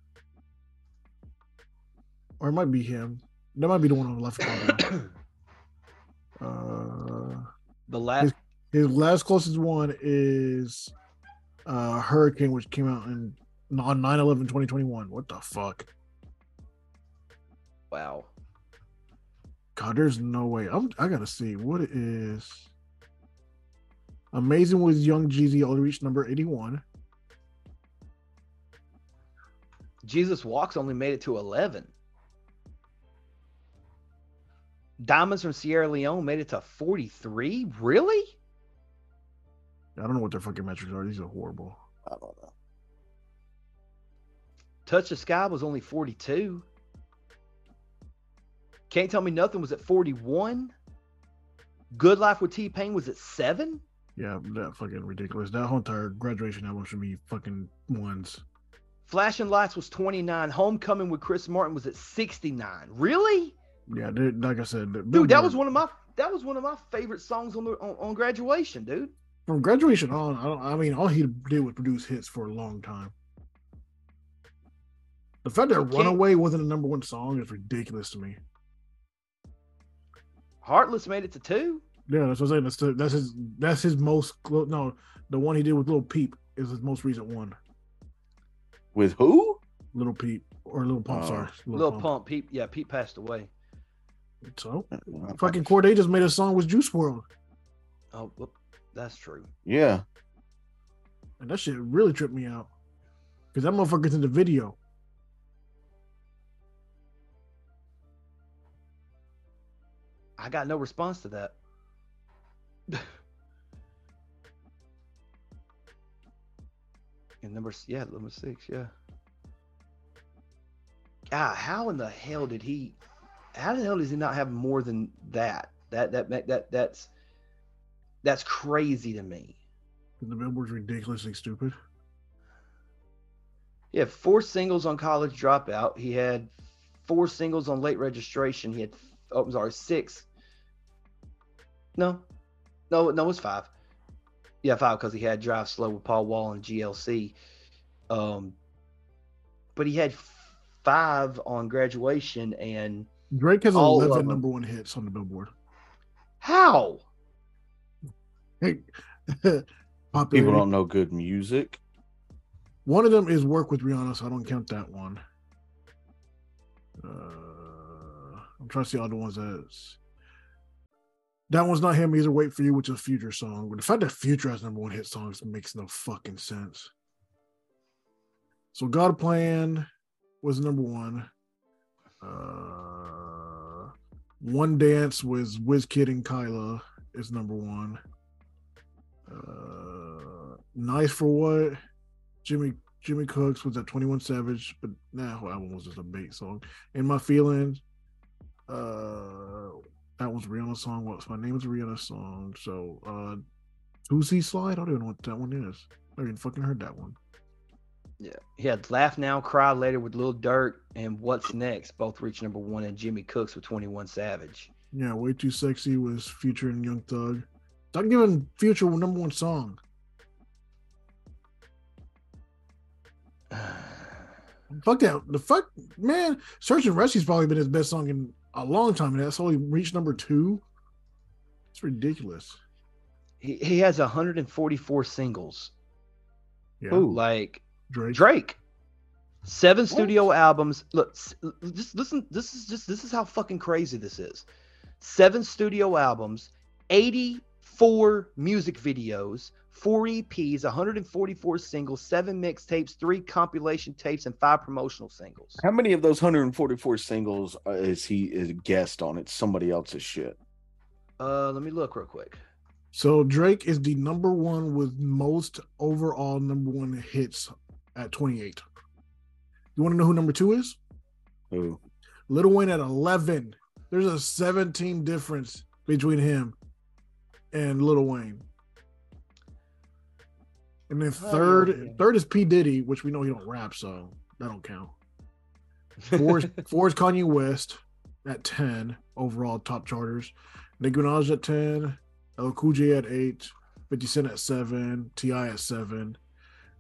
Speaker 3: Or it might be him. That might be the one on the left. corner. Uh,
Speaker 2: the last
Speaker 3: his last closest one is uh, Hurricane, which came out in on 9 11 2021. What the fuck?
Speaker 2: wow.
Speaker 3: God, there's no way. I'm, I gotta see what it is. Amazing was Young Jeezy only reached number 81.
Speaker 2: Jesus Walks only made it to 11. Diamonds from Sierra Leone made it to 43? Really?
Speaker 3: I don't know what their fucking metrics are. These are horrible.
Speaker 1: I don't know.
Speaker 2: Touch the Sky was only 42. Can't Tell Me Nothing was at 41. Good Life with T Pain was at 7.
Speaker 3: Yeah, that fucking ridiculous. That whole entire graduation album should be fucking ones.
Speaker 2: Flashing Lights was 29. Homecoming with Chris Martin was at 69. Really?
Speaker 3: Yeah, they- like I said, the-
Speaker 2: Dude, that
Speaker 3: Billboard-
Speaker 2: was one of my that was one of my favorite songs on the on, on graduation, dude.
Speaker 3: from graduation on. I don't. I mean, all he did was produce hits for a long time. The fact that
Speaker 2: You can't-
Speaker 3: "Runaway" wasn't a number one song is ridiculous to me.
Speaker 2: Heartless made it to 2.
Speaker 3: Yeah, that's what I'm saying. That's the, that's his that's his most clo- no. The one he did with Little Peep is his most recent one.
Speaker 1: With who?
Speaker 3: Little Peep or Little Pump,
Speaker 1: Oh.
Speaker 3: sorry,
Speaker 2: Lil Pump, Pete, yeah, Pete passed away.
Speaker 3: So
Speaker 1: Uh,
Speaker 3: fucking Corday just made a song with Juice World,
Speaker 2: Oh, whoop, that's true.
Speaker 1: Yeah.
Speaker 3: and that shit really tripped me out because that motherfucker's in the video.
Speaker 2: I got no response to that. and number, s- yeah, number six, yeah. God, how in the hell did he? How the hell does he not have more than that? That that that, that that's that's crazy to me.
Speaker 3: The Billboard's ridiculously stupid.
Speaker 2: He had four singles on College Dropout. He had four singles on Late Registration. He had, oh, I'm sorry, six. No, no, no, it was five. Yeah, five because he had Drive Slow with Paul Wall and GLC. Um, but he had f- five on Graduation and
Speaker 3: Drake has
Speaker 2: All of
Speaker 3: eleven
Speaker 2: them.
Speaker 3: number one hits on the Billboard.
Speaker 2: how?
Speaker 1: People
Speaker 3: popular.
Speaker 1: don't know good music.
Speaker 3: One of them is work with Rihanna, so I don't count that one. Uh, I'm trying to see all the ones that's. That one's not him either. Wait for you, which is a future song. But the fact that Future has number one hit songs makes no fucking sense. So God Plan was number one. Uh, one Dance was Wizkid and Kyla is number one. Uh, nice for what? Jimmy Jimmy Cooks was at 21 Savage, but that whole album was just a bait song. And My Feelings, uh, that was Rihanna's song. What's My Name is Rihanna's song. So, uh, Tuesday Slide, I don't even know what that one is. I haven't fucking heard that one.
Speaker 2: Yeah, he had "Laugh Now, Cry Later" with Lil Durk and "What's Next," both reached number one, and Jimmy Cooks with Twenty One Savage.
Speaker 3: Yeah, Way Too Sexy was Future and Young Thug. Stop giving Future number one song. Fuck that. The fuck, man. Search and Rescue's probably been his best song in a long time, and that's only reached number two. It's ridiculous.
Speaker 2: He he has 144 singles.
Speaker 3: Yeah,
Speaker 1: Who?
Speaker 2: Like
Speaker 3: Drake.
Speaker 2: Drake. Seven studio albums. Look, s- l- just listen. This is just this is how fucking crazy this is. Seven studio albums, 84 music videos, four E EPs, 144 singles, seven mixtapes, three compilation tapes, and five promotional singles.
Speaker 1: How many of those 144 singles uh, is he is guest on? It's somebody else's shit.
Speaker 2: Uh, let me look real quick.
Speaker 3: So Drake is the number one with most overall number one hits at 28. You want to know who number two is?
Speaker 1: Who?
Speaker 3: Little Wayne at 11. There's a 17 difference between him and Little Wayne. And then
Speaker 2: Oh, yeah,
Speaker 3: third,
Speaker 2: yeah.
Speaker 3: third is P Diddy, which we know he don't rap, so that don't count. Four is, four is Kanye West at 10 overall top charters. Nicki Minaj at 10, El Cool J at 8, 50 Cent at 7, T.I. at 7,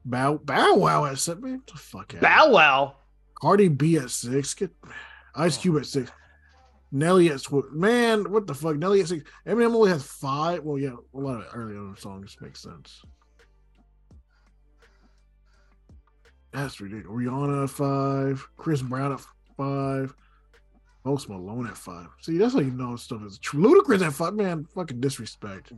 Speaker 3: Bow, Bow Wow at 7. Man, get the fuck out.
Speaker 2: Bow Wow.
Speaker 3: Cardi B at 6. Get, Ice
Speaker 2: Oh,
Speaker 3: Cube at 6. Nelly at tw- Man, what the fuck? Nelly at 6. Eminem only has 5. Well, yeah, a lot of earlier songs make sense. That's ridiculous. Rihanna at five, Chris Brown at five, Post Malone at five. See, that's how you know stuff is true. Ludacris at five, man, fucking disrespect.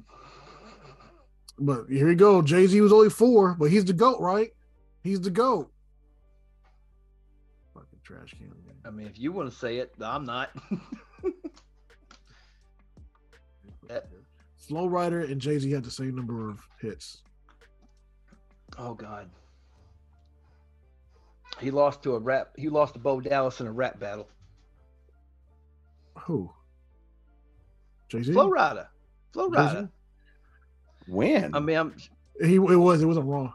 Speaker 3: But here you go. Jay Z was only four, but he's the goat, right? He's the goat. Fucking trash can. man.
Speaker 2: I mean, if you want to say it, I'm not. That-
Speaker 3: Slow Rider and Jay Z had the same number of hits.
Speaker 2: oh God. He lost to a rap. He lost to Bo Dallas in a rap battle.
Speaker 3: Who? Jay Z.
Speaker 2: Flow Rider. Flow
Speaker 3: Jay-Z?
Speaker 2: Rider.
Speaker 1: When?
Speaker 2: I mean, I'm,
Speaker 3: He it was it wasn't wrong.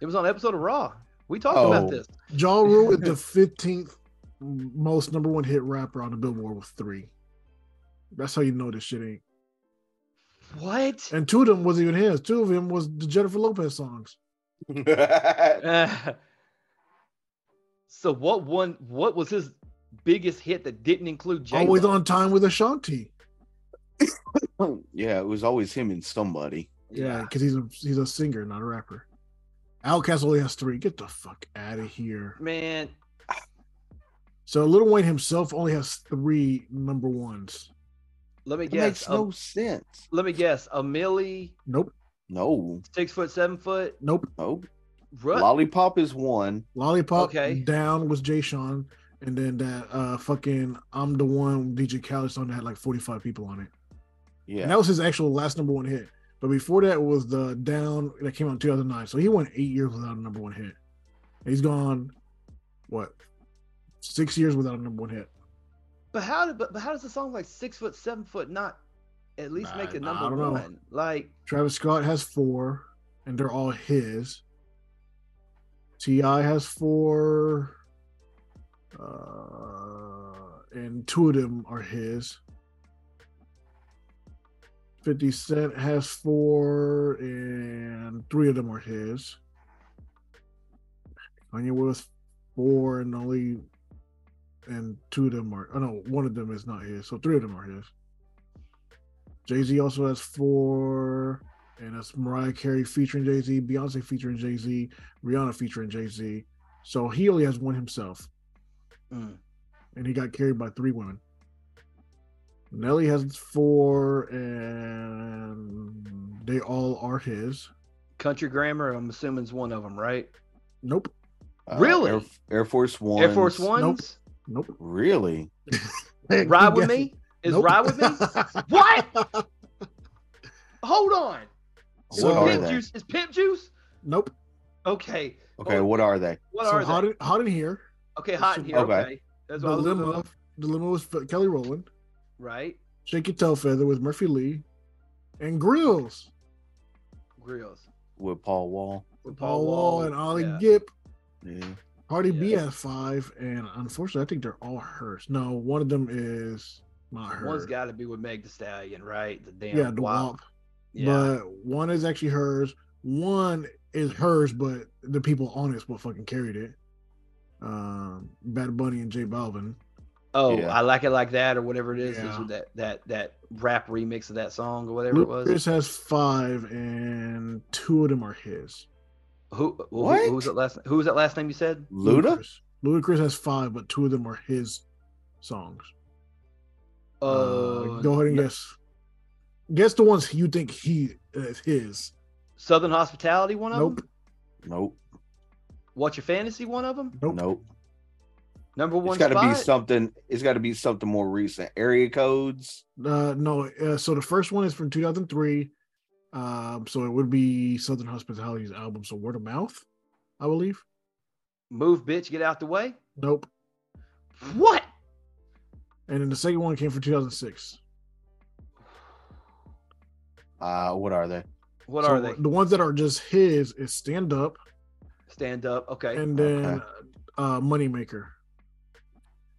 Speaker 2: it was on an episode of Raw. We talked
Speaker 1: Oh.
Speaker 2: about this.
Speaker 3: Ja Rule is the fifteenth most number one hit rapper on the Billboard with three. That's how you know this shit ain't.
Speaker 2: What?
Speaker 3: And two of them wasn't even his. Two of them was the Jennifer Lopez songs.
Speaker 2: Uh, so what one? What was his biggest hit that didn't include Jay?
Speaker 3: Always on time with Ashanti.
Speaker 1: yeah, it was always him and somebody.
Speaker 3: Yeah, because he's a he's a singer, not a rapper. Outcast only has three. Get the fuck out of here.
Speaker 2: man.
Speaker 3: So Little Wayne himself only has three number ones.
Speaker 2: Let me
Speaker 1: It
Speaker 2: guess.
Speaker 1: makes no
Speaker 2: a-
Speaker 1: sense.
Speaker 2: let me guess. A Millie,
Speaker 3: Nope,
Speaker 1: No,
Speaker 2: six foot, seven foot.
Speaker 3: nope.
Speaker 1: no.
Speaker 2: Rut.
Speaker 1: Lollipop is one.
Speaker 3: Lollipop
Speaker 2: Okay.
Speaker 3: down was Jay Sean, and then that uh fucking I'm the one DJ Khaled song that had like 45 people on it.
Speaker 1: Yeah.
Speaker 3: And that was his actual last number one hit. But before that was the down that came out in 2009. So he went eight years without a number one hit. He's gone what six years without a number one hit.
Speaker 2: But how did but, but how does a song like six foot seven foot not at least
Speaker 3: Nah,
Speaker 2: make a
Speaker 3: nah, I
Speaker 2: number
Speaker 3: don't know.
Speaker 2: one? Like
Speaker 3: Travis Scott has four, and they're all his. Ti has four, uh, and two of them are his. Fifty Cent has four, and three of them are his. Kanye West four, and only, and two of them are. Oh no, one of them is not his. So three of them are his. Jay Z also has four, and that's Mariah Carey featuring Jay Z, Beyonce featuring Jay Z, Rihanna featuring Jay Z. So he only has one himself,
Speaker 2: mm,
Speaker 3: and he got carried by three women. Nelly has four, and they all are his.
Speaker 2: country grammar, I'm assuming is one of them, right?
Speaker 3: Nope,
Speaker 2: Really?
Speaker 1: Uh, Air, Air Force One.
Speaker 2: Air Force Ones.
Speaker 3: nope.
Speaker 1: Really?
Speaker 2: Ride with me is
Speaker 3: Nope.
Speaker 2: ride with me. What? Hold on.
Speaker 1: what
Speaker 3: So-
Speaker 1: are
Speaker 2: Pimp
Speaker 1: they?
Speaker 2: juice is pimp juice.
Speaker 3: Nope.
Speaker 2: Okay.
Speaker 1: Okay,
Speaker 2: Oh,
Speaker 1: what are they?
Speaker 2: What
Speaker 3: so
Speaker 2: are
Speaker 3: hot,
Speaker 2: they?
Speaker 3: in, hot in here.
Speaker 2: okay, hot in here.
Speaker 1: Okay.
Speaker 2: Okay. That's
Speaker 3: The
Speaker 2: what I was looking
Speaker 3: limo,
Speaker 2: up.
Speaker 3: the limo was Kelly Rowland.
Speaker 2: Right.
Speaker 3: Shake Your Tail Feather with Murphy Lee, and Grills
Speaker 2: Grills.
Speaker 1: With Paul Wall.
Speaker 3: with
Speaker 2: Paul
Speaker 3: Paul Wall
Speaker 2: Wall,
Speaker 3: and Ollie
Speaker 2: yeah.
Speaker 3: Gipp.
Speaker 1: Yeah.
Speaker 3: Hardy B
Speaker 2: Yeah.
Speaker 3: has five, and unfortunately, I think they're all hers. No, one of them is not her.
Speaker 2: One's got to be with Meg the Stallion, right? The damn
Speaker 3: yeah, the
Speaker 2: WAP.
Speaker 3: WAP.
Speaker 2: Yeah.
Speaker 3: But one is actually hers. One is hers, but the people on it's what fucking carried it. Um, Bad Bunny and J Balvin.
Speaker 2: oh,
Speaker 1: Yeah.
Speaker 2: I like it like that, or whatever it is.
Speaker 3: Yeah.
Speaker 2: Is with that that that rap remix of that song or whatever it was.
Speaker 3: Ludacris has five, and two of them are his.
Speaker 2: Who, who
Speaker 1: What?
Speaker 2: who was that last? Who was that last name you said?
Speaker 1: Luda?
Speaker 3: Ludacris. Ludacris has five, but two of them are his songs.
Speaker 2: Oh,
Speaker 3: Uh, go ahead and guess. Guess the ones you think he uh, is his.
Speaker 2: Southern Hospitality. One of
Speaker 3: Nope.
Speaker 2: them.
Speaker 1: Nope.
Speaker 2: What's your fantasy? One of them.
Speaker 3: Nope.
Speaker 1: Nope.
Speaker 2: Number one.
Speaker 1: It's got to be
Speaker 2: spot?
Speaker 1: something. It's got to be something more recent. Area codes.
Speaker 3: Uh, no. Uh, so the first one is from 2003. Um, so it would be Southern Hospitality's album. So Word of Mouth, I believe.
Speaker 2: Move, bitch, get out the way.
Speaker 3: Nope.
Speaker 2: What?
Speaker 3: And then the second one came from 2006.
Speaker 1: Uh, what are they?
Speaker 2: What
Speaker 3: So uh,
Speaker 2: are they?
Speaker 3: The ones that are just his is Stand Up
Speaker 2: Stand up. Okay.
Speaker 3: and then
Speaker 1: Okay.
Speaker 3: uh, Moneymaker.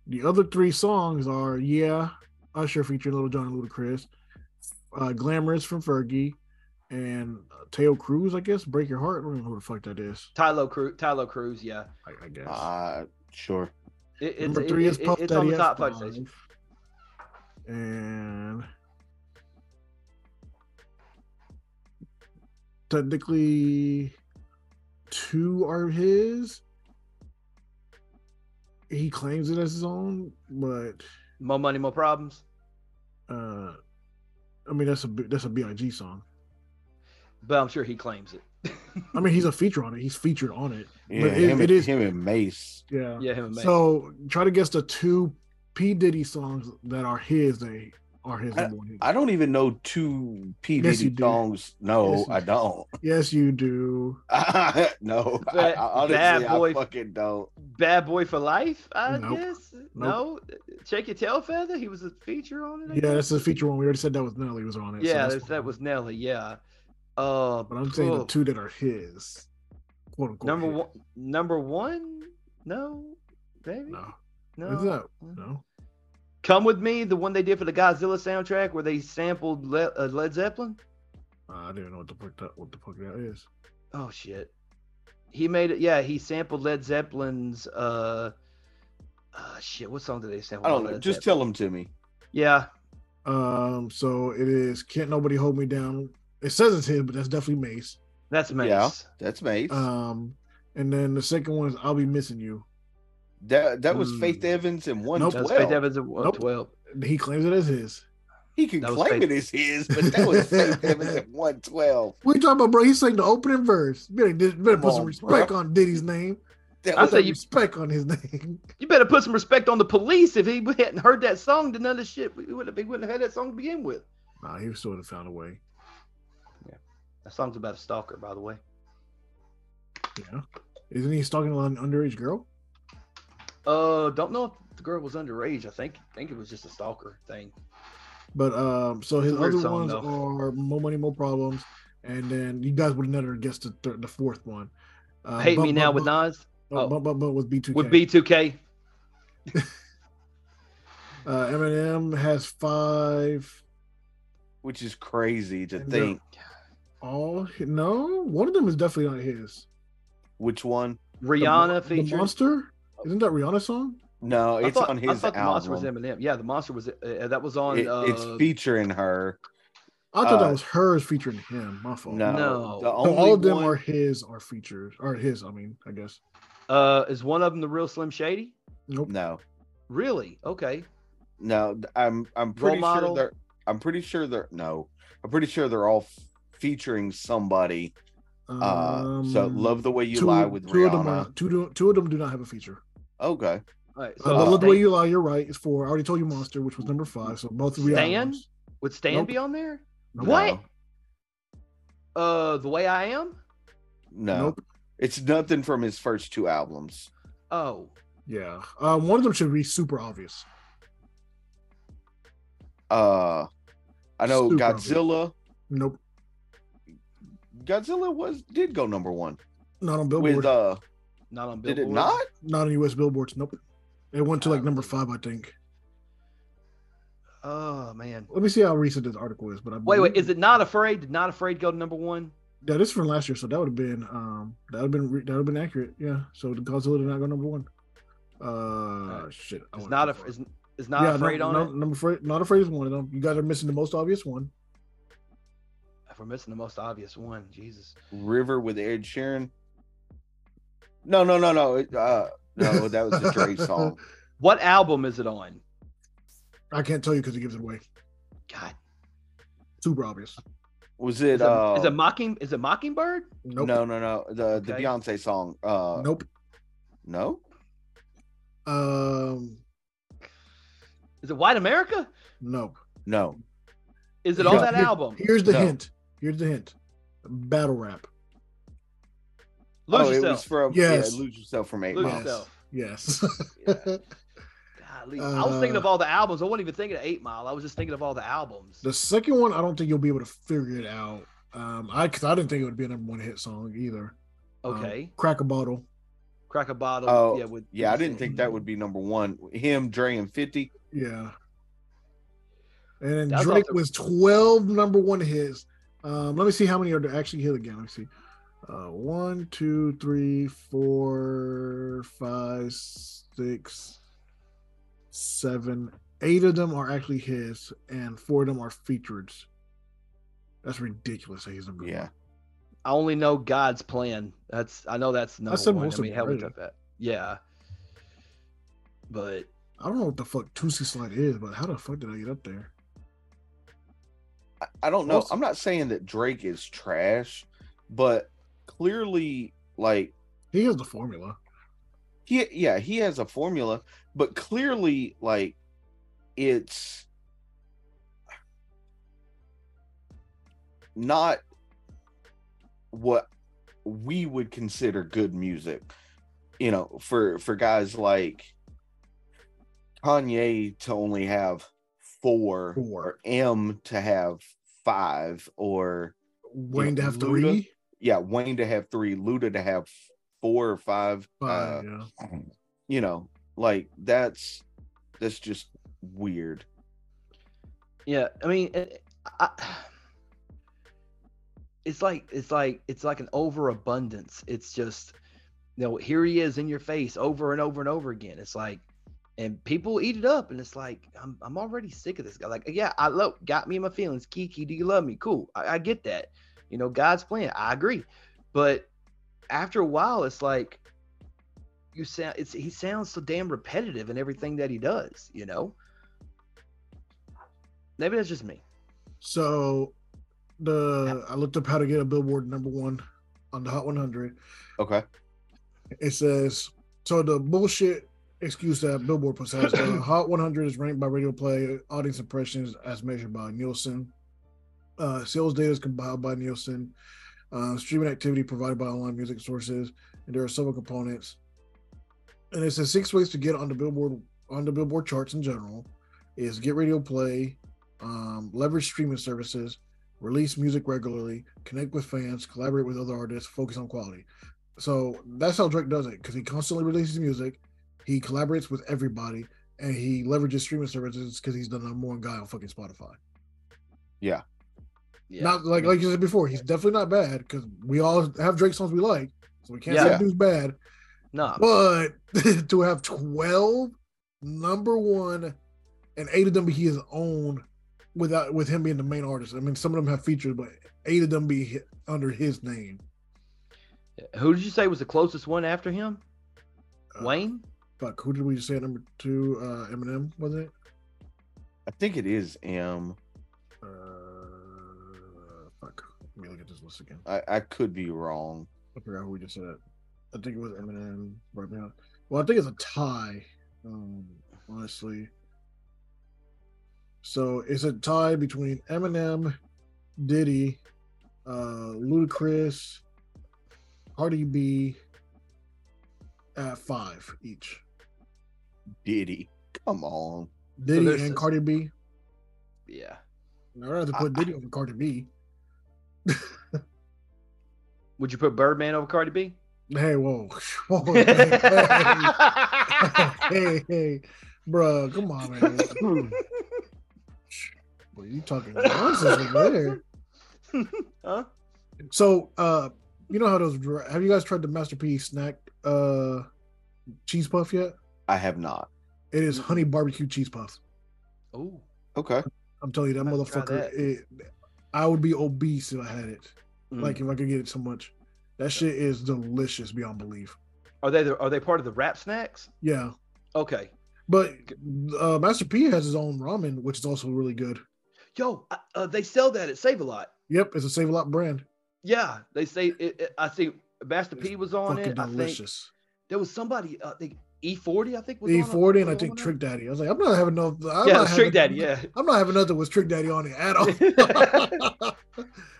Speaker 3: The other three songs are Yeah, Usher featuring Little John and Ludacris, uh, Glamorous from Fergie, and uh, Teo Cruz, I guess. Break Your Heart. I don't even know who the fuck that is.
Speaker 2: Tylo Cruz. Tylo Cruz. Yeah.
Speaker 3: I, I guess.
Speaker 1: Uh, sure.
Speaker 2: It, it's
Speaker 3: Number
Speaker 2: it-
Speaker 3: three is
Speaker 2: it-
Speaker 3: Puff
Speaker 2: it's on
Speaker 3: Daddy
Speaker 2: the top five
Speaker 3: has
Speaker 2: station.
Speaker 3: five. And technically, two are his. He claims it as his own, but
Speaker 2: More money, more problems.
Speaker 3: uh I mean that's a B- that's a Big song.
Speaker 2: But I'm sure he claims it.
Speaker 3: I mean he's a feature on it. He's featured on it.
Speaker 1: Yeah,
Speaker 3: it-
Speaker 1: him,
Speaker 3: it is-
Speaker 1: him and Mace.
Speaker 3: Yeah.
Speaker 2: yeah, him and Meg.
Speaker 3: So try to guess the two P Diddy songs that are his. They are his. number one hit.
Speaker 1: I don't even know two P
Speaker 3: Yes, you
Speaker 1: Diddy
Speaker 3: do.
Speaker 1: songs. No,
Speaker 3: Yes, you
Speaker 1: I
Speaker 3: do.
Speaker 1: don't.
Speaker 3: yes, you do.
Speaker 1: no, I-
Speaker 2: Bad-
Speaker 1: I, honestly,
Speaker 2: bad
Speaker 1: I
Speaker 2: boy.
Speaker 1: fucking don't.
Speaker 2: Bad Boy for Life, I
Speaker 3: Nope.
Speaker 2: guess. No, check your tail feather. He was a feature on it. I
Speaker 3: Yeah,
Speaker 2: guess?
Speaker 3: that's the feature one. We already said that was Nelly was on it. so
Speaker 2: yeah,
Speaker 3: that's
Speaker 2: that's- that
Speaker 3: fine.
Speaker 2: was Nelly. Yeah. Uh,
Speaker 3: But I'm saying the
Speaker 2: oh,
Speaker 3: two that are his, quote unquote.
Speaker 2: number
Speaker 3: his.
Speaker 2: one. Number one. No, maybe.
Speaker 3: No,
Speaker 2: No. Mm.
Speaker 3: Is that no?
Speaker 2: Come with me, the one they did for the Godzilla soundtrack, where they sampled Le- uh, Led Zeppelin.
Speaker 3: Uh, I don't even know what the fuck that what the fuck that is.
Speaker 2: Oh shit. He made it. Yeah, he sampled Led Zeppelin's. uh uh, shit, what song did they sample?
Speaker 1: I don't
Speaker 2: by
Speaker 1: know.
Speaker 2: Led
Speaker 1: Just
Speaker 2: Zeppelin?
Speaker 1: tell them to me.
Speaker 2: yeah,
Speaker 3: Um, so it is. Can't nobody hold me down. It says it's his, but that's definitely Mace.
Speaker 2: that's Mace.
Speaker 1: Yeah. That's Mace.
Speaker 3: Um, and then the second one is I'll be missing you.
Speaker 1: that that was
Speaker 2: mm.
Speaker 1: Faith Evans and one
Speaker 3: hmm. Nope.
Speaker 2: That's
Speaker 1: twelve.
Speaker 2: Faith Evans at one
Speaker 3: Nope.
Speaker 2: twelve.
Speaker 3: He claims it as his.
Speaker 1: He can
Speaker 2: That was
Speaker 1: claim
Speaker 2: Faith-
Speaker 1: it as his, but that was Faith Evans at one twelve.
Speaker 3: What you talking about, bro? He sang the opening verse. Better, better
Speaker 1: Come
Speaker 3: put some
Speaker 1: on,
Speaker 3: respect
Speaker 1: bro.
Speaker 3: on Diddy's name.
Speaker 1: That
Speaker 2: I
Speaker 1: was
Speaker 2: say
Speaker 3: Put
Speaker 2: you-
Speaker 3: respect on his name.
Speaker 2: You better put some respect on the police. If he hadn't heard that song, then none of the shit we wouldn't, we wouldn't have had that song to begin with.
Speaker 3: Nah, he still would have found a way.
Speaker 2: That song's about a stalker, by the way.
Speaker 3: Yeah. Isn't he stalking an underage girl?
Speaker 2: Uh, don't know if the girl was underage. I think think it was just a stalker thing.
Speaker 3: But um, so his
Speaker 2: It's a weird
Speaker 3: other
Speaker 2: song,
Speaker 3: ones
Speaker 2: though.
Speaker 3: are More Money, More Problems, and then you guys would never guess the thir- the fourth one. Uh,
Speaker 2: Hate
Speaker 3: Bump,
Speaker 2: me now
Speaker 3: Bump,
Speaker 2: with
Speaker 3: Bump,
Speaker 2: Nas,
Speaker 3: Bump, Bump, Bump, Bump with B2K.
Speaker 2: with B2K.
Speaker 3: uh, Eminem has five.
Speaker 1: which is crazy to
Speaker 3: And they're-
Speaker 1: think.
Speaker 3: All hi- no, one of them is definitely not his.
Speaker 1: Which one?
Speaker 3: The Mon-
Speaker 2: Rihanna
Speaker 3: the,
Speaker 2: featured.
Speaker 3: Monster. Isn't that Rihanna's song?
Speaker 1: No,
Speaker 2: I
Speaker 1: it's
Speaker 2: thought,
Speaker 1: on
Speaker 2: I
Speaker 1: his
Speaker 2: thought the monster
Speaker 1: album.
Speaker 2: was Eminem. Yeah, the monster was uh, that was on.
Speaker 1: It-
Speaker 2: uh,
Speaker 1: it's featuring her.
Speaker 3: I thought
Speaker 1: Uh,
Speaker 3: that was hers featuring him. My fault.
Speaker 1: No, the
Speaker 2: No. So
Speaker 3: So
Speaker 1: only
Speaker 3: all of them
Speaker 1: one-
Speaker 3: are his. Are features or his? I mean, I guess.
Speaker 2: uh, is one of them the real Slim Shady?
Speaker 3: Nope.
Speaker 1: No,
Speaker 2: Really? Okay.
Speaker 1: no. th- I'm I'm pretty sure
Speaker 2: model?
Speaker 1: they're. I'm pretty sure they're no. I'm pretty sure they're all f- featuring somebody. Uh, so
Speaker 3: Um,
Speaker 1: love the way you lie with
Speaker 3: Of them are,
Speaker 1: Rihanna.
Speaker 3: two, do- two of them do not have a feature.
Speaker 1: Okay,
Speaker 2: All right.
Speaker 3: Uh,
Speaker 2: So
Speaker 3: but look the way
Speaker 2: Stan,
Speaker 3: you lie. You're right. It's four. I already told you monster, which was number five. So both of you.
Speaker 2: Stan? would Stan
Speaker 3: Nope.
Speaker 2: be on there?
Speaker 3: Nope.
Speaker 2: What? Uh, the way I am.
Speaker 1: No,
Speaker 3: Nope.
Speaker 1: It's nothing from his first two albums.
Speaker 2: Oh,
Speaker 3: Yeah. Uh, one of them should be super obvious.
Speaker 1: Uh, I know
Speaker 3: Super
Speaker 1: Godzilla.
Speaker 3: Nope.
Speaker 1: Godzilla was did go number one
Speaker 3: Not on Billboard.
Speaker 1: with uh.
Speaker 2: not on Billboard.
Speaker 1: Did it not?
Speaker 3: not on U.S. Billboards. Nope. It went to like
Speaker 1: Um,
Speaker 3: number five, I think.
Speaker 2: Oh man.
Speaker 3: Let me see how recent this article is. But I
Speaker 2: Wait, wait.
Speaker 3: believe-
Speaker 2: Is it not afraid? Did not afraid go to number one?
Speaker 3: Yeah, this is from last year, so that would have been um that would have been re- that would have been accurate. Yeah. So the Godzilla did not go number one. Uh, shit.
Speaker 2: It's
Speaker 3: I went
Speaker 2: not
Speaker 3: too
Speaker 2: a.
Speaker 3: far.
Speaker 2: It's, it's not
Speaker 3: Yeah,
Speaker 2: afraid
Speaker 3: no,
Speaker 2: on
Speaker 3: no,
Speaker 2: it.
Speaker 3: Number afraid, not afraid is one of them. You guys are missing the most obvious one.
Speaker 2: If we're missing the most obvious one, Jesus.
Speaker 1: River with Ed Sheeran. No, no, no, no. it- Uh, no, that was a Drake song.
Speaker 2: What album is it on?
Speaker 3: I can't tell you because it gives it away.
Speaker 2: God.
Speaker 3: Super obvious.
Speaker 1: Was
Speaker 2: Is
Speaker 1: it?
Speaker 2: it,
Speaker 1: Uh,
Speaker 2: is it mocking? Is it Mockingbird?
Speaker 3: Nope.
Speaker 1: No, no, no. The the
Speaker 2: Okay.
Speaker 1: Beyonce song. Uh,
Speaker 3: Nope.
Speaker 1: No.
Speaker 3: Um.
Speaker 2: Is it White America?
Speaker 3: Nope.
Speaker 1: No.
Speaker 2: Is it
Speaker 1: Yeah.
Speaker 2: on that
Speaker 3: Here-
Speaker 2: album?
Speaker 3: Here's the
Speaker 1: No.
Speaker 3: hint. Here's the hint. Battle rap.
Speaker 2: Lose
Speaker 1: oh, it was
Speaker 2: yourself.
Speaker 1: from
Speaker 3: Yes.
Speaker 1: yeah, Lose Yourself from Eight
Speaker 2: Lose
Speaker 1: Mile.
Speaker 3: Yes.
Speaker 2: yourself.
Speaker 3: Yes.
Speaker 2: Yeah. Golly. I was thinking of
Speaker 3: Uh,
Speaker 2: all the albums. I wasn't even thinking of Eight Mile. I was just thinking of all the albums.
Speaker 3: The second one, I don't think you'll be able to figure it out. Um, I because I didn't think it would be a number one hit song either. Um,
Speaker 2: okay.
Speaker 3: crack a bottle.
Speaker 2: Crack a bottle.
Speaker 1: oh,
Speaker 2: yeah, with
Speaker 1: Yeah, I didn't think that would be number one. Him, Dre, and Fifty.
Speaker 3: Yeah. And then
Speaker 2: That's
Speaker 3: Drake
Speaker 2: also-
Speaker 3: was twelve number one hits. Um, let me see how many are actually hit again. Let me see. Uh, one, two, three, four, five, six, seven, eight of them are actually his, and four of them are featured. That's ridiculous. that He's number
Speaker 1: Yeah.
Speaker 3: one.
Speaker 2: I only know God's plan. That's I know that's number
Speaker 3: the
Speaker 2: one. I
Speaker 3: most
Speaker 2: mean, how we
Speaker 3: overrated.
Speaker 2: got that. Yeah. But
Speaker 3: I don't know what the fuck Tootsie Slide is, but how the fuck did I get up there?
Speaker 1: I, I don't know.
Speaker 3: Also-
Speaker 1: I'm not saying that Drake is trash, but clearly, like
Speaker 3: He has the formula.
Speaker 1: he yeah he has a formula but clearly like it's not what we would consider good music you know for for guys like kanye to only have four,
Speaker 3: Four.
Speaker 1: or m to have five or
Speaker 3: Wayne to have
Speaker 1: Luda?
Speaker 3: three.
Speaker 1: yeah wayne to have three luda to have four or five uh,
Speaker 3: Five, yeah.
Speaker 1: you know like that's that's just weird
Speaker 2: yeah, I mean, it, I, it's like it's like it's like an overabundance. It's just you know here he is in your face over and over and over again. It's like and people eat it up, and it's like I'm I'm already sick of this guy. Like yeah, I love got me in my feelings. Kiki, do you love me? Cool, I, I get that. You know, God's plan. I agree, but after a while, it's like you sound. It's he sounds so damn repetitive in everything that he does. You know. Maybe that's just me.
Speaker 3: So the I looked up how to get a Billboard number one on the Hot 100.
Speaker 1: okay
Speaker 3: It says so the bullshit excuse that Billboard puts out is the Hot 100 is ranked by radio play audience impressions as measured by Nielsen. Uh, sales data is compiled by Nielsen. Uh, streaming activity provided by online music sources, and there are several components. And it says six ways to get on the Billboard on the Billboard charts in general is get radio play, um, leverage streaming services, release music regularly, connect with fans, collaborate with other artists, focus on quality. So that's how Drake does it because he constantly releases music, he collaborates with everybody, and he leverages streaming services because he's the number one guy on fucking Spotify.
Speaker 2: Yeah.
Speaker 3: Not like like you said before, he's definitely not bad because we all have Drake songs we like, so we can't
Speaker 1: Yeah.
Speaker 3: say dude's bad.
Speaker 2: no.
Speaker 3: But to have twelve number one and eight of them be his own without with him being the main artist. I mean, some of them have features, but eight of them be hi- under his name.
Speaker 2: Who did you say was the closest one after him?
Speaker 3: Uh,
Speaker 2: Wayne?
Speaker 3: Fuck, who did we say at number two? Uh, Eminem was it?
Speaker 1: i think it is m
Speaker 3: Uh, fuck. Let me look at this list again.
Speaker 1: i, I could be wrong
Speaker 3: I forgot who we just said. I think it was Eminem right now. Well, I think it's a tie, um, honestly. So it's a tie between Eminem, Diddy, uh, Ludacris, Cardi B at five each.
Speaker 1: Diddy. Come on.
Speaker 3: Diddy
Speaker 2: there's-
Speaker 3: and Cardi B.
Speaker 2: Yeah.
Speaker 3: I'd rather put Diddy over Cardi B.
Speaker 2: Would you put Birdman over Cardi B?
Speaker 3: Hey, whoa, whoa hey, hey, hey, bro, come on, man. Boy, you talking nonsense over there.
Speaker 2: huh?
Speaker 3: So, uh, you know how those? dra- Have you guys tried the masterpiece snack uh cheese puff yet?
Speaker 1: I have not.
Speaker 3: It is
Speaker 2: Mm-hmm.
Speaker 3: honey barbecue cheese puff.
Speaker 2: Oh,
Speaker 1: Okay.
Speaker 3: I'm telling you, that
Speaker 2: I'm gonna try
Speaker 3: motherfucker.
Speaker 2: that.
Speaker 3: It, I would be obese if I had it.
Speaker 2: Mm.
Speaker 3: Like if I could get it so much. That shit is delicious beyond belief.
Speaker 2: are they the, are they part of the wrap snacks?
Speaker 3: Yeah,
Speaker 2: Okay.
Speaker 3: but uh, Master P has his own ramen, which is also really good.
Speaker 2: Yo, I- uh, they sell that at Save a Lot.
Speaker 3: Yep, it's a Save a Lot brand.
Speaker 2: Yeah, they say it, it- I think Master P was on
Speaker 3: Fucking
Speaker 2: it. I think
Speaker 3: delicious.
Speaker 2: there was somebody. uh, I think E40. I think was on it-
Speaker 3: E40 and I
Speaker 2: was
Speaker 3: think
Speaker 2: on it.
Speaker 3: Trick Daddy. I was like, I'm not having no. I'm
Speaker 2: Yeah, it
Speaker 3: not
Speaker 2: was Trick Daddy.
Speaker 3: having-
Speaker 2: Yeah.
Speaker 3: I'm not having nothing with Trick Daddy on it at all.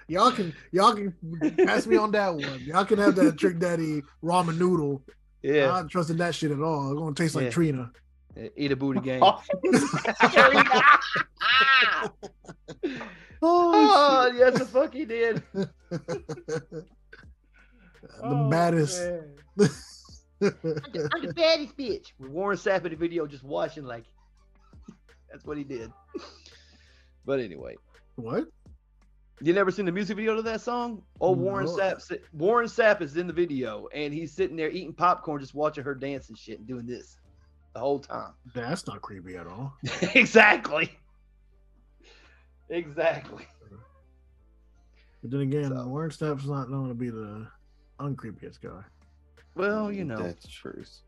Speaker 3: y'all can y'all can pass me on that one. Y'all can have that Trick Daddy ramen noodle.
Speaker 2: yeah.
Speaker 3: I'm not trusting that shit at all. It's gonna taste like
Speaker 2: Yeah.
Speaker 3: Trina.
Speaker 2: Yeah, Eat a booty game.
Speaker 1: Oh,
Speaker 2: oh, yes, the fuck he did.
Speaker 3: the
Speaker 2: Oh,
Speaker 3: baddest.
Speaker 2: man. I'm the baddest bitch. With Warren Sapp in the video, just watching like that's what he did. But anyway,
Speaker 3: what?
Speaker 2: you never seen the music video to that song? Oh, Warren
Speaker 3: No.
Speaker 2: Sapp. si- Warren Sapp is in the video, and he's sitting there eating popcorn, just watching her dance and shit, and doing this the whole time.
Speaker 3: That's not creepy at all.
Speaker 2: exactly. Exactly.
Speaker 3: But then again,
Speaker 2: So-
Speaker 3: Warren Sapp's not known to be the uncreepiest guy.
Speaker 2: Well, you know.
Speaker 1: That's truth.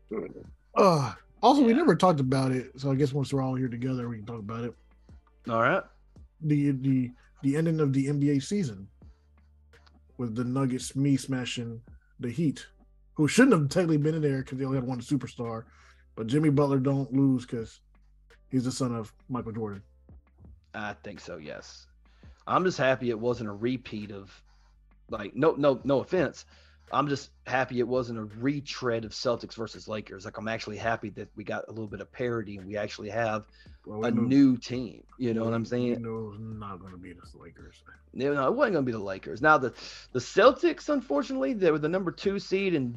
Speaker 3: Uh, also, we
Speaker 2: Yeah.
Speaker 3: never talked about it, so I guess once we're all here together, we can talk about it.
Speaker 2: All right.
Speaker 3: The the the ending of the NBA season with the Nuggets me smashing the Heat, who shouldn't have technically been in there because they only had one superstar, but Jimmy Butler don't lose because he's the son of Michael Jordan.
Speaker 2: I think so, yes. I'm just happy it wasn't a repeat of like no no no offense. I'm just happy it wasn't a retread of Celtics versus Lakers. Like I'm actually happy that we got a little bit of parity and we actually have
Speaker 3: Well, we
Speaker 2: a
Speaker 3: knew-
Speaker 2: new team. You know what I'm
Speaker 3: We
Speaker 2: saying?
Speaker 3: knew it was not going to be the Lakers.
Speaker 2: No, no, it wasn't gonna be the Lakers. Now the the Celtics, unfortunately, they were the number two seed and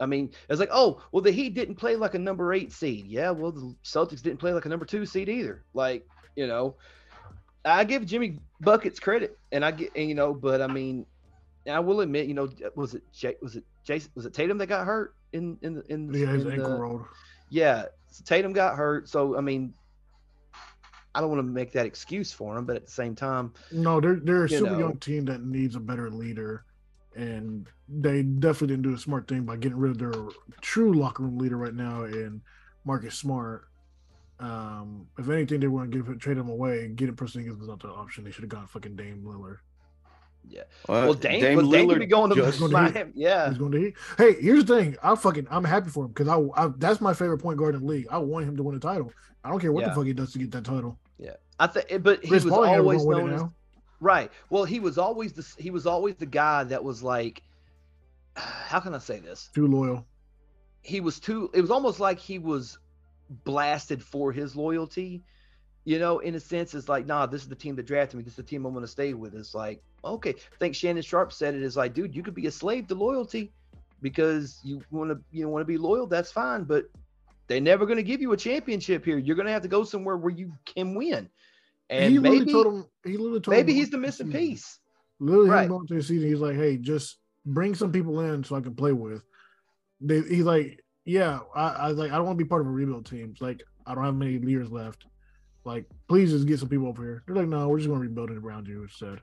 Speaker 2: I mean, it's like, oh, well, the Heat didn't play like a number eight seed. Yeah, well, the Celtics didn't play like a number two seed either. Like, you know, I give Jimmy buckets credit, and I get, and, you know, but I mean, I will admit, you know, was it J- was it Jason was it Tatum that got hurt in in the in, the-
Speaker 3: Yeah, his
Speaker 2: in
Speaker 3: ankle
Speaker 2: the-
Speaker 3: rolled.
Speaker 2: yeah, so Tatum got hurt, so I mean, I don't want to make that excuse for him, but at the same time,
Speaker 3: No, they're they're a
Speaker 2: you
Speaker 3: super
Speaker 2: know.
Speaker 3: young team that needs a better leader, and they definitely didn't do the smart thing by getting rid of their true locker room leader right now and Marcus Smart. Um, if anything, they want to give trade him away. Get a person was not the option. They should have gone fucking Dame Lillard.
Speaker 2: well, Dame, well, Dame could be going to
Speaker 1: Uh, just-
Speaker 3: Go to
Speaker 2: Miami, yeah.
Speaker 3: He's going to. Heat. Hey, here's the thing. I fucking I'm happy for him because I, I that's my favorite point guard in the league. I want him to win a title. I don't care what
Speaker 2: Yeah.
Speaker 3: the fuck he does to get that title.
Speaker 2: I think, but he
Speaker 3: Chris
Speaker 2: was
Speaker 3: Paul ain't ever gonna
Speaker 2: always
Speaker 3: win it
Speaker 2: known as
Speaker 3: now.
Speaker 2: right. Well, he was always the he was always the guy that was like, how can I say this?
Speaker 3: Too loyal.
Speaker 2: He was too. It was almost like he was blasted for his loyalty. You know, in a sense, it's like, nah, this is the team that drafted me. This is the team I'm going to stay with. It's like, okay. I think Shannon Sharp said it is like, dude, you could be a slave to loyalty because you want to, you want to be loyal. That's fine, but they're never going to give you a championship here. You're going to have to go somewhere where you can win. And
Speaker 3: he
Speaker 2: maybe
Speaker 3: literally told him. He literally told
Speaker 2: Maybe
Speaker 3: him
Speaker 2: he's the
Speaker 3: going into
Speaker 2: missing
Speaker 3: season.
Speaker 2: piece.
Speaker 3: Literally,
Speaker 2: Right.
Speaker 3: him going to the season, he's like, "Hey, just bring some people in so I can play with." They, he's like, "Yeah, I, I was like, I don't want to be part of a rebuild team. It's Like, I don't have many leaders left. Like, please just get some people over here." They're like, "No, we're just going to rebuild it around you." Instead,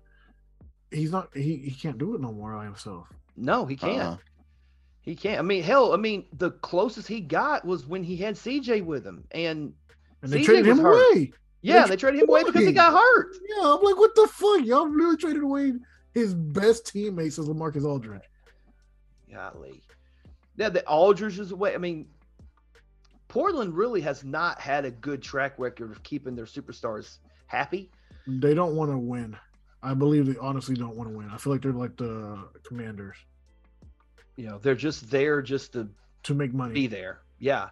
Speaker 3: he's not. He he can't do it no more by himself.
Speaker 2: No, he can't.
Speaker 1: Uh-uh.
Speaker 2: He can't. I mean, hell, I mean, the closest he got was when he had CJ with him. And
Speaker 3: And they
Speaker 2: CJ
Speaker 3: traded
Speaker 2: was
Speaker 3: him
Speaker 2: hurt.
Speaker 3: away.
Speaker 2: yeah,
Speaker 3: Which-
Speaker 2: they traded him away because he got hurt.
Speaker 3: Yeah, I'm like, what the fuck? Y'all literally traded away his best teammate since Lamarcus Aldridge.
Speaker 2: Golly. Yeah, the Aldridge is away. I mean, Portland really has not had a good track record of keeping their superstars happy.
Speaker 3: They don't want to win. I believe they honestly don't want to win. I feel like they're like the Commanders.
Speaker 2: You know, they're just there just to
Speaker 3: to make money.
Speaker 2: be there. Yeah.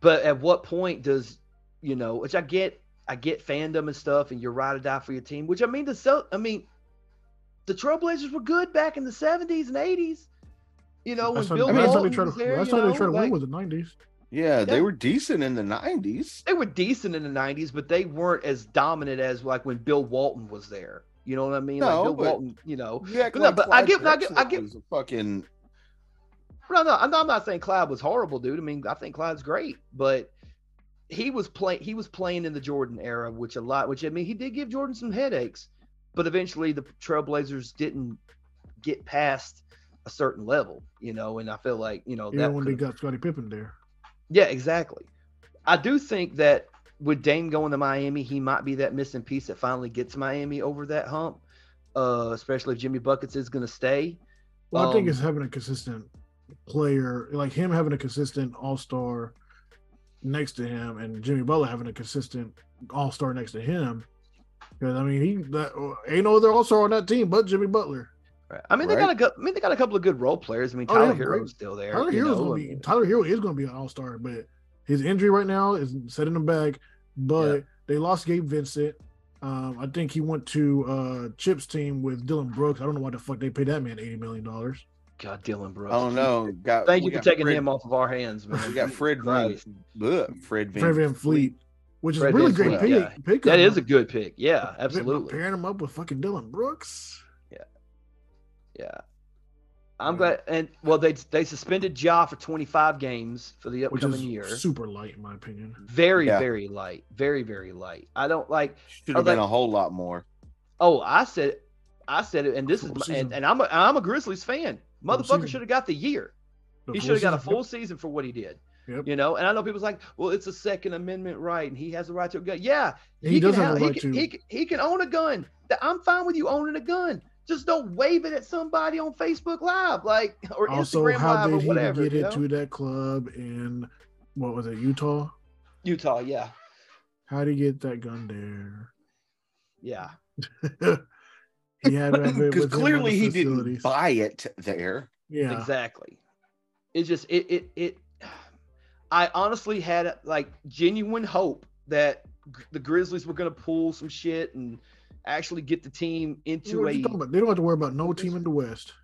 Speaker 2: But at what point does you know, which I get I get fandom and stuff and you're ride or die for your team, which I mean the so I mean the Trailblazers were good back in the seventies and eighties. You know, when
Speaker 3: That's
Speaker 2: Bill
Speaker 3: not, I mean, that's not they
Speaker 2: Walton
Speaker 3: try to,
Speaker 2: was there,
Speaker 3: that's
Speaker 2: you
Speaker 3: not they
Speaker 2: know,
Speaker 3: try to
Speaker 2: like-
Speaker 3: win with the nineties.
Speaker 1: Yeah, they
Speaker 2: Yeah.
Speaker 1: were decent in the nineties.
Speaker 2: they were decent in the nineties, but they weren't as dominant as like when Bill Walton was there. You know what I mean?
Speaker 1: No,
Speaker 2: like Bill
Speaker 1: but-
Speaker 2: Walton, you know.
Speaker 1: Yeah,
Speaker 2: But no, but I give- I give- I give-
Speaker 1: was a fucking
Speaker 2: No, no, I'm not, I'm not saying Clyde was horrible, dude. I mean, I think Clyde's great, but he was playing. He was playing in the Jordan era, which a lot, which I mean, he did give Jordan some headaches, but eventually the Trailblazers didn't get past a certain level, you know. And I feel like you know
Speaker 3: Even when they
Speaker 2: could've-
Speaker 3: got Scottie Pippen there.
Speaker 2: yeah, exactly. I do think that with Dame going to Miami, he might be that missing piece that finally gets Miami over that hump. Uh, especially if Jimmy Buckets is going to stay.
Speaker 3: Well, I think
Speaker 2: Um,
Speaker 3: it's having a consistent player, like him having a consistent All Star next to him, and Jimmy Butler having a consistent All Star next to him. Because I mean, he that, uh, ain't no other All Star on that team but Jimmy Butler.
Speaker 2: I mean, they got a good, I mean, they got a couple of good role players. I mean,
Speaker 3: Oh, they
Speaker 2: Tyler
Speaker 3: have great-
Speaker 2: Hero's still there.
Speaker 3: Tyler
Speaker 2: you
Speaker 3: Hero's
Speaker 2: know,
Speaker 3: gonna
Speaker 2: I
Speaker 3: be
Speaker 2: mean,
Speaker 3: Tyler Hero is gonna be an All Star, but his injury right now is setting him back. But they lost Gabe Vincent. Um, I think he went to uh, Chip's team with Dylan Brooks. I don't know why the fuck they paid that man eighty million dollars.
Speaker 2: God, Dylan Brooks.
Speaker 1: I don't know. Got
Speaker 2: Thank
Speaker 1: we
Speaker 2: you
Speaker 1: got
Speaker 2: for taking
Speaker 1: Fred-
Speaker 2: him off of our hands, man.
Speaker 1: We got Fred Van,
Speaker 2: Christ.
Speaker 1: ugh, Fred Van,
Speaker 3: Fred Van Fleet, which is
Speaker 2: Fred
Speaker 3: really
Speaker 1: Van
Speaker 3: great
Speaker 2: Fleet, yeah.
Speaker 3: pick, pickup.
Speaker 2: That
Speaker 3: man.
Speaker 2: is a good pick. Yeah,
Speaker 3: But
Speaker 2: absolutely.
Speaker 3: Pairing him up with fucking Dylan Brooks.
Speaker 2: Yeah. I'm
Speaker 1: Yeah.
Speaker 2: glad. And well, they they suspended Ja for 25 games for the
Speaker 3: Which is
Speaker 2: upcoming year.
Speaker 3: super light in my opinion.
Speaker 2: Very,
Speaker 1: Yeah.
Speaker 2: very light. Very, very light. I don't like.
Speaker 1: Should have
Speaker 2: I was
Speaker 1: been
Speaker 2: like-
Speaker 1: a whole lot more.
Speaker 2: Oh, I said, I said it, and this is,
Speaker 3: Full
Speaker 2: my,
Speaker 3: season.
Speaker 2: and, and I'm a, I'm a Grizzlies fan.
Speaker 3: Full
Speaker 2: Motherfucker
Speaker 3: season.
Speaker 2: should have got the year.
Speaker 3: The
Speaker 2: He should have got a
Speaker 3: season-
Speaker 2: full season for what he did.
Speaker 3: Yep.
Speaker 2: You know, and I know people's like, well, it's a Second Amendment right, and he has a right to a gun. Yeah,
Speaker 3: He, does
Speaker 2: can
Speaker 3: have a
Speaker 2: he
Speaker 3: right
Speaker 2: can-
Speaker 3: to.
Speaker 2: He, can- he can own a gun. Th- I'm fine with you owning a gun. Just don't wave it at somebody on Facebook Live, like or
Speaker 3: also,
Speaker 2: Instagram
Speaker 3: how
Speaker 2: Live
Speaker 3: did
Speaker 2: or
Speaker 3: he
Speaker 2: whatever.
Speaker 3: get
Speaker 2: you know?
Speaker 3: into that club in what was it, Utah?
Speaker 2: Utah, yeah,
Speaker 3: How did he get that gun
Speaker 2: yeah.
Speaker 3: there? he had to have it
Speaker 1: Because
Speaker 3: within the
Speaker 1: clearly he didn't
Speaker 3: facilities.
Speaker 1: buy it there.
Speaker 3: Yeah,
Speaker 2: Exactly. It just it it it. I honestly had like genuine hope that gr- the Grizzlies were gonna pull some shit and actually get the team into
Speaker 3: What
Speaker 2: a
Speaker 3: you talking about? They don't have to worry about no team in the West.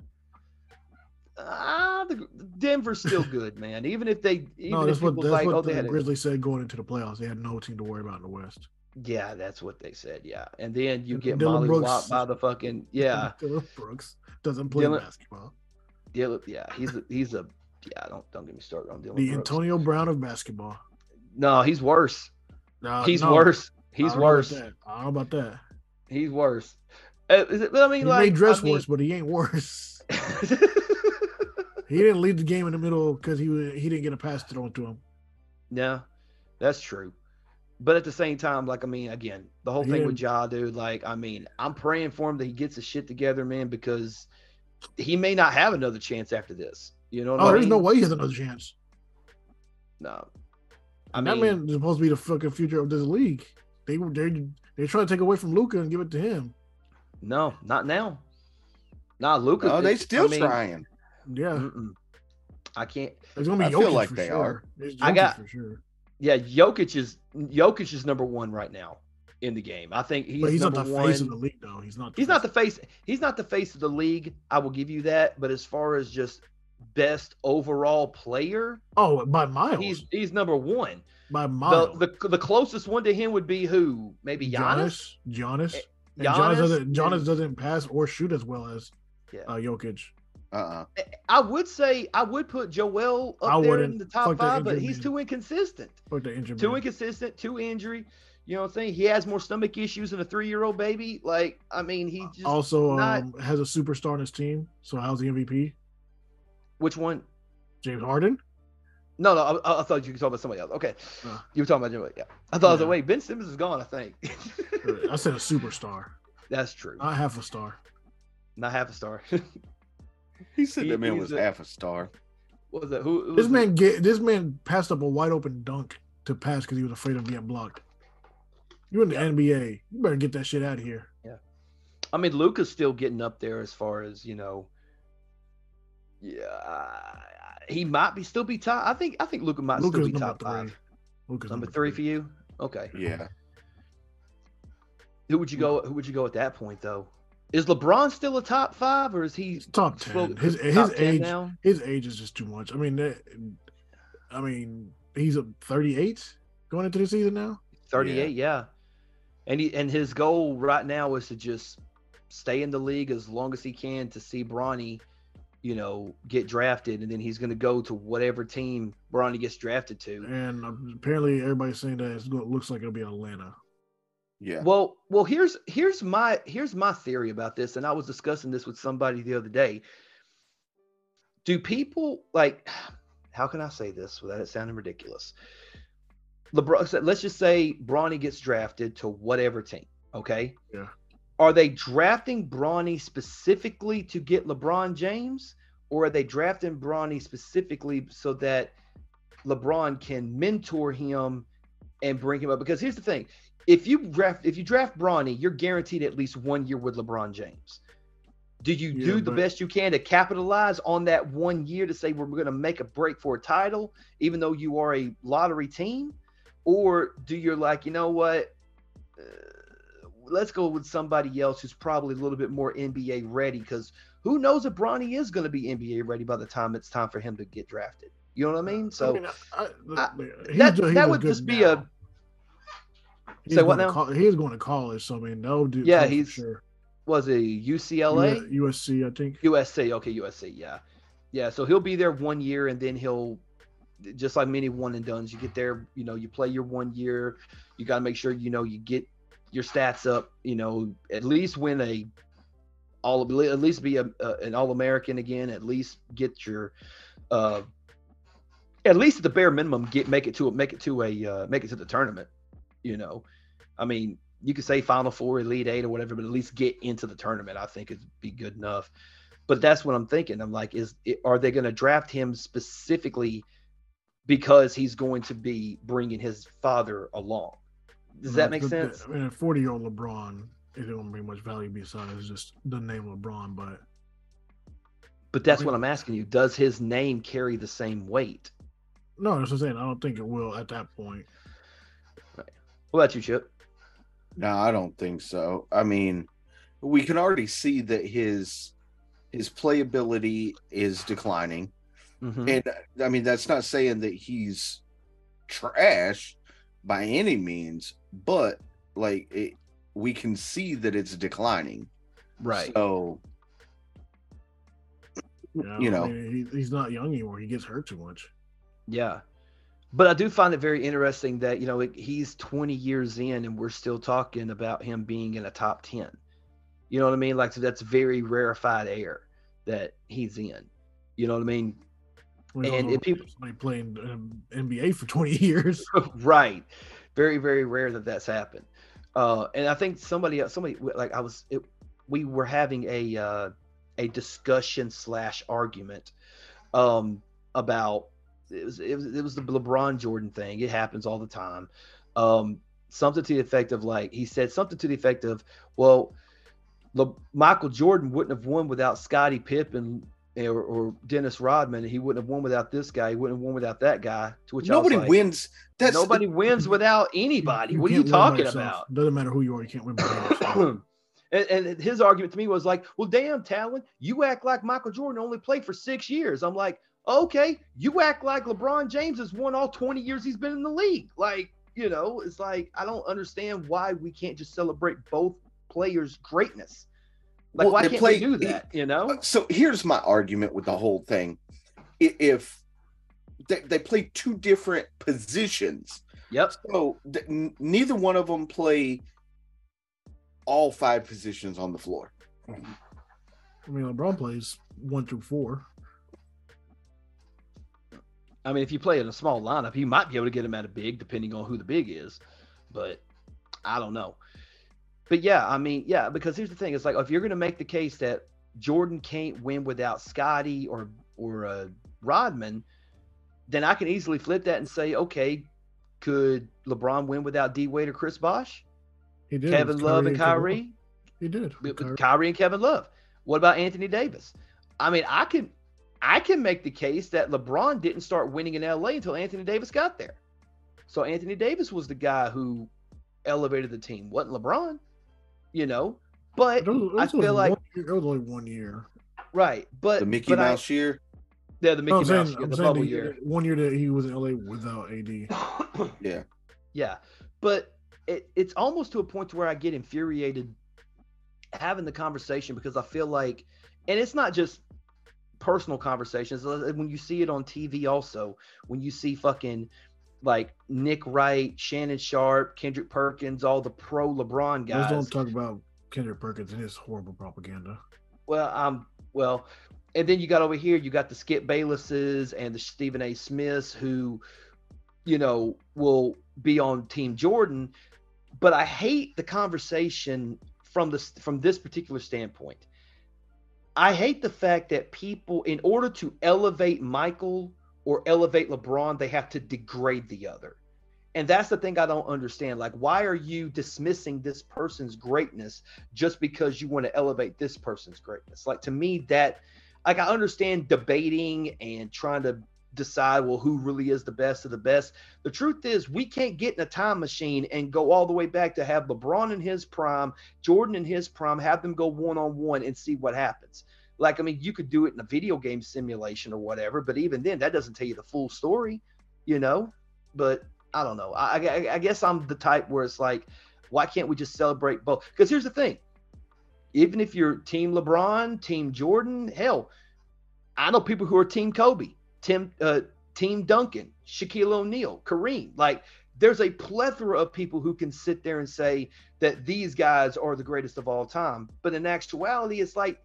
Speaker 2: ah the Denver's still good man even if they even
Speaker 3: No,
Speaker 2: if
Speaker 3: that's what
Speaker 2: people
Speaker 3: that's
Speaker 2: like
Speaker 3: what
Speaker 2: oh they
Speaker 3: the
Speaker 2: had a,
Speaker 3: Grizzlies said going into the playoffs. They had no team to worry about in the West.
Speaker 2: yeah that's what they said yeah and then you
Speaker 3: And
Speaker 2: get
Speaker 3: Dylan
Speaker 2: Molly
Speaker 3: Brooks-
Speaker 2: by the fucking yeah
Speaker 3: Dylan Brooks doesn't play
Speaker 2: Dylan-
Speaker 3: basketball.
Speaker 2: Dylan, yeah he's a, he's a yeah don't don't get me started on Dylan
Speaker 3: The
Speaker 2: Brooks.
Speaker 3: Antonio Brown of basketball.
Speaker 2: no he's worse
Speaker 3: Nah,
Speaker 2: he's
Speaker 3: Uh, no.
Speaker 2: worse
Speaker 3: I
Speaker 2: he's
Speaker 3: don't know about
Speaker 2: worse
Speaker 3: that. I don't know about that.
Speaker 2: He's worse. Uh, is it, but I mean,
Speaker 3: He
Speaker 2: like,
Speaker 3: may dress
Speaker 2: I mean-
Speaker 3: worse, but he ain't worse. He didn't lead the game in the middle because he was, he didn't get a pass thrown to him.
Speaker 2: no, that's true. But at the same time, like, I mean, again, the whole
Speaker 3: He
Speaker 2: thing with Ja, dude, like, I mean, I'm praying for him that he gets his shit together, man, because he may not have another chance after this. You know what
Speaker 3: Oh,
Speaker 2: I
Speaker 3: there's
Speaker 2: mean?
Speaker 3: no way he has another chance.
Speaker 2: No. I
Speaker 3: I
Speaker 2: mean,
Speaker 3: that man is supposed to be the fucking future of this league. They were they they trying to take away from Luca and give it to him.
Speaker 2: no, not now. Nah, Luca.
Speaker 1: Oh, they still
Speaker 2: I mean,
Speaker 1: trying.
Speaker 3: Yeah,
Speaker 2: mm-mm. Mm, I can't.
Speaker 3: it's gonna be
Speaker 1: I feel
Speaker 3: Jokic
Speaker 1: like
Speaker 3: for
Speaker 1: they
Speaker 3: sure.
Speaker 1: are.
Speaker 3: It's
Speaker 2: I
Speaker 3: Jokic
Speaker 2: got-
Speaker 3: for sure,
Speaker 2: Yeah, Jokic is Jokic is number one right now in the game. I think he's,
Speaker 3: but he's not
Speaker 2: number
Speaker 3: the
Speaker 2: one.
Speaker 3: face of the league though. He's not.
Speaker 2: He's not
Speaker 3: face-
Speaker 2: the face. He's not the face of the league. I will give you that. But as far as just best overall player,
Speaker 3: Oh, by miles.
Speaker 2: he's he's number one.
Speaker 3: by
Speaker 2: The,
Speaker 3: miles.
Speaker 2: the the closest one to him would be who? Maybe Giannis. Eh,
Speaker 3: Giannis. And Giannis,
Speaker 2: Giannis,
Speaker 3: doesn't Giannis
Speaker 2: and-
Speaker 3: doesn't pass or shoot as well as
Speaker 2: Yeah.
Speaker 3: uh, Jokic.
Speaker 1: Uh uh
Speaker 2: I would say I would put Joel up
Speaker 3: I
Speaker 2: there in
Speaker 3: wouldn't.
Speaker 2: the top
Speaker 3: Fuck that
Speaker 2: five, but
Speaker 3: injury,
Speaker 2: he's
Speaker 3: man.
Speaker 2: too inconsistent.
Speaker 3: Or the injury.
Speaker 2: Too
Speaker 3: man.
Speaker 2: inconsistent. Too injury. You know what I'm saying? He has more stomach issues than a three year old baby. Like I mean, he just
Speaker 3: also
Speaker 2: not-
Speaker 3: um, has a superstar on his team. So how's the MVP?
Speaker 2: which one?
Speaker 3: James Harden.
Speaker 2: No, no, I, I thought you were talking about somebody else. Okay,
Speaker 3: No.
Speaker 2: you were talking about Joel. Yeah, I thought I was
Speaker 3: Uh. Yeah.
Speaker 2: like, wait, Ben Simmons is gone. I think.
Speaker 3: Uh, I said a superstar,
Speaker 2: That's true.
Speaker 3: not half a star.
Speaker 2: Not half a star.
Speaker 1: He said
Speaker 2: He-
Speaker 1: that man
Speaker 2: he's
Speaker 1: was
Speaker 2: a-
Speaker 1: half a star.
Speaker 2: what was it? Who? who
Speaker 3: This
Speaker 2: was it?
Speaker 3: man get this man passed up a wide open dunk to pass because he was afraid of getting blocked. You in the NBA, you better get that shit out of here.
Speaker 2: I mean, Luca's still getting up there as far as you know. yeah, uh, he might be still be top. I think I think Luca might
Speaker 3: Luka's
Speaker 2: still be
Speaker 3: number
Speaker 2: top five.
Speaker 3: three. Luka's
Speaker 2: Number three for you. Okay.
Speaker 1: Yeah.
Speaker 2: Who would you go? Who would you go at that point though? Is LeBron still a top five, or is he
Speaker 3: He's top
Speaker 2: slow-
Speaker 3: ten. His his
Speaker 2: top 10
Speaker 3: age
Speaker 2: now?
Speaker 3: his age is just too much. I mean, that, I mean he's a thirty eight going into the season now.
Speaker 2: Thirty-eight, yeah. And he and his goal right now is to just stay in the league as long as he can to see Bronny, you know, get drafted, and then he's going to go to whatever team Bronny gets drafted to.
Speaker 3: and apparently everybody's saying that it's going, looks like it'll be Atlanta.
Speaker 1: Yeah.
Speaker 2: Well, well, here's here's my here's my theory about this, and I was discussing this with somebody the other day. Do people like? How can I say this without it sounding ridiculous? LeBron. so Let's just say Bronny gets drafted to whatever team. Okay.
Speaker 3: Yeah.
Speaker 2: Are they drafting Bronny specifically to get LeBron James, or are they drafting Bronny specifically so that LeBron can mentor him and bring him up? Because here's the thing: if you draft if you draft Bronny, you're guaranteed at least one year with LeBron James. Do you
Speaker 3: Yeah,
Speaker 2: do the
Speaker 3: but-
Speaker 2: best you can to capitalize on that one year to say we're going to make a break for a title, even though you are a lottery team, or do you're like you know what? Uh, let's go with somebody else who's probably a little bit more NBA ready because who knows if Bronny is going to be NBA ready by the time it's time for him to get drafted. You know what I mean? So
Speaker 3: I mean, I- I-
Speaker 2: I-
Speaker 3: he's
Speaker 2: that
Speaker 3: doing- he's
Speaker 2: that
Speaker 3: doing
Speaker 2: would
Speaker 3: good
Speaker 2: just be
Speaker 3: now.
Speaker 2: a
Speaker 3: He's
Speaker 2: say what
Speaker 3: going to
Speaker 2: now?
Speaker 3: col- he is going to college, so I mean that'll do.
Speaker 2: Yeah,
Speaker 3: for
Speaker 2: he's-
Speaker 3: sure.
Speaker 2: was it UCLA?
Speaker 3: U- USC, I think.
Speaker 2: USC. Okay, USC. Yeah, yeah. So he'll be there one year, and then he'll just like many one and duns. You get there, you know, you play your one year. You got to make sure you know you get your stats up. You know, at least win a all at least be a, a, an all American again. At least get your uh, at least at the bare minimum get make it to make it to a uh, make it to the tournament. You know, I mean. You could say Final Four, Elite Eight, or whatever, but at least get into the tournament. I think it'd be good enough but that's what I'm thinking. I'm like, is it- are they going to draft him specifically because he's going to be bringing his father along? Does that
Speaker 3: But
Speaker 2: make
Speaker 3: the- the-
Speaker 2: sense?
Speaker 3: I mean, forty year old LeBron it don't bring much value besides just the name LeBron, but
Speaker 2: But that's what I'm asking you. Does his name carry the same weight?
Speaker 3: no, that's what I'm saying. I don't think it will at that point.
Speaker 2: What about you, Chip?
Speaker 1: No, I don't think so. I mean, we can already see that his his playability is declining.
Speaker 2: Mhm.
Speaker 1: And uh, I mean, that's not saying that he's trash by any means, but like it, we can see that it's declining.
Speaker 2: Right.
Speaker 1: So You know.
Speaker 3: I mean, he, he's not young anymore. He gets hurt too much.
Speaker 2: Yeah. But I do find it very interesting that, you know, it, he's 20 years in and we're still talking about him being in a top 10. You know what I mean? Like, so that's very rarefied air that he's in. You know what I mean?
Speaker 3: We don't
Speaker 2: And
Speaker 3: know
Speaker 2: if people-
Speaker 3: somebody playing um, NBA for twenty years,
Speaker 2: right very very rare that that's happened uh and i think somebody else somebody like i was it, we were having a uh a discussion slash argument um about it was, it was it was the lebron jordan thing it happens all the time um something to the effect of like he said something to the effect of well Le- michael jordan wouldn't have won without scottie pippen eh, or, or dennis rodman and he wouldn't have won without this guy he wouldn't have won without that guy to which I was
Speaker 1: nobody
Speaker 2: like,
Speaker 1: wins. That's
Speaker 2: Nobody wins without anybody. What are you
Speaker 3: can't win by
Speaker 2: talking
Speaker 3: yourself.
Speaker 2: about?
Speaker 3: Doesn't matter who you are, you can't win by yourself.
Speaker 2: and, and his argument to me was like, well, damn, Talon, you act like Michael Jordan only played for six years. I'm like, okay, you act like LeBron James has won all 20 years he's been in the league. Like, you know, it's like, I don't understand why we can't just celebrate both players' greatness. Like,
Speaker 1: Well,
Speaker 2: why
Speaker 1: they
Speaker 2: can't
Speaker 1: play- e-
Speaker 2: we do that? You know?
Speaker 1: Uh, so here's my argument with the whole thing. I- If they, they play two different positions,
Speaker 2: Yep.
Speaker 1: so th- n- neither one of them play all five positions on the floor.
Speaker 3: I mean, LeBron plays one through four.
Speaker 2: I mean, if you play in a small lineup, you might be able to get him at a big, depending on who the big is. But I don't know. But yeah, I mean, yeah, because here's the thing: it's like if you're going to make the case that Jordan can't win without Scotty or or uh, Rodman, then I can easily flip that and say, okay, could LeBron win without D Wade or Chris Bosh,
Speaker 3: He did.
Speaker 2: Kevin
Speaker 3: with
Speaker 2: Love and Kyrie?
Speaker 3: He did. with
Speaker 2: with
Speaker 3: Kyrie.
Speaker 2: Kyrie and Kevin Love. What about Anthony Davis? I mean, I can I can make the case that LeBron didn't start winning in LA until Anthony Davis got there. So Anthony Davis was the guy who elevated the team, wasn't LeBron, you know? But
Speaker 3: It was- it
Speaker 2: I
Speaker 3: was
Speaker 2: feel
Speaker 3: only
Speaker 2: like-
Speaker 3: one year- it was only one year.
Speaker 2: right, but
Speaker 1: the Mickey
Speaker 2: Uh, but I-
Speaker 1: Mouse year.
Speaker 2: yeah, the
Speaker 3: No,
Speaker 2: Mickey
Speaker 3: I'm
Speaker 2: Mouse
Speaker 3: saying-
Speaker 2: year,
Speaker 3: I'm
Speaker 2: the
Speaker 3: saying
Speaker 2: bubble
Speaker 3: the-
Speaker 2: year.
Speaker 3: One year that he was in LA without AD.
Speaker 1: Yeah.
Speaker 2: yeah but it, it's almost to a point to where i get infuriated having the conversation because i feel like and it's not just personal conversations uh, when you see it on tv also when you see fucking like nick wright shannon sharp kendrick perkins all the pro lebron guys
Speaker 3: Let's don't talk about Kendrick Perkins and his horrible propaganda.
Speaker 2: well, um, well, and then you got over here, you got the Skip Baylesses and the Stephen A. Smiths who, you know, will be on Team Jordan. But I hate the conversation from this from this particular standpoint. I hate the fact that people, in order to elevate Michael or elevate LeBron, they have to degrade the other. And that's the thing I don't understand. Like, why are you dismissing this person's greatness just because you want to elevate this person's greatness. Like to me, that like I understand debating and trying to decide well who really is the best of the best. The truth is we can't get in a time machine and go all the way back to have LeBron in his prime, Jordan in his prime, have them go one on one and see what happens. Like I mean, you could do it in a video game simulation or whatever, but even then that doesn't tell you the full story, you know? But I don't know. I, I, I guess I'm the type where it's like, why can't we just celebrate both? Because here's the thing: even if you're team LeBron, team Jordan, hell, I know people who are team Kobe, Tim, uh, team Duncan, Shaquille O'Neal, Kareem. Like there's a plethora of people who can sit there and say that these guys are the greatest of all time, but in actuality, it's like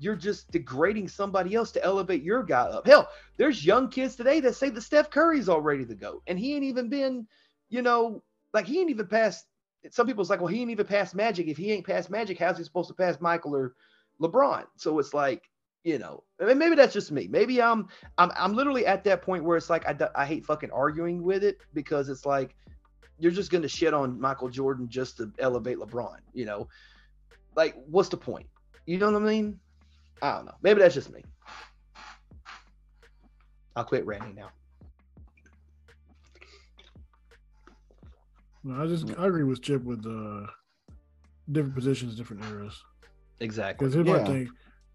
Speaker 2: you're just degrading somebody else to elevate your guy up. Hell, there's young kids today that say that Steph Curry's already the goat, and he ain't even been, you know, like he ain't even passed some people's like, well, he ain't even passed Magic. If he ain't passed Magic, how's he supposed to pass Michael or LeBron? So it's like, you know, I mean, maybe that's just me. Maybe I'm, I'm, I'm literally at that point where it's like I, d- I hate fucking arguing with it because it's like you're just gonna shit on Michael Jordan just to elevate LeBron. You know, like what's the point? You know what I mean? I don't know. Maybe that's just me. I'll quit ranting now.
Speaker 3: No, I
Speaker 2: Mm.
Speaker 3: just I agree with Chip with uh, different positions, different eras.
Speaker 2: Exactly.
Speaker 3: Because here's my
Speaker 1: Yeah.
Speaker 3: thing: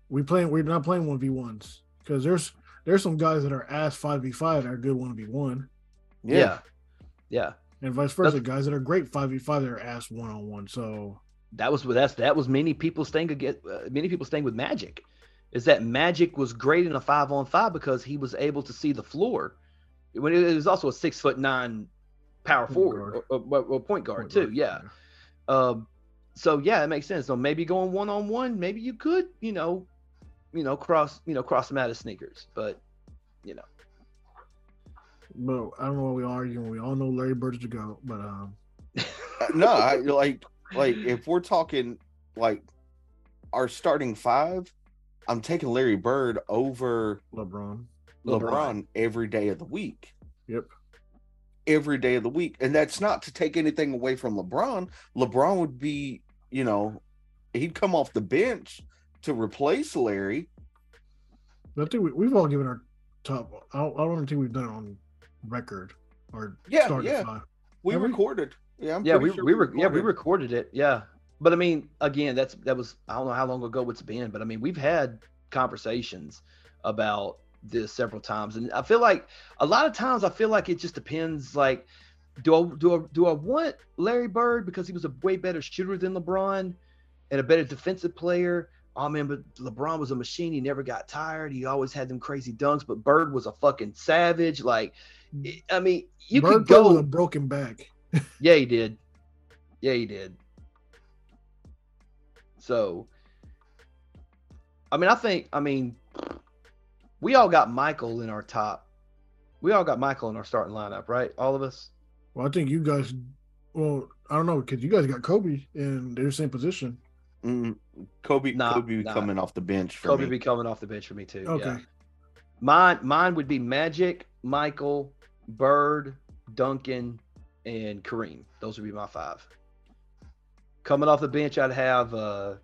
Speaker 3: we playing, we're not playing one v ones. Because there's there's some guys that are ass five v five that are good one v one,
Speaker 1: Yeah.
Speaker 2: yeah. yeah.
Speaker 3: and vice versa. guys that are great five v five that are ass one on one. So
Speaker 2: that was that's that was many people's thing against uh, many people's thing with magic is that magic was great in a five on five because he was able to see the floor when it was also a six foot nine power
Speaker 3: Point
Speaker 2: forward or, or, or point guard
Speaker 3: point
Speaker 2: too
Speaker 3: guard,
Speaker 2: yeah um so yeah it makes sense so maybe going one on one maybe you could you know you know cross you know cross them out of sneakers but
Speaker 3: But I don't know why we arguing. We all know Larry Bird's to go, but um,
Speaker 1: Uh, No, I like like if we're talking like our starting five, I'm taking Larry Bird over
Speaker 3: LeBron.
Speaker 1: LeBron,
Speaker 2: LeBron.
Speaker 1: every day of the week.
Speaker 3: Yep.
Speaker 1: Every day of the week. And that's not to take anything away from LeBron. LeBron would be, you know, he'd come off the bench to replace Larry.
Speaker 3: But I think we, we've all given our top. I don't, I don't think we've done it on record or
Speaker 1: Yeah,
Speaker 3: starting
Speaker 1: yeah.
Speaker 3: five.
Speaker 1: We
Speaker 3: Have we?
Speaker 1: recorded. Yeah, I'm
Speaker 2: yeah
Speaker 1: pretty
Speaker 2: we,
Speaker 1: sure
Speaker 2: we were yeah we
Speaker 1: recorded.
Speaker 2: recorded it yeah but i mean again that's that was i don't know how long ago it's been but i mean we've had conversations about this several times and i feel like a lot of times i feel like it just depends like do i do i do i want larry bird because he was a way better shooter than lebron and a better defensive player oh man but lebron was a machine he never got tired he always had them crazy dunks but bird was a fucking savage like it- i mean you
Speaker 3: Bird
Speaker 2: could go
Speaker 3: played with a broken back.
Speaker 2: yeah, he did. Yeah, he did. So, I mean, I think, I mean, we all got Michael in our top. We all got Michael in our starting lineup, right? All of us.
Speaker 3: Well, I think you guys. Well, I don't know because you guys got Kobe in their same position.
Speaker 1: Mm, Kobe
Speaker 2: Nah,
Speaker 1: Kobe
Speaker 2: nah.
Speaker 1: coming off the bench for
Speaker 2: Kobe
Speaker 1: me.
Speaker 2: be coming off the bench for me too.
Speaker 3: Okay,
Speaker 2: Yeah. Mine, mine would be Magic, Michael, Bird, Duncan, and Kareem. Those would be my five. Coming off the bench, I'd have uh,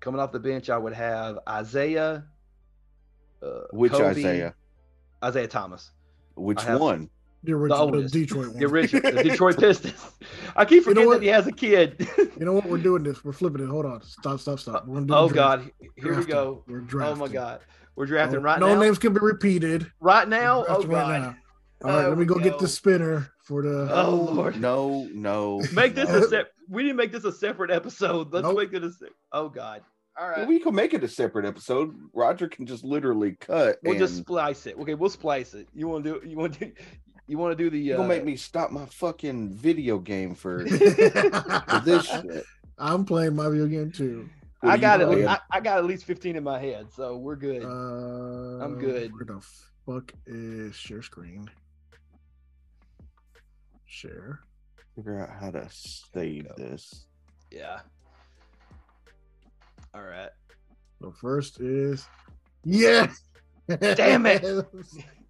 Speaker 2: coming off the bench, I would have Isaiah, uh, uh,
Speaker 1: Which
Speaker 2: Kobe,
Speaker 1: Isaiah?
Speaker 2: Isaiah Thomas,
Speaker 1: Which
Speaker 2: I have-
Speaker 1: one?
Speaker 3: The original the
Speaker 2: oldest.
Speaker 3: Detroit one.
Speaker 2: the original the Detroit Pistons. I keep
Speaker 3: You know
Speaker 2: forgetting
Speaker 3: what?
Speaker 2: that he has a kid.
Speaker 3: You know what? We're doing this. We're flipping it. Hold on. Stop. Stop. Stop. We're gonna do the
Speaker 2: oh
Speaker 3: draft.
Speaker 2: God, here we
Speaker 3: Drafting.
Speaker 2: go.
Speaker 3: We're
Speaker 2: Oh
Speaker 3: drafting.
Speaker 2: my God, we're drafting
Speaker 3: no,
Speaker 2: right
Speaker 3: no
Speaker 2: now.
Speaker 3: names can be repeated.
Speaker 2: Right now,
Speaker 3: We're
Speaker 2: oh
Speaker 3: drafting right
Speaker 2: God,
Speaker 3: now. All right,
Speaker 2: Oh,
Speaker 3: let me go get
Speaker 2: no.
Speaker 3: the spinner for the.
Speaker 2: Oh, Lord.
Speaker 1: No, no.
Speaker 2: make this
Speaker 1: no.
Speaker 2: a sep- We didn't make this a separate episode. Let's
Speaker 3: Nope.
Speaker 2: make it a. Se- oh God. All right.
Speaker 1: We can make it a separate episode. Roger can just literally cut.
Speaker 2: We'll just
Speaker 1: and-
Speaker 2: splice it. Okay, we'll splice it. You want to do? You want to? You want to do the?
Speaker 1: You're
Speaker 2: Uh,
Speaker 1: gonna make me stop my fucking video game for, for this
Speaker 3: this.
Speaker 1: shit.
Speaker 3: I'm playing my video game too.
Speaker 1: What
Speaker 2: I
Speaker 1: are you
Speaker 2: got it.
Speaker 1: playing?
Speaker 2: I, I got at least fifteen in my head, so we're good.
Speaker 3: Uh, I'm
Speaker 2: good.
Speaker 3: Where the fuck is share screen? Share.
Speaker 1: Figure out how to save
Speaker 2: go.
Speaker 1: this.
Speaker 2: yeah. All right.
Speaker 3: The first is yes.
Speaker 2: Damn it.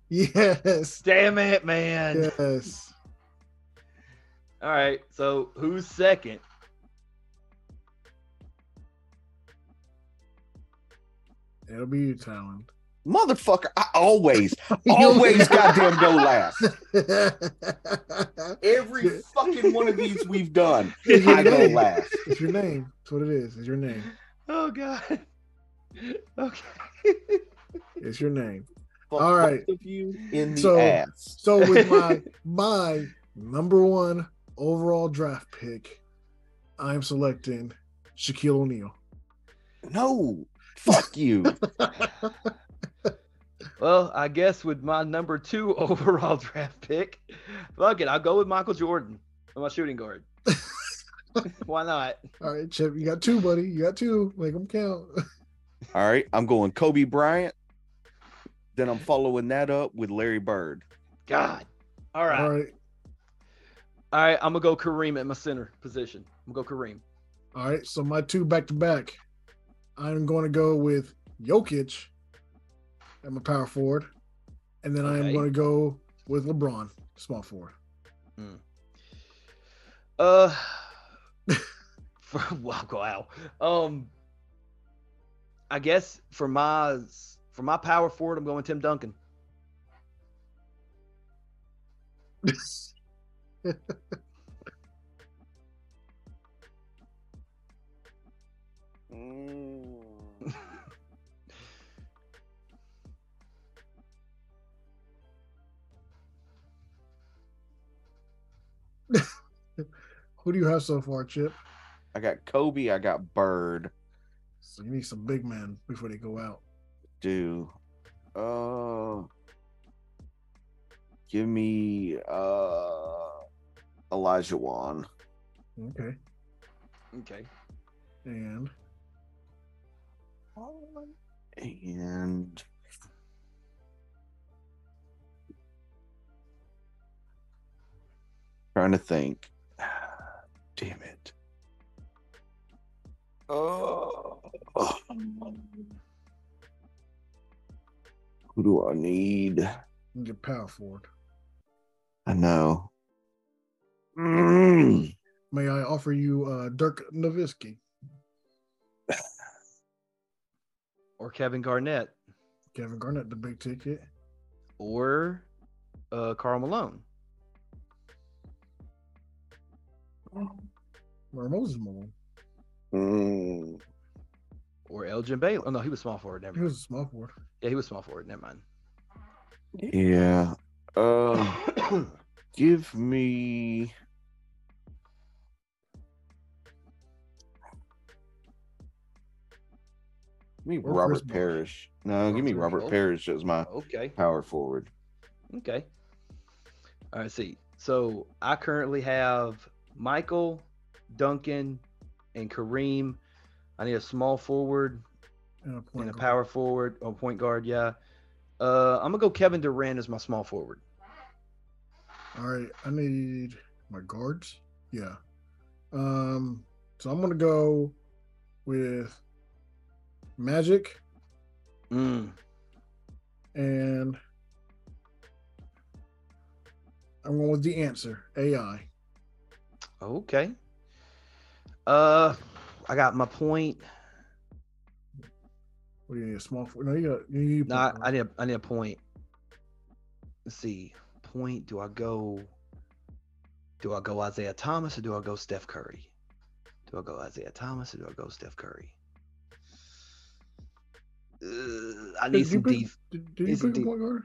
Speaker 3: Yes.
Speaker 2: Damn it, man.
Speaker 3: Yes.
Speaker 2: All right. So who's second?
Speaker 3: It'll be you, Talon.
Speaker 1: Motherfucker, I always, always goddamn go last.
Speaker 3: it's
Speaker 1: Every fucking one of these we've done, I go last.
Speaker 3: your name. That's what it is. It's your name.
Speaker 2: Oh God. Okay.
Speaker 3: It's your name.
Speaker 1: Fuck
Speaker 3: All right.
Speaker 1: both of you in the
Speaker 3: So-
Speaker 1: ass.
Speaker 3: So with my my number one overall draft pick, I'm selecting Shaquille O'Neal.
Speaker 1: No, fuck you.
Speaker 2: Well, I guess with my number two overall draft pick, fuck it, I'll go with Michael Jordan on my shooting guard. Why not?
Speaker 3: All right, Chip, you got two, buddy. You got two. Make them count.
Speaker 1: All right, I'm going Kobe Bryant. Then I'm following that up with Larry Bird.
Speaker 2: God. All right.
Speaker 3: All right.
Speaker 2: All right. I'm going to go Kareem at my center position. I'm going to go Kareem.
Speaker 3: All right. So my two back to back. I'm going to go with Jokic. I'm a power forward, and then I am
Speaker 2: Okay.
Speaker 3: going to go with LeBron, small forward.
Speaker 2: Uh, for, wow, wow. Um, I guess for my for my power forward, I'm going Tim Duncan.
Speaker 1: Mm.
Speaker 3: Who do you have so far, Chip?
Speaker 1: I got Kobe. I got Bird.
Speaker 3: So you need some big men before they go out.
Speaker 1: Do, uh, give me uh Elijah Wan.
Speaker 3: Okay.
Speaker 2: Okay.
Speaker 3: And
Speaker 1: and trying to think. Damn it. Oh. Who do I need?
Speaker 3: you get power forward.
Speaker 1: I know. Mm.
Speaker 3: May I offer you uh, Dirk Nowitzki,
Speaker 2: Or Kevin Garnett
Speaker 3: Kevin Garnett, the big ticket?
Speaker 2: or uh, Carl Malone.
Speaker 3: Or Moses Malone?
Speaker 1: Mm.
Speaker 2: or Elgin Baylor. Oh no, he was small forward. Never.
Speaker 3: He
Speaker 2: Mind.
Speaker 3: was a small forward.
Speaker 2: Yeah, he was small forward. Never mind.
Speaker 1: Yeah. Uh,
Speaker 3: Oh.
Speaker 1: give me give me
Speaker 3: Or Chris
Speaker 1: Robert
Speaker 3: Bosh.
Speaker 1: Parrish. No, give me
Speaker 3: Robert
Speaker 1: Robert
Speaker 2: Parrish.
Speaker 1: Parrish as my
Speaker 2: okay.
Speaker 1: power forward.
Speaker 2: Okay. All right. See, so I currently have Michael, Duncan, and Kareem. I need a small forward
Speaker 3: And a
Speaker 2: and
Speaker 3: point
Speaker 2: a
Speaker 3: guard.
Speaker 2: power forward or point guard. Yeah. Uh, I'm gonna go Kevin Durant as my small forward.
Speaker 3: All right, I need my guards. Yeah. Um. So I'm gonna go with Magic
Speaker 2: Mm.
Speaker 3: and I'm going with the answer AI.
Speaker 2: Okay. Uh, I got my point.
Speaker 3: What do you need? A small? No, you got. You need
Speaker 2: No, I, I need a, I need a point. Let's see. Point. Do I go? Do I go Isaiah Thomas or do I go Steph Curry? Do I go Isaiah Thomas or do I go Steph Curry? Uh, I need
Speaker 3: Did you
Speaker 2: some
Speaker 3: pick-
Speaker 2: deep.
Speaker 3: Did, did you
Speaker 2: It's a
Speaker 3: pick a
Speaker 2: deep-
Speaker 3: point guard?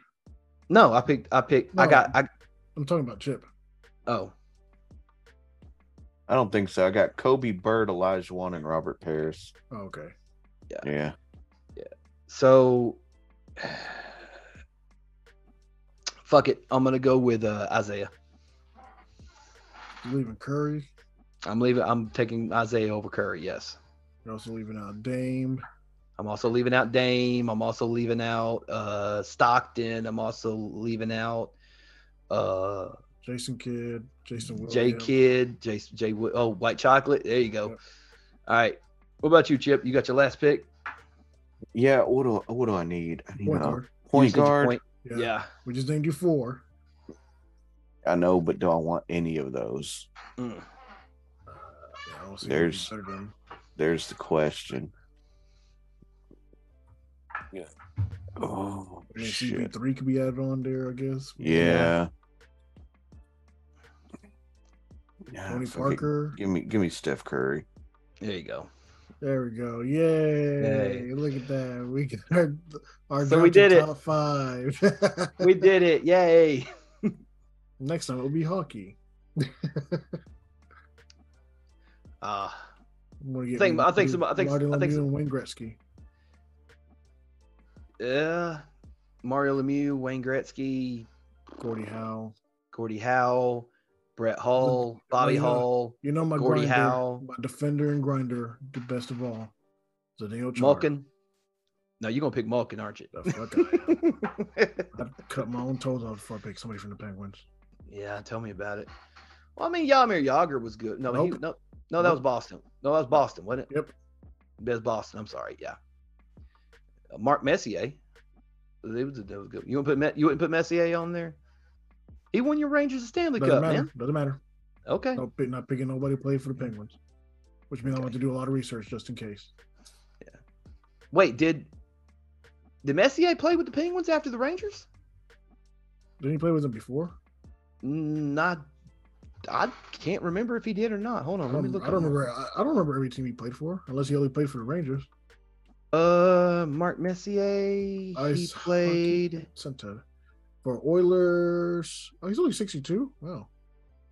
Speaker 2: No, I picked. I picked. I
Speaker 3: No.
Speaker 2: got. I
Speaker 3: I'm talking about Chip.
Speaker 2: oh.
Speaker 1: I don't think so. I got Kobe Bird, Elijah One, and Robert Paris.
Speaker 3: Oh, okay.
Speaker 1: Yeah.
Speaker 2: So. Fuck it. I'm gonna go with uh, Isaiah.
Speaker 3: You're leaving Curry.
Speaker 2: I'm leaving. I'm taking Isaiah over Curry. Yes.
Speaker 3: You're also leaving out Dame.
Speaker 2: I'm also leaving out Dame. I'm also leaving out uh, Stockton. I'm also leaving out uh,
Speaker 3: Jason Kidd, Jason Williams.
Speaker 2: J Kidd, J J. Wo- Oh, White Chocolate. There you go.
Speaker 3: Yep.
Speaker 2: All right. What about you, Chip? You got your last pick.
Speaker 1: Yeah. What do What do I need? I need
Speaker 3: Point
Speaker 1: a
Speaker 3: guard.
Speaker 1: point
Speaker 2: You said your
Speaker 1: guard.
Speaker 2: point.
Speaker 3: Yeah.
Speaker 2: Yeah.
Speaker 3: We just named you four.
Speaker 1: I know, but do I want any of those?
Speaker 2: Mm.
Speaker 3: Yeah, I don't see
Speaker 1: There's-
Speaker 3: who better than him.
Speaker 1: There's the question. Yeah. Oh
Speaker 3: I mean,
Speaker 1: shit.
Speaker 3: CP3 could be added on there, I guess.
Speaker 1: Yeah. Nah,
Speaker 3: Tony
Speaker 1: fuck it.
Speaker 3: Parker.
Speaker 1: Give me, give me Steph Curry.
Speaker 2: There you go.
Speaker 3: There we go. Yay. Look at that. We got our, our
Speaker 2: So we
Speaker 3: drafted
Speaker 2: did it.
Speaker 3: top five.
Speaker 2: We did it. Yay.
Speaker 3: Next time it'll be hockey.
Speaker 2: Uh,
Speaker 3: I'm gonna get
Speaker 2: Think- I think some- I think-
Speaker 3: Marty
Speaker 2: I think
Speaker 3: Lemieux
Speaker 2: some-
Speaker 3: and Wayne Gretzky.
Speaker 2: yeah. Mario Lemieux, Wayne Gretzky,
Speaker 3: Gordie Howe.
Speaker 2: Gordy Howe, Brett Hall, Bobby
Speaker 3: yeah.
Speaker 2: Hall,
Speaker 3: You know my
Speaker 2: Gordie
Speaker 3: grinder,
Speaker 2: Howe.
Speaker 3: my defender and grinder, the best of all. The Neil
Speaker 2: Malkin. No, you're going to pick Malkin, aren't you?
Speaker 3: The fuck I am. I'd cut my own toes off before I pick somebody from the Penguins.
Speaker 2: yeah, tell me about it. Well, I mean, Yamir Yager was good. No, he,
Speaker 3: Nope.
Speaker 2: no, no, that was
Speaker 3: Nope.
Speaker 2: Boston. No, that was Boston, wasn't it?
Speaker 3: Yep.
Speaker 2: That's Boston. I'm sorry. Yeah. Uh, Mark Messier. They was, that was good. You wouldn't put Me- you wouldn't put Messier on there. He won your Rangers a Stanley
Speaker 3: Doesn't
Speaker 2: Cup,
Speaker 3: matter.
Speaker 2: man.
Speaker 3: Doesn't matter.
Speaker 2: Okay.
Speaker 3: No, pick- not picking nobody who played for the Penguins, which means I want to do a lot of research just in case.
Speaker 2: Wait, did did Messier play with the Penguins after the Rangers?
Speaker 3: Didn't he play with them before?
Speaker 2: Not. I can't remember if he did or not. Hold on,
Speaker 3: I
Speaker 2: let me
Speaker 3: don't,
Speaker 2: look.
Speaker 3: Um, I don't
Speaker 2: on that.
Speaker 3: remember. I, I don't remember every team he played for, unless he only played for the Rangers.
Speaker 2: Uh, Mark Messier. he
Speaker 3: Ice hockey.
Speaker 2: played.
Speaker 3: Santa for Oilers. Oh, he's only sixty-two. Wow.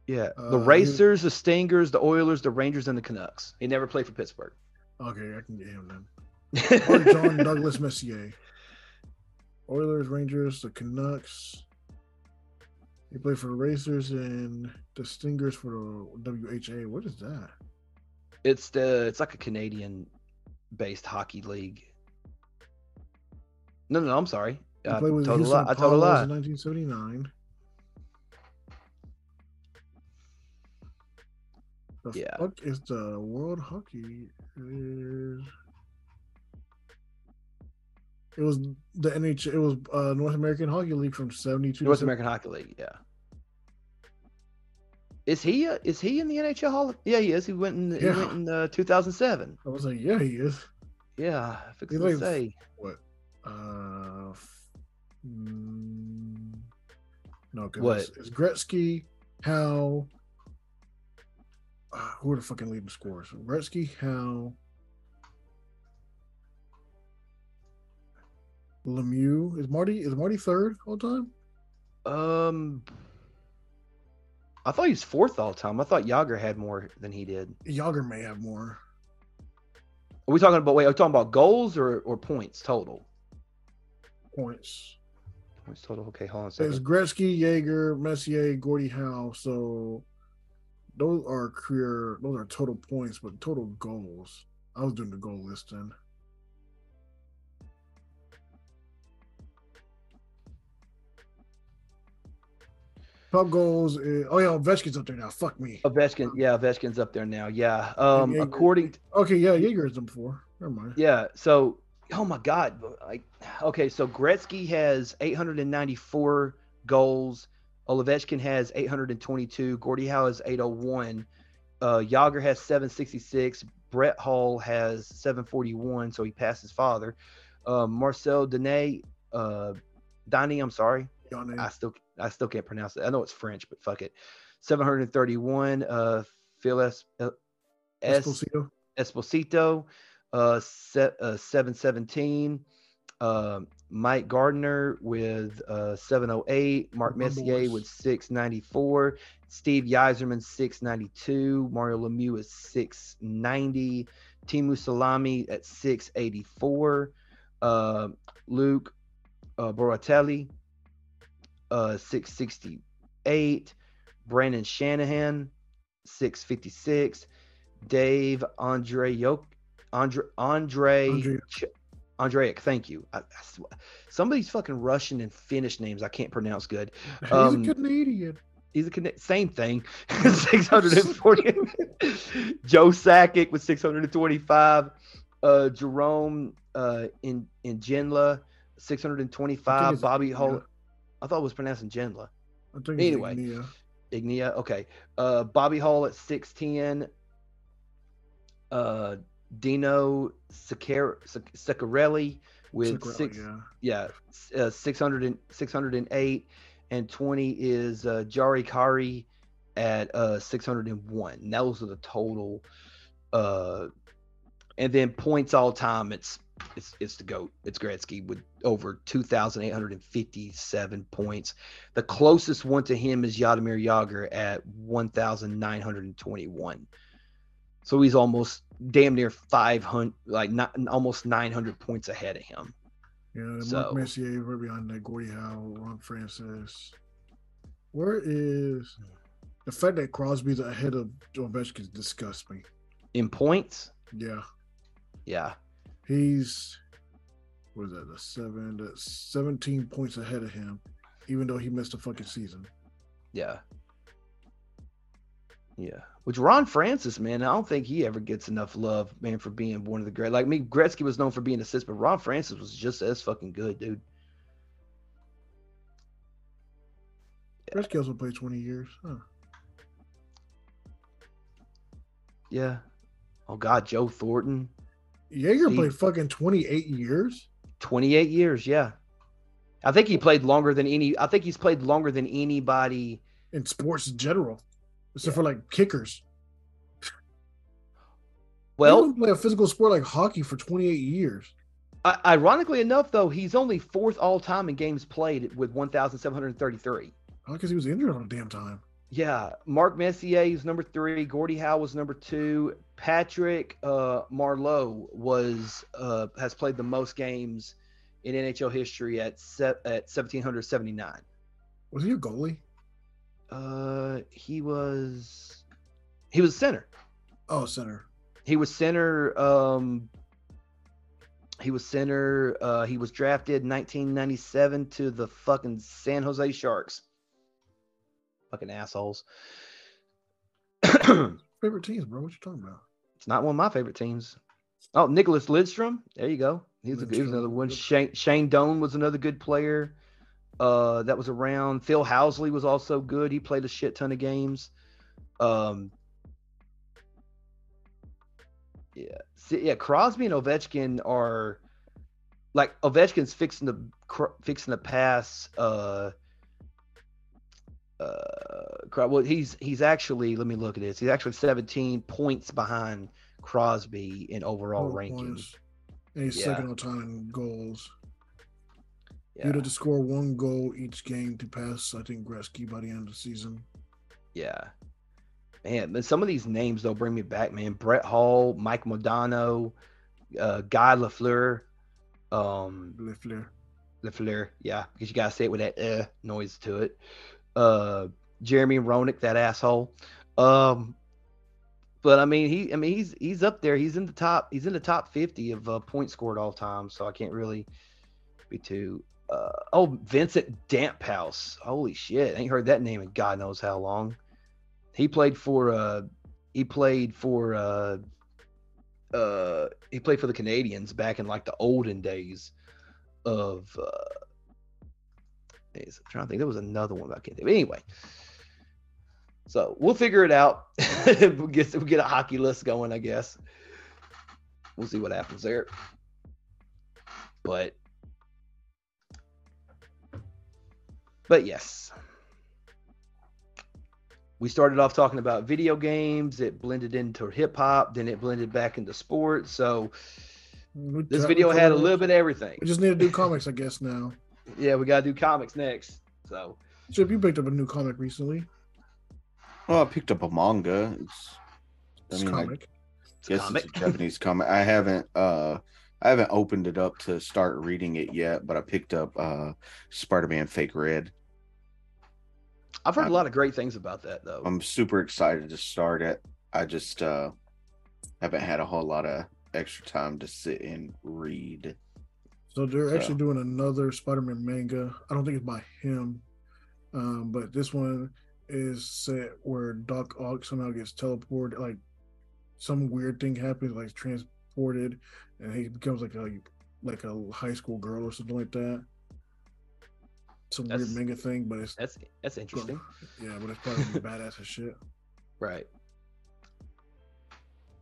Speaker 2: Yeah,
Speaker 3: Uh,
Speaker 2: the
Speaker 3: he-
Speaker 2: Racers, the Stingers, the Oilers, the Rangers, and the Canucks. He never played for Pittsburgh.
Speaker 3: Okay, I can get him then. Or John Douglas Messier. Oilers, Rangers, the Canucks. He played for the Racers and the Stingers for the WHA. What is that?
Speaker 2: it's the it's like a Canadian based hockey league. No, no, no I'm sorry.
Speaker 3: He
Speaker 2: I
Speaker 3: played
Speaker 2: told
Speaker 3: with
Speaker 2: a
Speaker 3: the
Speaker 2: lie. I told a
Speaker 3: Apollos
Speaker 2: lie.
Speaker 3: in 1979. The
Speaker 2: Yeah.
Speaker 3: fuck is the World Hockey? Is... It was the NH. It was uh, North American Hockey League from 72. to
Speaker 2: North
Speaker 3: 70
Speaker 2: American Hockey League. Yeah. Is he uh, is he in the NHL Hall? Of, yeah, he is. He went in.
Speaker 3: Yeah.
Speaker 2: He went in uh, 2007.
Speaker 3: I was like, yeah, he is.
Speaker 2: Yeah, I fix
Speaker 3: He
Speaker 2: to
Speaker 3: like-
Speaker 2: say.
Speaker 3: What? Uh, f- mm, no, good.
Speaker 2: What?
Speaker 3: It's, it's Gretzky, Howe. Uh, who are the fucking leading scorers? Gretzky, Howe, Lemieux. Is Marty is Marty third all time?
Speaker 2: Um, I thought he was fourth all time. I thought Yager had more than he did.
Speaker 3: Yager may have more.
Speaker 2: Are we talking about wait? Are we talking about goals or, or points total?
Speaker 3: points.
Speaker 2: Points total. Okay, hold on a
Speaker 3: It's
Speaker 2: second.
Speaker 3: Gretzky, Jaeger, Messier, Gordie Howe. So those are career, those are total points, but total goals. I was doing the goal list then. Top goals. Is, oh yeah, Ovechkin's up there now. Fuck me.
Speaker 2: Ovechkin, yeah, Oh, Ovechkin's up there now. Yeah. Um,
Speaker 3: Jaeger.
Speaker 2: according, to,
Speaker 3: Okay, yeah, Jaeger's number four. Never mind.
Speaker 2: yeah. So, oh my God, but, like, okay. So Gretzky has 894 goals. Ovechkin has 822. Gordie Howe has 801. Uh, Yager has 766. Brett Hall has 741, so he passed his father. Uh, Marcel Dene, uh, Dani, I'm sorry.
Speaker 3: Y'all name-
Speaker 2: I still I still can't pronounce it. I know it's French, but fuck it. 731 uh Phyllis uh, S
Speaker 3: Esposito?
Speaker 2: Esposito uh, se- uh 717 uh, Mike Gardner with uh 708, Mark
Speaker 3: Remember
Speaker 2: Messier
Speaker 3: was-
Speaker 2: with 694, Steve Yzerman 692, Mario Lemieux is 690, Timu Salami at 684, uh, Luke uh, Boratelli uh, 668, Brandon Shanahan 656, Dave Andre Yo- Andre Andre
Speaker 3: Andre-
Speaker 2: Ch- Andreiak, thank you. I, I sw- some of these fucking Russian and Finnish names I can't pronounce good.
Speaker 3: He's
Speaker 2: um,
Speaker 3: a Canadian.
Speaker 2: He's a connect, same thing. 640. Joe Sakic with 625. Uh, Jerome uh, in in Genla, 625.
Speaker 3: it's
Speaker 2: Bobby Hol.
Speaker 3: Ignea.
Speaker 2: I thought it was pronouncing Genla.
Speaker 3: I think
Speaker 2: Anyway.
Speaker 3: it's Ignea.
Speaker 2: Ignia. Okay. Uh, Bobby Hall at 610. Uh, Dino Sicar- Sic- Ciccarelli with
Speaker 3: Zuccarello,
Speaker 2: six
Speaker 3: yeah.
Speaker 2: yeah, s- uh, 600 and, 608 and 20 is uh, Jari Kari at uh, 601. Those are the total. Uh, and then points all time, it's it's it's the goat. It's Gretzky with over 2,857 points. The closest one to him is Yadimir Yager at 1,921. So he's almost damn near 500, like not almost 900 points ahead of him.
Speaker 3: Yeah, Mark
Speaker 2: So-
Speaker 3: Messier right behind that. Gordie Howe, Ron Francis. Where is the fact that Crosby's ahead of Ovechkin disgusts me.
Speaker 2: in points.
Speaker 3: Yeah,
Speaker 2: Yeah.
Speaker 3: he's what is that the seven, the seventeen points ahead of him, even though he missed a fucking season.
Speaker 2: Yeah. Yeah. Which Ron Francis, man, I don't think he ever gets enough love, man, for being one of the great. Like me, Gretzky was known for being assist, but Ron Francis was just as fucking good, dude.
Speaker 3: Yeah. Gretzky also played twenty years. Huh.
Speaker 2: Yeah. Oh God, Joe Thornton,
Speaker 3: Jaeger
Speaker 2: See?
Speaker 3: played fucking twenty eight years.
Speaker 2: 28 years. Yeah. I think he played longer than any. I think he's played longer than anybody.
Speaker 3: in sports in general, except for like kickers.
Speaker 2: Well,
Speaker 3: People play a physical sport like hockey for 28 years.
Speaker 2: I- ironically enough, though, he's only fourth all time in games played with 1,733.
Speaker 3: Not because he was injured all the damn time.
Speaker 2: Yeah, Mark Messier is number three. Gordie Howe was number two. Patrick uh, Marlowe was uh, has played the most games in NHL history at se- at seventeen hundred seventy nine.
Speaker 3: Was he a goalie?
Speaker 2: Uh, he was he was center.
Speaker 3: Oh, center.
Speaker 2: He was center. Um, he was center. Uh, he was drafted nineteen ninety seven to the fucking San Jose Sharks. Fucking assholes.
Speaker 3: Favorite teams, bro. What you talking about?
Speaker 2: It's not one of my favorite teams. Oh, Nicholas Lidstrom. There you go. He was, a, he was
Speaker 3: Lidstrom.
Speaker 2: another one.
Speaker 3: Yep.
Speaker 2: Shane, Shane Doan was another good player. Uh, that was around. Phil Housley was also good. He played a shit ton of games. Um, yeah, See, yeah. Crosby and Ovechkin are like Ovechkin's fixing the cr- fixing the pass. Uh, uh, Cro- well, he's he's actually let me look at this. He's actually 17 points behind Crosby in overall
Speaker 3: Goal
Speaker 2: rankings.
Speaker 3: points. And he's
Speaker 2: Yeah.
Speaker 3: second all time in goals.
Speaker 2: Yeah,
Speaker 3: He'd have to score one goal each game to pass, I think, Gretzky by the end of the season.
Speaker 2: yeah. Man, but some of these names though bring me back, man. Brett Hall, Mike Modano, uh, Guy Lafleur, um,
Speaker 3: Lefler.
Speaker 2: Lafleur, yeah, because you gotta say it with that uh noise to it. Uh, Jeremy Roenick, that asshole. Um, but I mean, he, I mean, he's he's up there. He's in the top. He's in the top fifty of uh, points scored all time. So I can't really be too. Uh, oh, Vincent Damphouse. Holy shit, I ain't heard that name in God knows how long. He played for. Uh, he played for. Uh, uh, he played for the Canadians back in like the olden days of uh days. I'm trying to think there was another one about Kent. Anyway. So we'll figure it out. we'll, get, we'll get a hockey list going, I guess. We'll see what happens there. But but yes. We started off talking about video games, it blended into hip hop, then it blended back into sports. So
Speaker 3: We
Speaker 2: this
Speaker 3: got-
Speaker 2: video had a
Speaker 3: we-
Speaker 2: little bit of everything.
Speaker 3: We just need to do comics, I guess. Now,
Speaker 2: Yeah, we gotta do comics next. So
Speaker 3: Chip, you picked up a new comic recently.
Speaker 1: Well, Oh, I picked up a manga. It's,
Speaker 3: It's
Speaker 1: I mean,
Speaker 3: comic.
Speaker 2: it's
Speaker 1: I guess
Speaker 2: comic.
Speaker 1: it's a Japanese comic. I haven't uh I haven't opened it up to start reading it yet, but I picked up uh Spider-Man Fake Red.
Speaker 2: I've heard a lot of great things about that though.
Speaker 3: Um,
Speaker 1: I'm super excited to start it. I just uh haven't had a whole lot of extra time to sit and read.
Speaker 3: So they're
Speaker 1: So-
Speaker 3: actually doing another Spider-Man manga. I don't think it's by him, um, but this one is set where Doc Ock somehow gets teleported, like some weird thing happens, like transported, and he becomes like a like a high school girl or something like that. Some
Speaker 2: That's-
Speaker 3: weird manga thing, but it's
Speaker 2: that's that's interesting.
Speaker 3: yeah, but it's probably badass as shit.
Speaker 2: Right.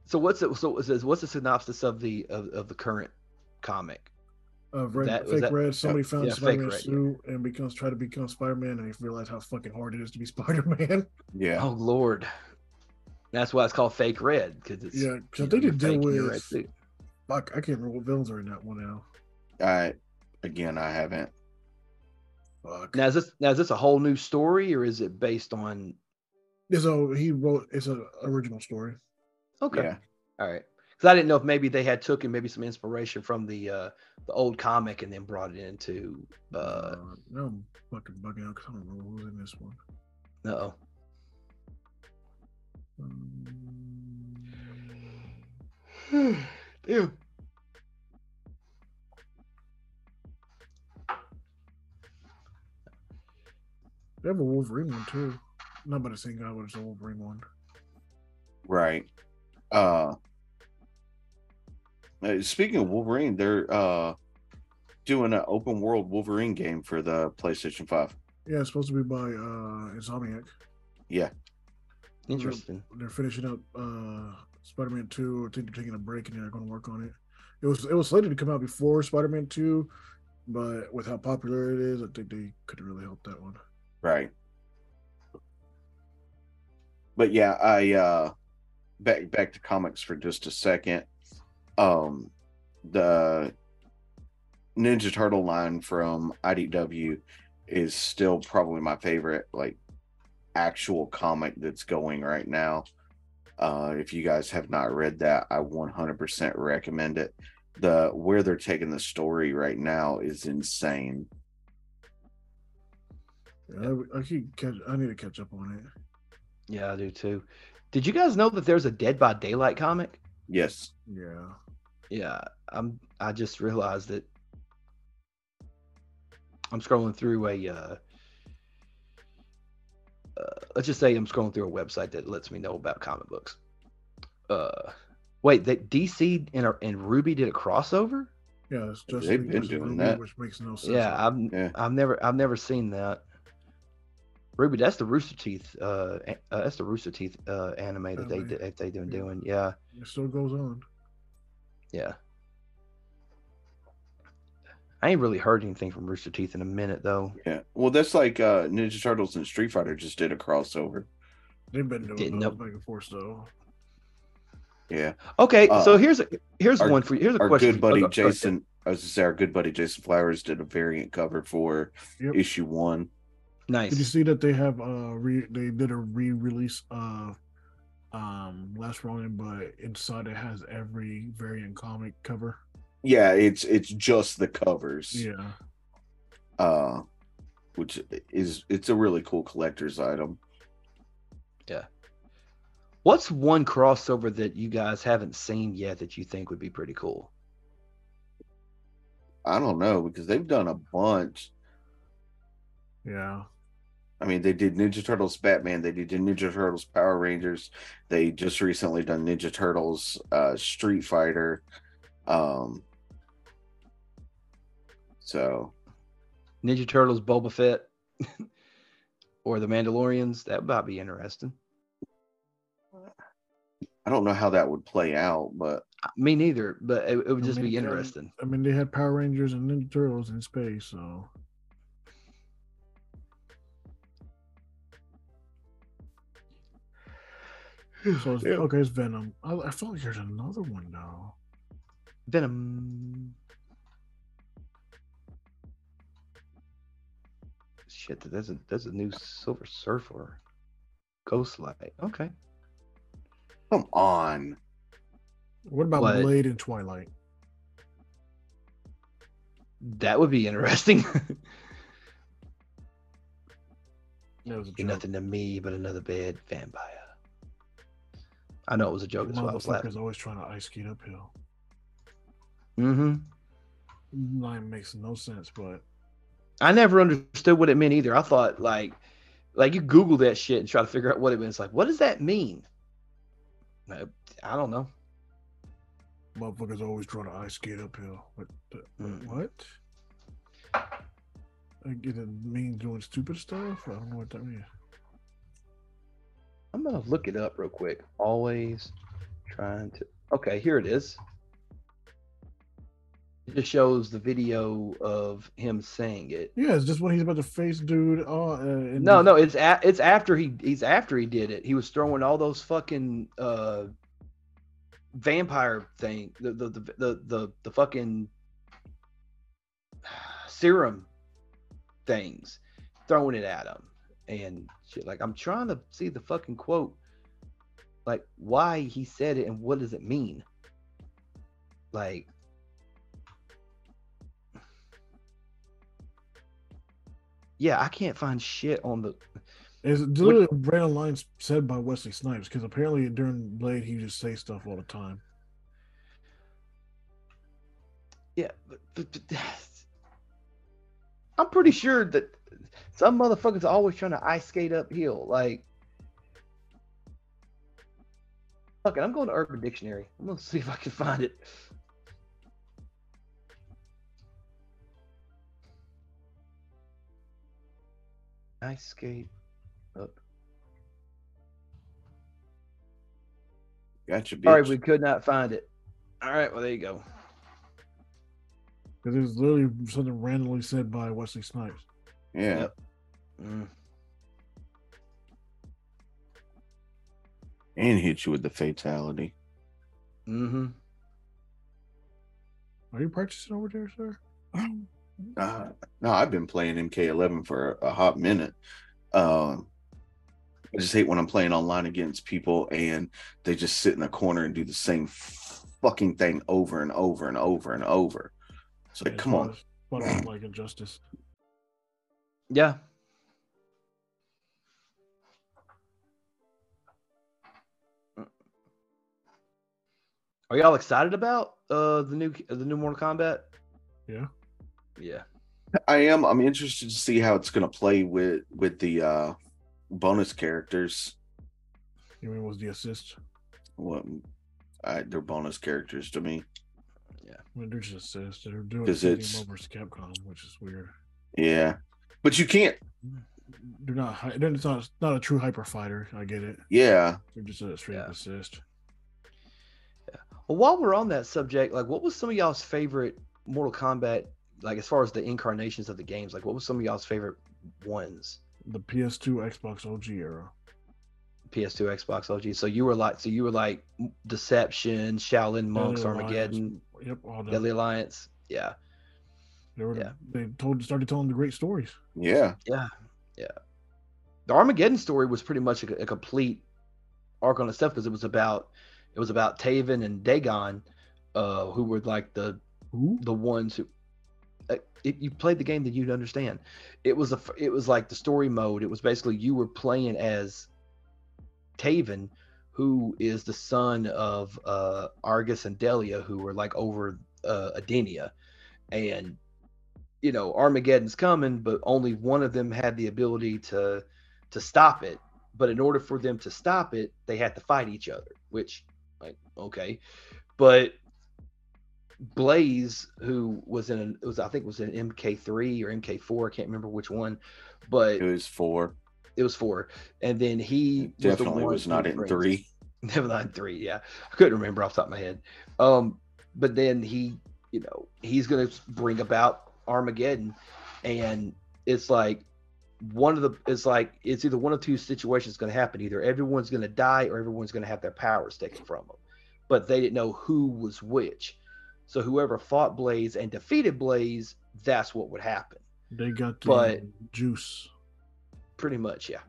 Speaker 2: So what's the so it says what's the synopsis of the of, of the current comic?
Speaker 3: Of Uh, red,
Speaker 2: That- was
Speaker 3: fake
Speaker 2: that-
Speaker 3: red, somebody found
Speaker 2: yeah, fake
Speaker 3: Spider-Man
Speaker 2: red, yeah.
Speaker 3: suit and becomes try to become Spider-Man, and they realize how fucking hard it is to be Spider-Man.
Speaker 1: Yeah.
Speaker 2: Oh Lord, that's why it's called fake red because it's
Speaker 3: Yeah,
Speaker 2: you
Speaker 3: because
Speaker 2: know,
Speaker 3: they
Speaker 2: you're
Speaker 3: did deal
Speaker 2: faking your red
Speaker 3: with
Speaker 2: suit.
Speaker 3: fuck. I can't remember what villains are in that one now.
Speaker 1: I again I haven't
Speaker 3: Fuck.
Speaker 2: Now is this now is this a whole new story or is it based on?
Speaker 3: so he wrote. It's an original story.
Speaker 2: Okay,
Speaker 1: yeah.
Speaker 2: all right. Because I didn't know if maybe they had took and maybe some inspiration from the uh the old comic and then brought it into uh
Speaker 3: now I'm fucking bugging out because I don't remember who was in this one. Uh,
Speaker 2: no.
Speaker 3: Um,
Speaker 2: Ew.
Speaker 3: they have a Wolverine one too. Not by the same guy, but it's a Wolverine one.
Speaker 1: Right. Uh uh, speaking of Wolverine, they're uh doing an open world Wolverine game for the PlayStation 5.
Speaker 3: Yeah, it's supposed to be by uh Insomniac.
Speaker 1: Yeah.
Speaker 2: Interesting.
Speaker 3: They're finishing up uh Spider-Man Two. I think they're taking a break and they're going to work on it. It was it was slated to come out before Spider-Man Two, but with how popular it is, I think they could really help that one.
Speaker 1: Right. But yeah, I uh back back to comics for just a second. Um the Ninja Turtle line from IDW is still probably my favorite like actual comic that's going right now. Uh if you guys have not read that, I 100% recommend it. The where they're taking the story right now is insane.
Speaker 3: Yeah, I, I keep catch, I need to catch up on it.
Speaker 2: Yeah, I do too. Did you guys know that there's a Dead by Daylight comic?
Speaker 1: Yes.
Speaker 3: Yeah,
Speaker 2: Yeah, I'm. I just realized it. I'm scrolling through a. Uh, uh, let's just say I'm scrolling through a website that lets me know about comic books. Uh, wait, that DC and, and Ruby did a crossover?
Speaker 3: yeah, it's just
Speaker 1: They've been doing that.
Speaker 3: which makes no sense.
Speaker 2: Yeah, I've
Speaker 1: Yeah.
Speaker 2: I've never I've never seen that. Ruby, that's the Rooster Teeth. Uh, a- uh that's the Rooster Teeth uh anime that they
Speaker 3: Anime.
Speaker 2: did- that they been
Speaker 3: Yeah.
Speaker 2: doing. Yeah.
Speaker 3: it still goes on.
Speaker 2: Yeah. I ain't really heard anything from Rooster Teeth in a minute though.
Speaker 1: Yeah. Well, that's like uh Ninja Turtles and Street Fighter just did a crossover.
Speaker 3: They've been
Speaker 2: Didn't
Speaker 3: doing
Speaker 2: know-
Speaker 3: those back and forth though.
Speaker 1: Yeah.
Speaker 2: Okay,
Speaker 1: Uh,
Speaker 2: so here's a here's
Speaker 1: our-
Speaker 2: one for you. Here's a
Speaker 1: Our
Speaker 2: question. Oh,
Speaker 1: good
Speaker 2: for you.
Speaker 1: buddy
Speaker 2: Okay, okay.
Speaker 1: Jason, I was to say, our good buddy Jason Flowers did a variant cover for
Speaker 3: Yep.
Speaker 1: issue one.
Speaker 3: Did you
Speaker 2: Nice.
Speaker 3: see that they have uh re they did a re-release of um Last Ronin, but inside it has every variant comic cover.
Speaker 1: Yeah, it's it's just the covers.
Speaker 3: Yeah,
Speaker 1: Uh which is it's a really cool collector's item.
Speaker 2: What's one crossover that you guys haven't seen yet that you think would be pretty cool?
Speaker 1: I don't know because they've done a bunch.
Speaker 3: yeah.
Speaker 1: I mean, they did Ninja Turtles Batman, they did Ninja Turtles Power Rangers, they just recently done Ninja Turtles uh Street Fighter. Um so
Speaker 2: Ninja Turtles, Boba Fett, or the Mandalorians? That might be interesting.
Speaker 1: I don't know how that would play out, but
Speaker 2: Me neither, but it, it would
Speaker 3: I
Speaker 2: just
Speaker 3: mean,
Speaker 2: be
Speaker 3: um,
Speaker 2: interesting.
Speaker 3: I mean, they had Power Rangers and Ninja Turtles in space, so so it's,
Speaker 2: Yeah.
Speaker 3: okay. It's Venom. I, I feel like there's another one though.
Speaker 2: Venom. Shit, that's a that's a new Silver Surfer. Ghostlight. Okay.
Speaker 1: Come on.
Speaker 3: What about
Speaker 2: What?
Speaker 3: Blade and Twilight?
Speaker 2: That would be interesting.
Speaker 3: That was a
Speaker 2: You're
Speaker 3: joke.
Speaker 2: nothing to me but another bad vampire. I know it was a joke, that's why I was laughing.
Speaker 3: Motherfuckers always trying to ice skate uphill.
Speaker 2: Mm-hmm.
Speaker 3: Line makes no sense, but
Speaker 2: I never understood what it meant either. I thought like like you Google that shit and try to figure out what it means. Like, what does that mean? No, I don't know.
Speaker 3: motherfuckers always trying to ice skate uphill. What? The,
Speaker 2: Mm.
Speaker 3: What? I get it mean doing stupid stuff. I don't know what that means.
Speaker 2: I'm gonna look it up real quick. Always trying to. Okay, here it is. It just shows the video of him saying it.
Speaker 3: Yeah, it's just when he's about to face dude. Oh, uh, and
Speaker 2: No,
Speaker 3: he's-
Speaker 2: no, it's a, it's after he he's after he did it. He was throwing all those fucking uh vampire thing, the the the the the, the fucking serum things, throwing it at him and shit. Like I'm trying to see the fucking quote, like why he said it and what does it mean. Like yeah, I can't find shit on the
Speaker 3: It's literally random lines said by Wesley Snipes because apparently during Blade he just say stuff all the time.
Speaker 2: Yeah, but, but, but I'm pretty sure that some motherfuckers are always trying to ice skate uphill. Like, fuck it, I'm going to Urban Dictionary. I'm gonna see if I can find it. Ice skate up.
Speaker 1: Gotcha, bitch.
Speaker 2: Sorry, we could not find it. All right, well there you go.
Speaker 3: Because it's literally something randomly said by Wesley Snipes.
Speaker 1: yeah.
Speaker 2: Yep. Mm.
Speaker 1: And hit you with the fatality.
Speaker 2: Mm-hmm.
Speaker 3: Are you practicing over there, sir?
Speaker 1: Uh, no, I've been playing MK11 for a hot minute. Um, I just hate when I'm playing online against people and they just sit in a corner and do the same fucking thing over and over and over and over. It's like,
Speaker 3: It's
Speaker 1: come on.
Speaker 3: what I- what I like injustice.
Speaker 2: Yeah. Are y'all excited about uh the new the new Mortal Kombat?
Speaker 3: Yeah.
Speaker 2: Yeah.
Speaker 1: I am. I'm interested to see how it's going to play with with the uh, bonus characters.
Speaker 3: You mean was the assist?
Speaker 1: What I, they're bonus characters to me.
Speaker 3: I mean, they're just assists. They're doing
Speaker 1: 'Cause
Speaker 3: the
Speaker 1: it's-
Speaker 3: same over as Capcom, which is weird.
Speaker 1: Yeah, but you can't.
Speaker 3: They're not. hy- They're, it's not. It's not a true hyper fighter. I get it.
Speaker 1: Yeah,
Speaker 3: They're just a straight up
Speaker 2: Yeah.
Speaker 3: assist.
Speaker 2: Well, while we're on that subject, like what was some of y'all's favorite Mortal Kombat like as far as the incarnations of the games, like what was some of y'all's favorite ones?
Speaker 3: The PS2, Xbox OG era.
Speaker 2: PS2, Xbox, OG. So you were like so you were like Deception, Shaolin Monks,
Speaker 3: Deadly Alliance.
Speaker 2: Armageddon,
Speaker 3: Yep. All that.
Speaker 2: Deadly Alliance. Yeah.
Speaker 3: They, were,
Speaker 2: yeah.
Speaker 3: they told started telling the great stories.
Speaker 1: yeah.
Speaker 2: Yeah, yeah. The Armageddon story was pretty much a, a complete arc on itself because it was about it was about Taven and Dagon, uh, who were like the
Speaker 3: Who?
Speaker 2: the ones who. Uh, if you played the game, then you'd understand. It was a f- it was like the story mode. It was basically you were playing as Taven, who is the son of uh, Argus and Delia, who were like over uh, Adenia, and you know Armageddon's coming, but only one of them had the ability to to stop it. But in order for them to stop it, they had to fight each other. Which, like, okay, but Blaze, who was in it was I think was in MK3 or MK4, I can't remember which one, but
Speaker 1: It was four.
Speaker 2: it was four. And then he was the
Speaker 1: Definitely
Speaker 2: one
Speaker 1: was
Speaker 2: who
Speaker 1: not in
Speaker 2: brings-
Speaker 1: three.
Speaker 2: Neverland three, yeah. I couldn't remember off the top of my head. Um, but then he, you know, he's gonna bring about Armageddon, and it's like one of the it's like it's either one of two situations going to happen either everyone's going to die or everyone's going to have their powers taken from them but they didn't know who was which so whoever fought blaze and defeated blaze that's what would happen
Speaker 3: They got the
Speaker 2: But-
Speaker 3: juice.
Speaker 2: pretty much yeah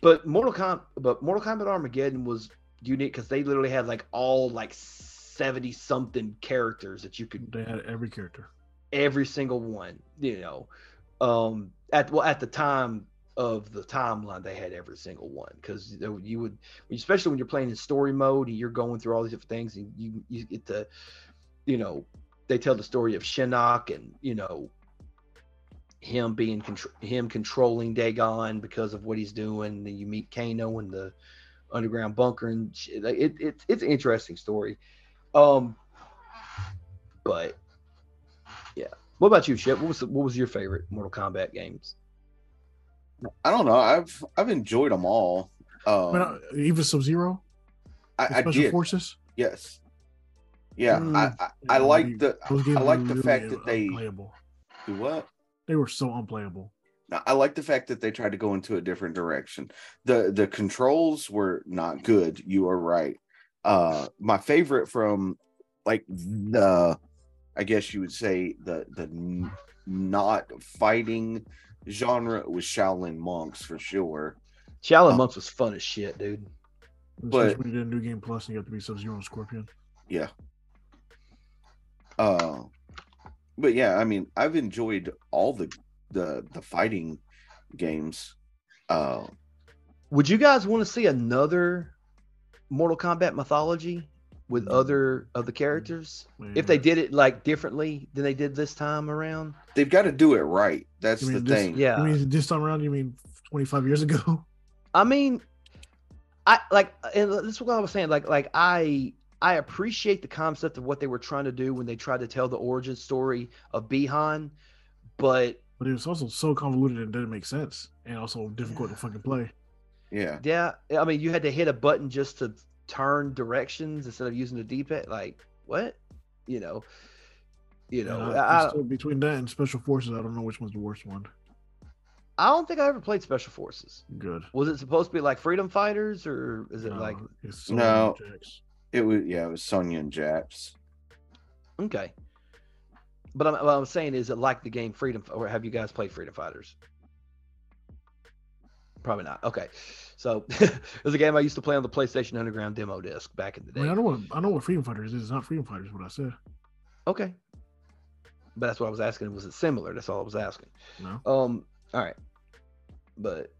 Speaker 2: but mortal kombat but mortal kombat armageddon was unique because they literally had like all like 70 something characters that you could
Speaker 3: They had every character.
Speaker 2: every single one you know um at well at the time of the timeline they had every single one because you would especially when you're playing in story mode and you're going through all these different things and you you get to you know they tell the story of Shinnok and you know him being contr- him controlling Dagon because of what he's doing then you meet Kano in the underground bunker and sh- like, it, it it's an interesting story um but what about you, Chip? What was what was your favorite Mortal Kombat games?
Speaker 1: I don't know. I've I've enjoyed them all. Um,
Speaker 3: But uh, even Sub Zero,
Speaker 1: I, I
Speaker 3: Special
Speaker 1: did.
Speaker 3: Forces.
Speaker 1: Yes. Yeah,
Speaker 3: Mm.
Speaker 1: I I, I
Speaker 3: Yeah,
Speaker 1: like
Speaker 3: you-
Speaker 1: the
Speaker 3: Those games
Speaker 1: I like
Speaker 3: were
Speaker 1: the
Speaker 3: really
Speaker 1: fact that they
Speaker 3: unplayable.
Speaker 1: do what.
Speaker 3: They were so unplayable.
Speaker 1: No, I like the fact that they tried to go into a different direction. the The controls were not good. You are right. Uh, my favorite from like the, I guess you would say the the n- not fighting genre was Shaolin monks for sure.
Speaker 2: Shaolin
Speaker 1: Oh.
Speaker 2: Monks was fun as shit, dude.
Speaker 3: Especially
Speaker 1: But-
Speaker 3: when you did a new game plus and you got to be Sub Zero and Scorpion.
Speaker 1: Uh, but yeah, I mean, I've enjoyed all the the the fighting games. Uh,
Speaker 2: Would you guys want to see another Mortal Kombat mythology with other of the characters? If they
Speaker 3: Man.
Speaker 2: did it like differently than they did this time around?
Speaker 1: they've got to do it right. That's
Speaker 3: You
Speaker 1: the
Speaker 3: mean this-
Speaker 1: thing.
Speaker 2: Yeah.
Speaker 3: You mean this time around? You mean 25 years ago?
Speaker 2: I mean, I like, and that's what I was saying. Like, like I, I appreciate the concept of what they were trying to do when they tried to tell the origin story of Bihan, but
Speaker 3: But it was also so convoluted and didn't make sense, and also difficult to fucking play.
Speaker 1: Yeah.
Speaker 2: yeah, I mean, you had to hit a button just to turn directions instead of using the D-pad. Like, what? You know, you know,
Speaker 3: And
Speaker 2: I,
Speaker 3: I- so between that and Special Forces, I don't know which one's the worst one.
Speaker 2: I don't think I ever played Special Forces.
Speaker 3: Good.
Speaker 2: Was it supposed to be like Freedom Fighters, or is it
Speaker 3: No,
Speaker 2: like
Speaker 3: it's so
Speaker 1: No.
Speaker 3: Jax.
Speaker 1: It was yeah, it was Sonya and Japs.
Speaker 2: okay? But I'm, what I'm saying is, it like the game Freedom, F- or have you guys played Freedom Fighters? Probably not. Okay, so it was a game I used to play on the PlayStation Underground demo disc back in the
Speaker 3: I
Speaker 2: day.
Speaker 3: mean, I know what I know what Freedom Fighters is. It's not Freedom Fighters. What I said.
Speaker 2: Okay, but that's what I was asking. Was it similar? That's all I was asking.
Speaker 3: No.
Speaker 2: Um. All right. But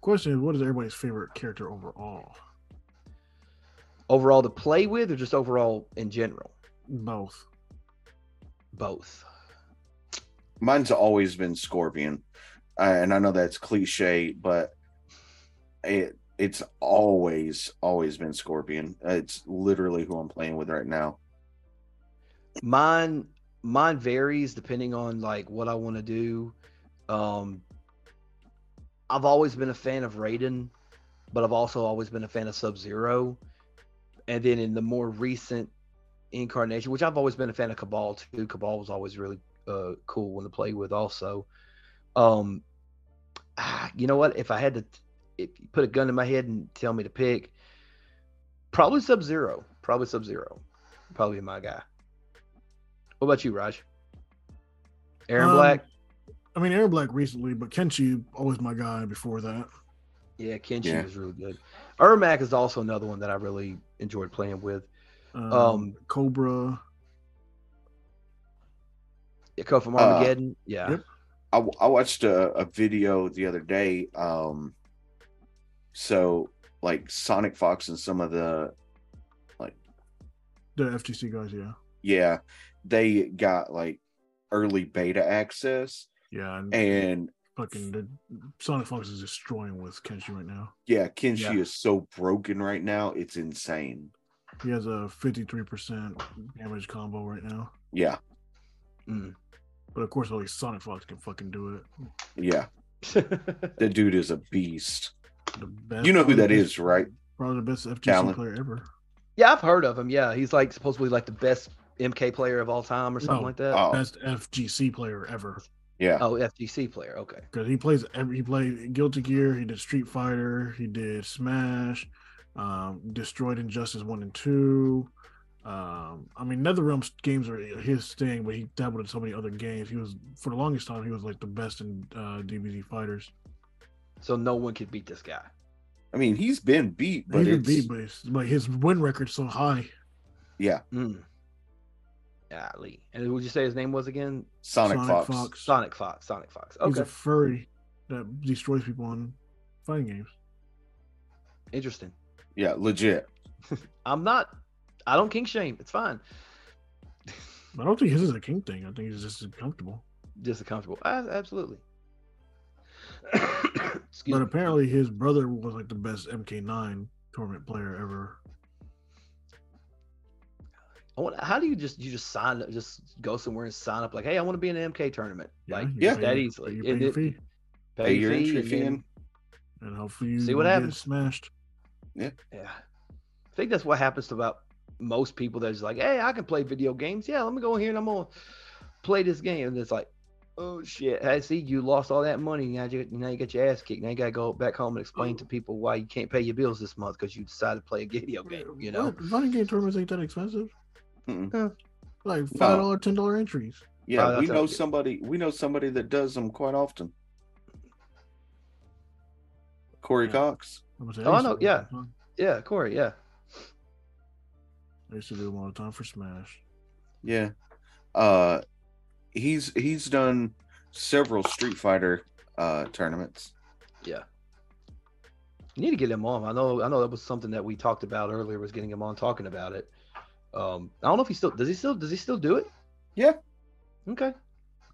Speaker 3: Question is, what is everybody's favorite character overall?
Speaker 2: overall, to play with, or just overall in general,
Speaker 3: Both.
Speaker 2: both.
Speaker 1: Mine's always been Scorpion, uh, and I know that's cliche, but it it's always always been Scorpion. Uh, It's literally who I'm playing with right now.
Speaker 2: Mine, mine varies depending on like what I want to do. Um, I've always been a fan of Raiden, but I've also always been a fan of Sub Zero, and then in the more recent incarnation, which I've always been a fan of Cabal too. Cabal was always really uh, cool one to play with, also. Um, ah, you know what? If I had to, if you put a gun in my head and tell me to pick, probably Sub Zero. Probably Sub Zero. Probably my guy. What about you, Raj? Aaron
Speaker 3: Um,
Speaker 2: Black.
Speaker 3: I mean, Aaron Black recently, but Kenshi always my guy. Before that,
Speaker 2: Yeah, Kenshi
Speaker 1: Yeah.
Speaker 2: was really good. Ermac is also another one that I really enjoyed playing with.
Speaker 3: um,
Speaker 2: Um,
Speaker 3: Cobra.
Speaker 2: Echo from
Speaker 1: Uh,
Speaker 2: Armageddon. yeah.
Speaker 3: yep.
Speaker 1: I, w- I watched a, a video the other day. Um, so like Sonic Fox and some of the
Speaker 3: The FTC guys, yeah,
Speaker 1: yeah, they got like early beta access,
Speaker 3: yeah, and,
Speaker 1: and
Speaker 3: fucking the, Sonic Fox is destroying with Kenshi right now.
Speaker 1: yeah, Kenshi
Speaker 2: Yeah.
Speaker 1: is so broken right now. It's insane.
Speaker 3: He has a fifty-three percent damage combo right now,
Speaker 1: Yeah,
Speaker 3: but of course, only Sonic Fox can fucking do it.
Speaker 1: yeah. The dude is a beast.
Speaker 3: the best.
Speaker 1: You know who
Speaker 3: probably
Speaker 1: that
Speaker 3: the best-
Speaker 1: is, right?
Speaker 3: Probably the best FGC
Speaker 1: Talent.
Speaker 3: player ever.
Speaker 2: Yeah, I've heard of him. Yeah, he's like supposedly like the best MK player of all time or something
Speaker 3: No.
Speaker 2: like that.
Speaker 1: Oh,
Speaker 3: Best FGC player ever.
Speaker 1: yeah.
Speaker 2: Oh, FGC player. Okay.
Speaker 3: because he plays every he played Guilty Gear, he did Street Fighter, he did Smash, um, Destroyed Injustice one and two. Um, I mean, NetherRealm games are his thing, but he dabbled in so many other games. He was for the longest time he was like the best in uh, DBZ fighters.
Speaker 2: So no one could beat this guy.
Speaker 1: I mean, he's been beat,
Speaker 3: But
Speaker 1: but
Speaker 3: he
Speaker 1: it's,
Speaker 3: didn't beat, but it's, like his win record's so high.
Speaker 1: yeah,
Speaker 2: Mm. Ali. And would you say his name was again?
Speaker 1: Sonic, Fox.
Speaker 2: Sonic Fox. Sonic Fox.
Speaker 3: He's
Speaker 2: Okay.
Speaker 3: a furry that destroys people in fighting games.
Speaker 2: Interesting.
Speaker 1: Yeah, legit.
Speaker 2: I'm not. I don't king shame. It's fine.
Speaker 3: I don't think his is a king thing. I think he's just comfortable.
Speaker 2: Just a comfortable. Ah, absolutely. Excuse
Speaker 3: But
Speaker 2: me.
Speaker 3: apparently, his brother was like the best MK9 tournament player ever.
Speaker 2: I want, how do you just you just sign up? Just go somewhere and sign up. Like, hey, I want to be in an MK tournament. like
Speaker 3: you
Speaker 1: yeah.
Speaker 3: pay-
Speaker 2: that easily.
Speaker 3: You
Speaker 2: And
Speaker 3: pay your
Speaker 2: it-
Speaker 3: fee,
Speaker 1: Pay your
Speaker 2: fee
Speaker 1: entry
Speaker 2: and
Speaker 1: fee.
Speaker 2: then-
Speaker 1: in.
Speaker 3: and hopefully you
Speaker 2: See what
Speaker 3: get
Speaker 2: happens.
Speaker 3: Smashed.
Speaker 2: Yeah. I think that's what happens to about most people that's like, hey, I can play video games. Yeah, let me go in here and I'm gonna play this game. And it's like, oh shit. I see you lost all that money. Now you now you got your ass kicked. Now you gotta go back home and explain to people why you can't pay your bills this month because you decided to play a video game, you know?
Speaker 3: What? fighting game tournaments ain't that expensive.
Speaker 1: Mm-mm.
Speaker 2: Yeah.
Speaker 3: Like five dollar, ten dollar entries.
Speaker 1: Yeah,
Speaker 2: Oh,
Speaker 1: we
Speaker 2: that's
Speaker 1: know
Speaker 2: okay.
Speaker 1: somebody. We know somebody that does them quite often. Corey
Speaker 3: Yeah.
Speaker 1: Cox.
Speaker 3: I'm gonna say,
Speaker 2: Oh, I
Speaker 3: used to
Speaker 2: know,
Speaker 3: do them all
Speaker 2: yeah.
Speaker 3: the time.
Speaker 2: Yeah, Corey, yeah.
Speaker 3: I used to do them all the time for Smash.
Speaker 1: Yeah, uh, he's he's done several Street Fighter uh tournaments.
Speaker 2: Yeah. You need to get him on. I know I know that was something that we talked about earlier was getting him on talking about it. Um I don't know if he still does he still does he still do it?
Speaker 1: Yeah.
Speaker 2: Okay.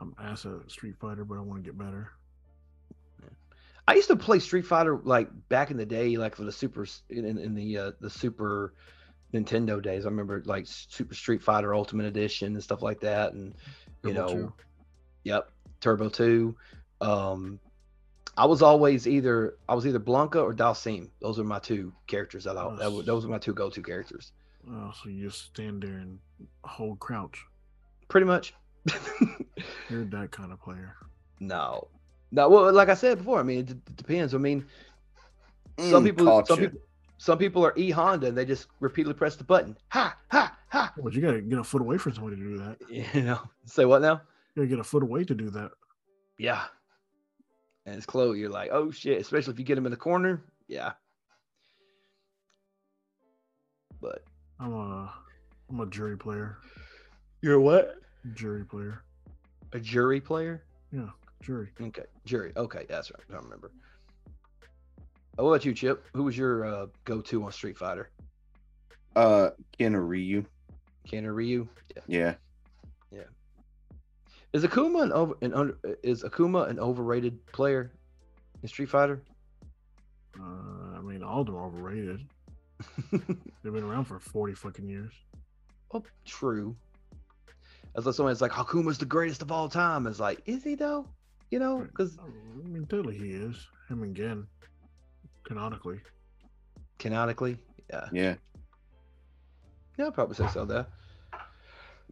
Speaker 3: I'm ass at Street Fighter, but I want to get better.
Speaker 2: I used to play Street Fighter like back in the day, like for the Super in, in- in the uh, the Super Nintendo days. I remember like Super Street Fighter Ultimate Edition and stuff like that, and you
Speaker 3: Double
Speaker 2: know,
Speaker 3: two.
Speaker 2: yep, Turbo Two. Um, I was always either I was either Blanca or Dalsim. Those were my two characters. That I that were- those were my two go to characters,
Speaker 3: Oh, so you just stand there and hold crouch.
Speaker 2: pretty much.
Speaker 3: You're that kind of player.
Speaker 2: no, no. Well, like I said before, I mean, it d- depends. I mean, some
Speaker 1: Mm,
Speaker 2: people,
Speaker 1: caught
Speaker 2: some
Speaker 1: ya.
Speaker 2: people, some people are e Honda and they just repeatedly press the button. Ha ha ha.
Speaker 3: But you gotta get a foot away from somebody to do that.
Speaker 2: You know, say what now?
Speaker 3: You gotta get a foot away to do that.
Speaker 2: Yeah. And it's close. You're like, oh shit. Especially if you get him in the corner. Yeah. But
Speaker 3: I'm a, I'm a jury player.
Speaker 2: you're what?
Speaker 3: Jury player.
Speaker 2: A jury player?
Speaker 3: Jury.
Speaker 2: Okay, jury. Okay, that's right. I remember. Oh, what about you, Chip? Who was your uh, go-to on Street Fighter?
Speaker 1: Uh, Ken Ryu.
Speaker 2: Ken or Ryu?
Speaker 1: Yeah,
Speaker 2: Is Akuma an over an under, is Akuma an overrated player in Street Fighter?
Speaker 3: Uh, I mean, all of them are overrated. They've been around for 40 fucking years.
Speaker 2: Well, true. As like someone's like Hakuma's the greatest of all time. It's like, is he though? You know,
Speaker 1: Hmm.
Speaker 3: Right.
Speaker 2: because
Speaker 3: I mean, totally he is. Him and Gen, canonically.
Speaker 2: canonically, yeah,
Speaker 1: yeah,
Speaker 2: yeah, I'd probably say so. There,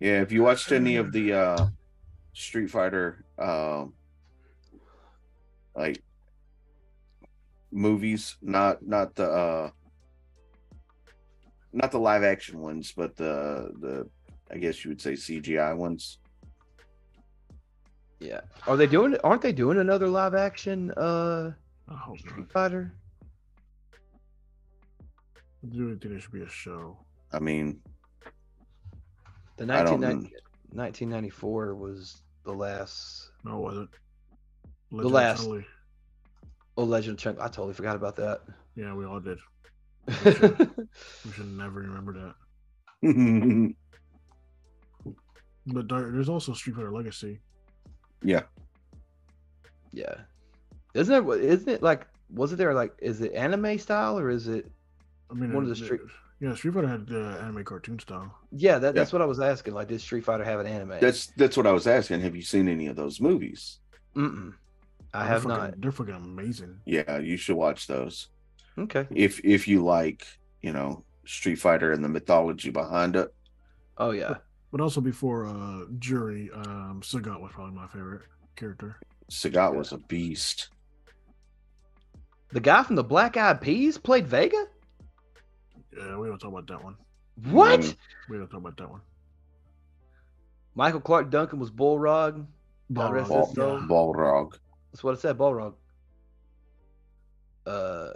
Speaker 1: yeah. If you watched any of the uh Street Fighter um like movies, not not the uh not the live action ones, but the the I guess you would say CGI ones.
Speaker 2: yeah. Are they doing? Aren't they doing another live action uh
Speaker 3: I hope not.
Speaker 2: Street Fighter?
Speaker 3: I do think there should be a show.
Speaker 1: I mean,
Speaker 2: The
Speaker 1: I don't
Speaker 2: 1990 1994 was the last.
Speaker 3: No, it wasn't.
Speaker 2: The last.
Speaker 3: Chun-Li.
Speaker 2: Oh, Legend of Chunk. I totally forgot about
Speaker 3: Yeah, we all did.
Speaker 2: that.
Speaker 3: We should never remember that.
Speaker 1: yeah,
Speaker 3: But there- there's also Street Fighter Legacy.
Speaker 2: yeah, isn't it? wa- Isn't it like? Was it there like? Is it anime style or is it?
Speaker 3: I mean,
Speaker 2: One of
Speaker 3: it-
Speaker 2: the Street-
Speaker 3: it- Yeah, Street Fighter had the anime cartoon style.
Speaker 2: Yeah, that, that's what I was asking. Like, did Street Fighter have an anime?
Speaker 1: that's that's what I was asking. Have you seen any of those movies?
Speaker 2: Mm-mm. I
Speaker 3: They're
Speaker 2: have
Speaker 3: fucking-
Speaker 2: not.
Speaker 3: They're fucking amazing.
Speaker 1: Yeah, you should watch those.
Speaker 2: Okay.
Speaker 1: If if you like, you know, Street Fighter and the mythology behind it.
Speaker 2: Oh yeah.
Speaker 3: But also before uh Jury, um Sagat was probably my favorite character.
Speaker 1: Sagat was a beast.
Speaker 2: The guy from the Black Eyed Peas played Vega.
Speaker 3: Yeah, we don't talk about that one.
Speaker 2: What?
Speaker 1: Mm.
Speaker 3: We don't talk about that one.
Speaker 2: Michael Clark Duncan was Bullrog. God rest his
Speaker 1: Ball,
Speaker 2: soul.
Speaker 1: Balrog.
Speaker 2: That's what I said. Bullrog. Uh,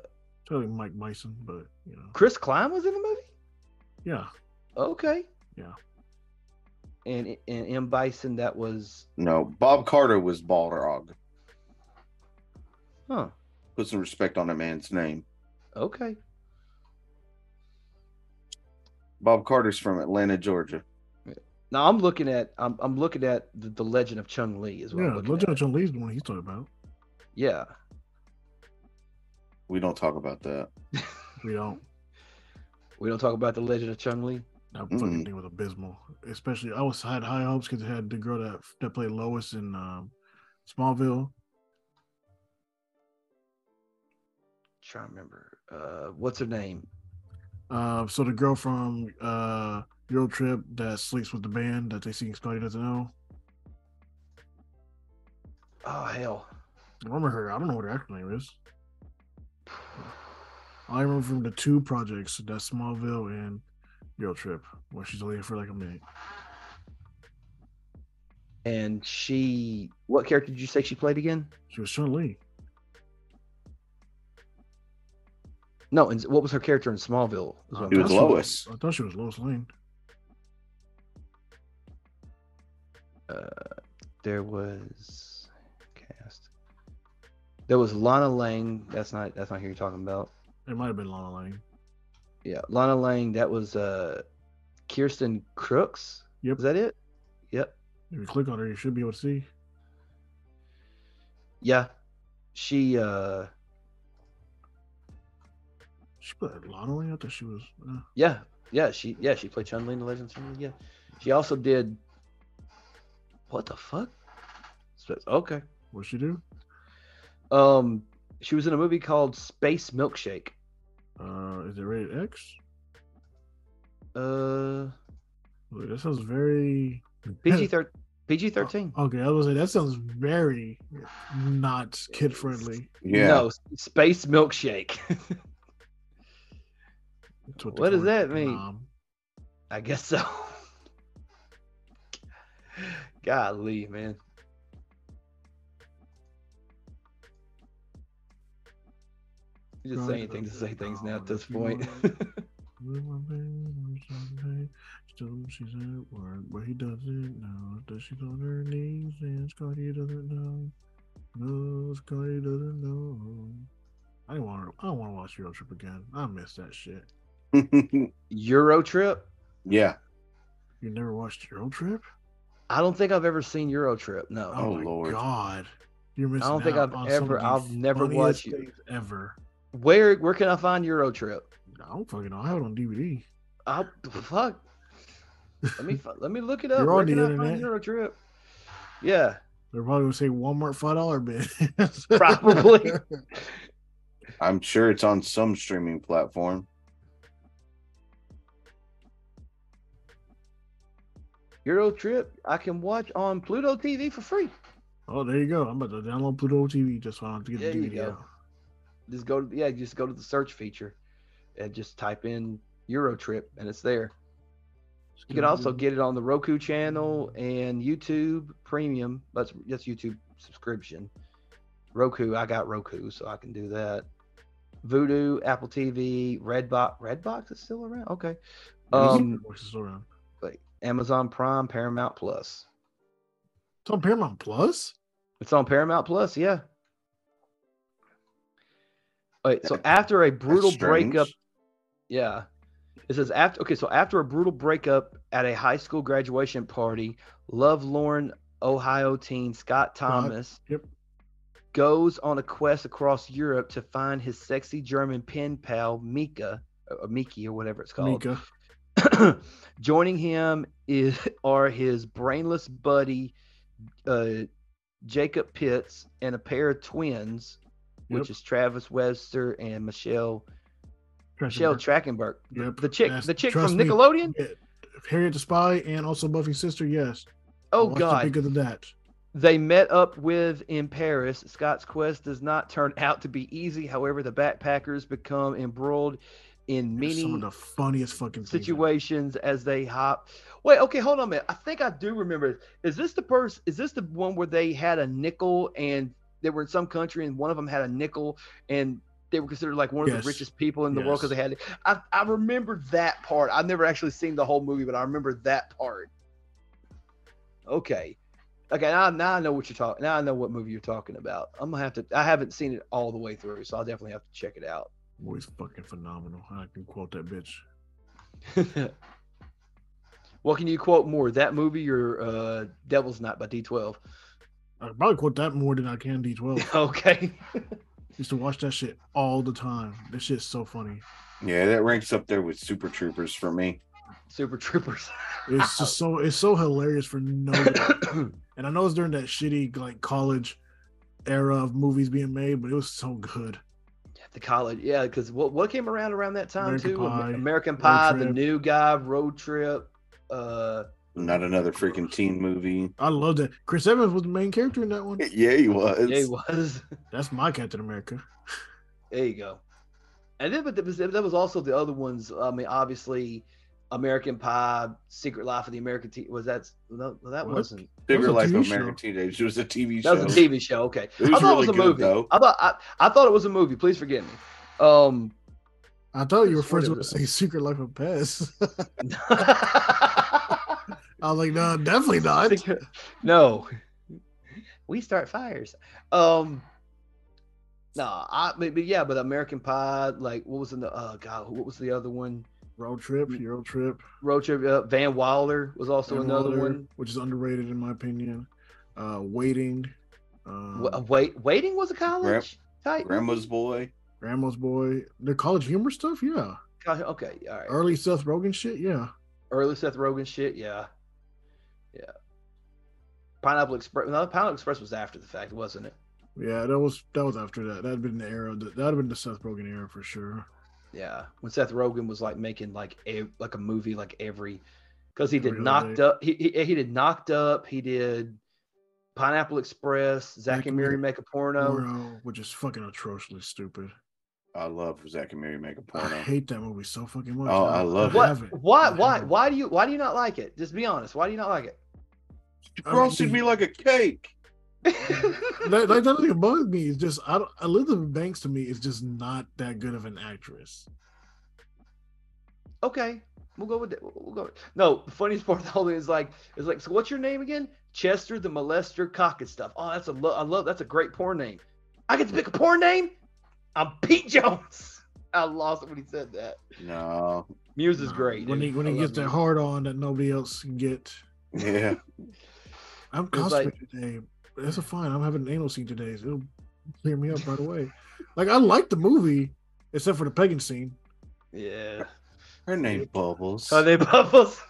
Speaker 3: Totally Mike Myson, but you know,
Speaker 2: Chris Klein was in the movie.
Speaker 3: yeah,
Speaker 2: Okay.
Speaker 3: Yeah.
Speaker 2: And and M Bison that was
Speaker 1: No, Bob Carter was Balrog.
Speaker 2: huh.
Speaker 1: Put some respect on a man's name.
Speaker 2: Okay.
Speaker 1: Bob Carter's from Atlanta, Georgia.
Speaker 2: Now I'm looking at I'm I'm looking at the, the Legend of Chung Li is what
Speaker 3: yeah.
Speaker 2: I'm looking
Speaker 3: Legend
Speaker 2: at.
Speaker 3: of Chun Li's the one he's talking about.
Speaker 2: Yeah.
Speaker 1: We don't talk about that.
Speaker 3: We don't.
Speaker 2: We don't talk about the Legend of Chung Li.
Speaker 3: That
Speaker 1: Mm-mm.
Speaker 2: Mm-hmm.
Speaker 3: fucking thing was abysmal. Especially, I was had high hopes because it had the girl that that played Lois in um, Smallville.
Speaker 2: Trying to remember. Uh, what's her name?
Speaker 3: Uh, so the girl from uh, Euro Trip that sleeps with the band that they see Scotty doesn't know.
Speaker 2: Oh hell.
Speaker 3: I remember her. I don't know what her actual name is. I remember from the two projects that's Smallville and Euro Trip, where she's only in for like a minute.
Speaker 2: And she what character did you say she played again?
Speaker 3: She was Chun Li.
Speaker 2: No, and what was her character in Smallville? is what
Speaker 3: I
Speaker 2: I'm
Speaker 1: It was
Speaker 3: thought she
Speaker 2: asking.
Speaker 1: Lois.
Speaker 3: I thought she was Lois Lane.
Speaker 2: There was cast. There was Lana Lang. That's not that's not who you're talking about.
Speaker 3: It might have been Lana Lane.
Speaker 2: Yeah, Lana Lang. That was uh, Kirsten Crooks.
Speaker 3: Yep.
Speaker 2: Is that it? Yep.
Speaker 3: If you click on her, you should be able to see.
Speaker 2: Yeah. She. uh
Speaker 3: She put Lana Lane. I thought she was. Uh,
Speaker 2: Yeah. Yeah. She. Yeah. She played Chun Li in the Legends. Yeah. She also did. What the fuck? So- Okay.
Speaker 3: what she do?
Speaker 2: Um. She was in a movie called Space Milkshake.
Speaker 3: Uh, is it rated X?
Speaker 2: Uh.
Speaker 3: Ooh, That sounds very
Speaker 2: PG thirteen. PG thirteen.
Speaker 3: Okay, I was gonna say that sounds very not kid friendly.
Speaker 1: Yeah.
Speaker 2: No. Space Milkshake. What does that mean?
Speaker 3: um,
Speaker 2: I guess so. Golly, man. You just say
Speaker 3: Right. Oh,
Speaker 2: anything to say things now at this
Speaker 3: You
Speaker 2: point.
Speaker 3: wanna- Still, she's at work, but he doesn't know that she's on her knees, and Scotty doesn't know. No, Scotty doesn't know. I didn't want. To, I don't want to watch Euro Trip again. I miss that shit.
Speaker 2: Euro Trip?
Speaker 1: yeah.
Speaker 3: You never watched Euro Trip?
Speaker 2: I don't think I've ever seen Euro Trip. No.
Speaker 1: Oh, Lord.
Speaker 3: God, you're missing.
Speaker 2: don't think
Speaker 3: out
Speaker 2: I've
Speaker 3: on some of
Speaker 2: ever-
Speaker 3: the
Speaker 2: I've never
Speaker 3: funniest
Speaker 2: watched it.
Speaker 3: things ever.
Speaker 2: Where where can I find Euro Trip?
Speaker 3: I don't fucking know. I have it on DVD.
Speaker 2: I fuck. Let me fi- let me look it up.
Speaker 3: You're
Speaker 2: where
Speaker 3: on the
Speaker 2: can I
Speaker 3: internet.
Speaker 2: find Euro Trip? Yeah.
Speaker 3: They're probably gonna say Walmart five dollar bid.
Speaker 2: Probably.
Speaker 1: I'm sure it's on some streaming platform.
Speaker 2: Euro Trip I can watch on Pluto TV for free.
Speaker 3: oh, there you go. I'm about to download Pluto TV just so I don't have to get
Speaker 2: There
Speaker 3: the
Speaker 2: you
Speaker 3: DVD
Speaker 2: go.
Speaker 3: out.
Speaker 2: just go to yeah just go to the search feature and just type in euro trip and it's there
Speaker 3: Just
Speaker 2: you
Speaker 3: get
Speaker 2: can
Speaker 3: it
Speaker 2: also
Speaker 3: done.
Speaker 2: get it on the roku channel and youtube premium that's that's youtube subscription roku i got roku so i can do that voodoo apple tv redbox redbox is still around okay
Speaker 3: Mm-hmm.
Speaker 2: um
Speaker 3: Voices around.
Speaker 2: wait, amazon prime paramount plus
Speaker 3: It's on Paramount Plus.
Speaker 2: it's on paramount plus yeah all right so after a
Speaker 1: That's
Speaker 2: brutal
Speaker 1: strange.
Speaker 2: breakup Yeah. It says after okay, so after a brutal breakup at a high school graduation party, love Lauren, Ohio teen Scott Thomas
Speaker 3: yep.
Speaker 2: goes on a quest across Europe to find his sexy German pen pal Mika or Miki or whatever it's called.
Speaker 3: Mika.
Speaker 2: Joining him is are his brainless buddy uh, Jacob Pitts and a pair of twins which is Travis Webster and Michelle Michelle Trachtenberg,
Speaker 3: Trachtenberg.
Speaker 2: the-
Speaker 3: Yep,
Speaker 2: the chick,
Speaker 3: that's-
Speaker 2: the chick
Speaker 3: trust
Speaker 2: from
Speaker 3: me.
Speaker 2: Nickelodeon.
Speaker 3: Harriet the Spy and also Buffy's sister. Yes.
Speaker 2: Oh
Speaker 3: What's
Speaker 2: God,
Speaker 3: The bigger than that.
Speaker 2: they met up with in Paris. Scott's quest does not turn out to be easy. However, the backpackers become embroiled in
Speaker 3: It's some
Speaker 2: many
Speaker 3: of the funniest fucking things ever.
Speaker 2: situations as they hop. Wait, okay, hold on a minute. I think I do remember. this. Is this the person? Is this the one where they had a nickel and they were in some country and one of them had a nickel and they were considered like one of
Speaker 3: Yes.
Speaker 2: the richest people in the world
Speaker 3: Yes.
Speaker 2: because they had. I I remember that part. I've never actually seen the whole movie, but I remember that part. Okay. Okay, now, now I know what you're talking. Now I know what movie you're talking about. I'm gonna have to. I haven't seen it all the way through, so I'll definitely have to check it out.
Speaker 3: Boy's fucking phenomenal. I can quote that bitch.
Speaker 2: what can you quote more? That movie or uh, Devil's Night by D12?
Speaker 3: I can probably quote that more than I can D12.
Speaker 2: Okay.
Speaker 3: Used to watch that shit all the time. This shit's so funny.
Speaker 1: Yeah, that ranks up there with Super Troopers for me.
Speaker 2: Super Troopers.
Speaker 3: It's just so it's so hilarious for no. and I know it's during that shitty like college era of movies being made, but it was so good.
Speaker 2: the college. Yeah, because what, what came around around that time,
Speaker 3: American
Speaker 2: too? Am-
Speaker 3: Pie,
Speaker 2: American
Speaker 3: Road
Speaker 2: Pie, The
Speaker 3: Trip.
Speaker 2: New Guy, Road Trip. Uh,
Speaker 1: Not another freaking teen movie.
Speaker 3: I love that. Chris Evans was the main character in that one.
Speaker 1: Yeah, he was.
Speaker 2: yeah, it was.
Speaker 3: That's my Captain America.
Speaker 2: There you go. And then, but that was, that was also the other ones. I mean, obviously, American Pie, Secret Life of the American Teen. Was that? No, that
Speaker 3: What?
Speaker 2: wasn't.
Speaker 1: Bigger
Speaker 3: That was
Speaker 1: Life
Speaker 3: a
Speaker 1: of
Speaker 3: TV
Speaker 1: American Teenage. It was a TV
Speaker 2: That
Speaker 1: show.
Speaker 2: was a TV show. Okay,
Speaker 1: It was
Speaker 2: I thought it was a
Speaker 1: really good,
Speaker 2: movie.
Speaker 1: though.
Speaker 2: I thought I, I thought it was a movie. Please forgive me. Um,
Speaker 3: I thought you were
Speaker 2: That's
Speaker 3: first
Speaker 2: what
Speaker 3: going
Speaker 2: it
Speaker 3: to say Secret Life of Pets.
Speaker 2: I
Speaker 3: I was like, no, definitely not.
Speaker 2: think- no, we start fires. Um, no, I but, but yeah, but American Pie. Like, what was in the? Oh God, what was the other one?
Speaker 3: Road Trip, Euro Trip.
Speaker 2: Road Trip. Uh, Van Wilder was also
Speaker 3: Van
Speaker 2: another
Speaker 3: Wilder,
Speaker 2: one.
Speaker 3: which is underrated in my opinion. Uh, waiting, um,
Speaker 2: Wa- wait, waiting was a college. type
Speaker 1: Grandma's Boy.
Speaker 3: Grandma's Boy, the college humor stuff, yeah.
Speaker 2: Co- Okay, all right.
Speaker 3: Early Seth Rogen shit, yeah.
Speaker 2: Early Seth Rogen shit, yeah, yeah. Pineapple Express. No, Pineapple Express was after the fact, wasn't it?
Speaker 3: Yeah, that was that was after that. That'd been the era. That that'd been the Seth Rogen era for sure.
Speaker 2: Yeah, when Seth Rogen was like making like a like a movie like every because he did
Speaker 3: Every other
Speaker 2: knocked
Speaker 3: day.
Speaker 2: up he, he he did knocked up he did Pineapple Express Zach
Speaker 3: Zack
Speaker 2: and
Speaker 3: and
Speaker 2: Mary
Speaker 3: Miri-
Speaker 2: make a
Speaker 1: Um,
Speaker 2: porno
Speaker 3: Porno, which is fucking atrociously stupid.
Speaker 1: I love Zach and Mary make a
Speaker 3: I
Speaker 1: porno.
Speaker 3: hate that movie so fucking much.
Speaker 1: Oh, I love it.
Speaker 2: what
Speaker 3: haven't.
Speaker 2: why
Speaker 3: I
Speaker 2: why
Speaker 3: haven't.
Speaker 2: why do you why do you not like it just be honest why do you not like it
Speaker 1: You Frosted me like a cake.
Speaker 3: Like, like that thing bugs me. It's just I don't, Elizabeth Banks to me is just not that good of an actress.
Speaker 2: okay we'll go with that we'll go with- no the funniest part of the whole thing is like is like so what's your name again Chester the molester cock and stuff oh that's a lo- I love that's a great porn name I get to pick a porn name I'm Pete Jones I lost it when he said that.
Speaker 1: No.
Speaker 2: Muse is
Speaker 3: Nah,
Speaker 2: great.
Speaker 3: When
Speaker 2: dude.
Speaker 3: he when
Speaker 2: I
Speaker 3: he
Speaker 2: love
Speaker 3: gets that
Speaker 2: Muse.
Speaker 3: hard on that nobody else can get.
Speaker 1: Yeah.
Speaker 3: I'm
Speaker 2: It's
Speaker 3: cosplaying
Speaker 2: like-
Speaker 3: today. That's a fine. I'm having an anal scene today. so It'll clear me up right away. Like I like the movie, except for the pegging scene.
Speaker 2: Yeah.
Speaker 1: Her name's Bubbles.
Speaker 2: Are they bubbles?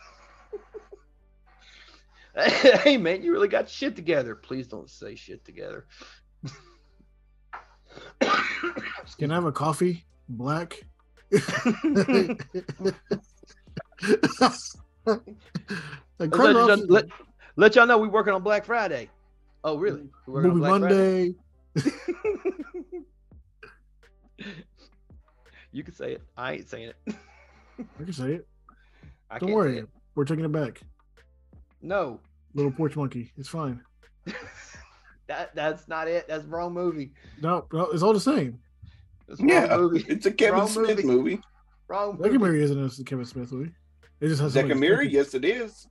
Speaker 2: hey man, you really got shit together. Please don't say shit together.
Speaker 3: Can I have a coffee? Black.
Speaker 2: Let's
Speaker 3: like
Speaker 2: let,
Speaker 3: Craig
Speaker 2: y'all-
Speaker 3: Robinson-
Speaker 2: let- let y'all know we're working on Black Friday. Oh really? We're working
Speaker 3: movie Monday.
Speaker 2: Friday? you can say it. I ain't saying it.
Speaker 3: I can say it.
Speaker 2: I
Speaker 3: Don't
Speaker 2: can't
Speaker 3: worry,
Speaker 2: Say it.
Speaker 3: we're taking it back.
Speaker 2: No.
Speaker 3: Little porch monkey. It's fine.
Speaker 2: That that's not it. That's the wrong movie.
Speaker 3: No, no, it's all the same.
Speaker 2: That's the
Speaker 1: Yeah.
Speaker 2: wrong movie.
Speaker 1: It's a Kevin
Speaker 2: Wrong
Speaker 1: Smith
Speaker 2: movie.
Speaker 1: movie.
Speaker 2: Wrong
Speaker 3: Zack and
Speaker 2: movie.
Speaker 3: Mary isn't a Kevin Smith movie. It just has
Speaker 1: Zack and Mary?
Speaker 3: Yeah.
Speaker 1: Yes, it is.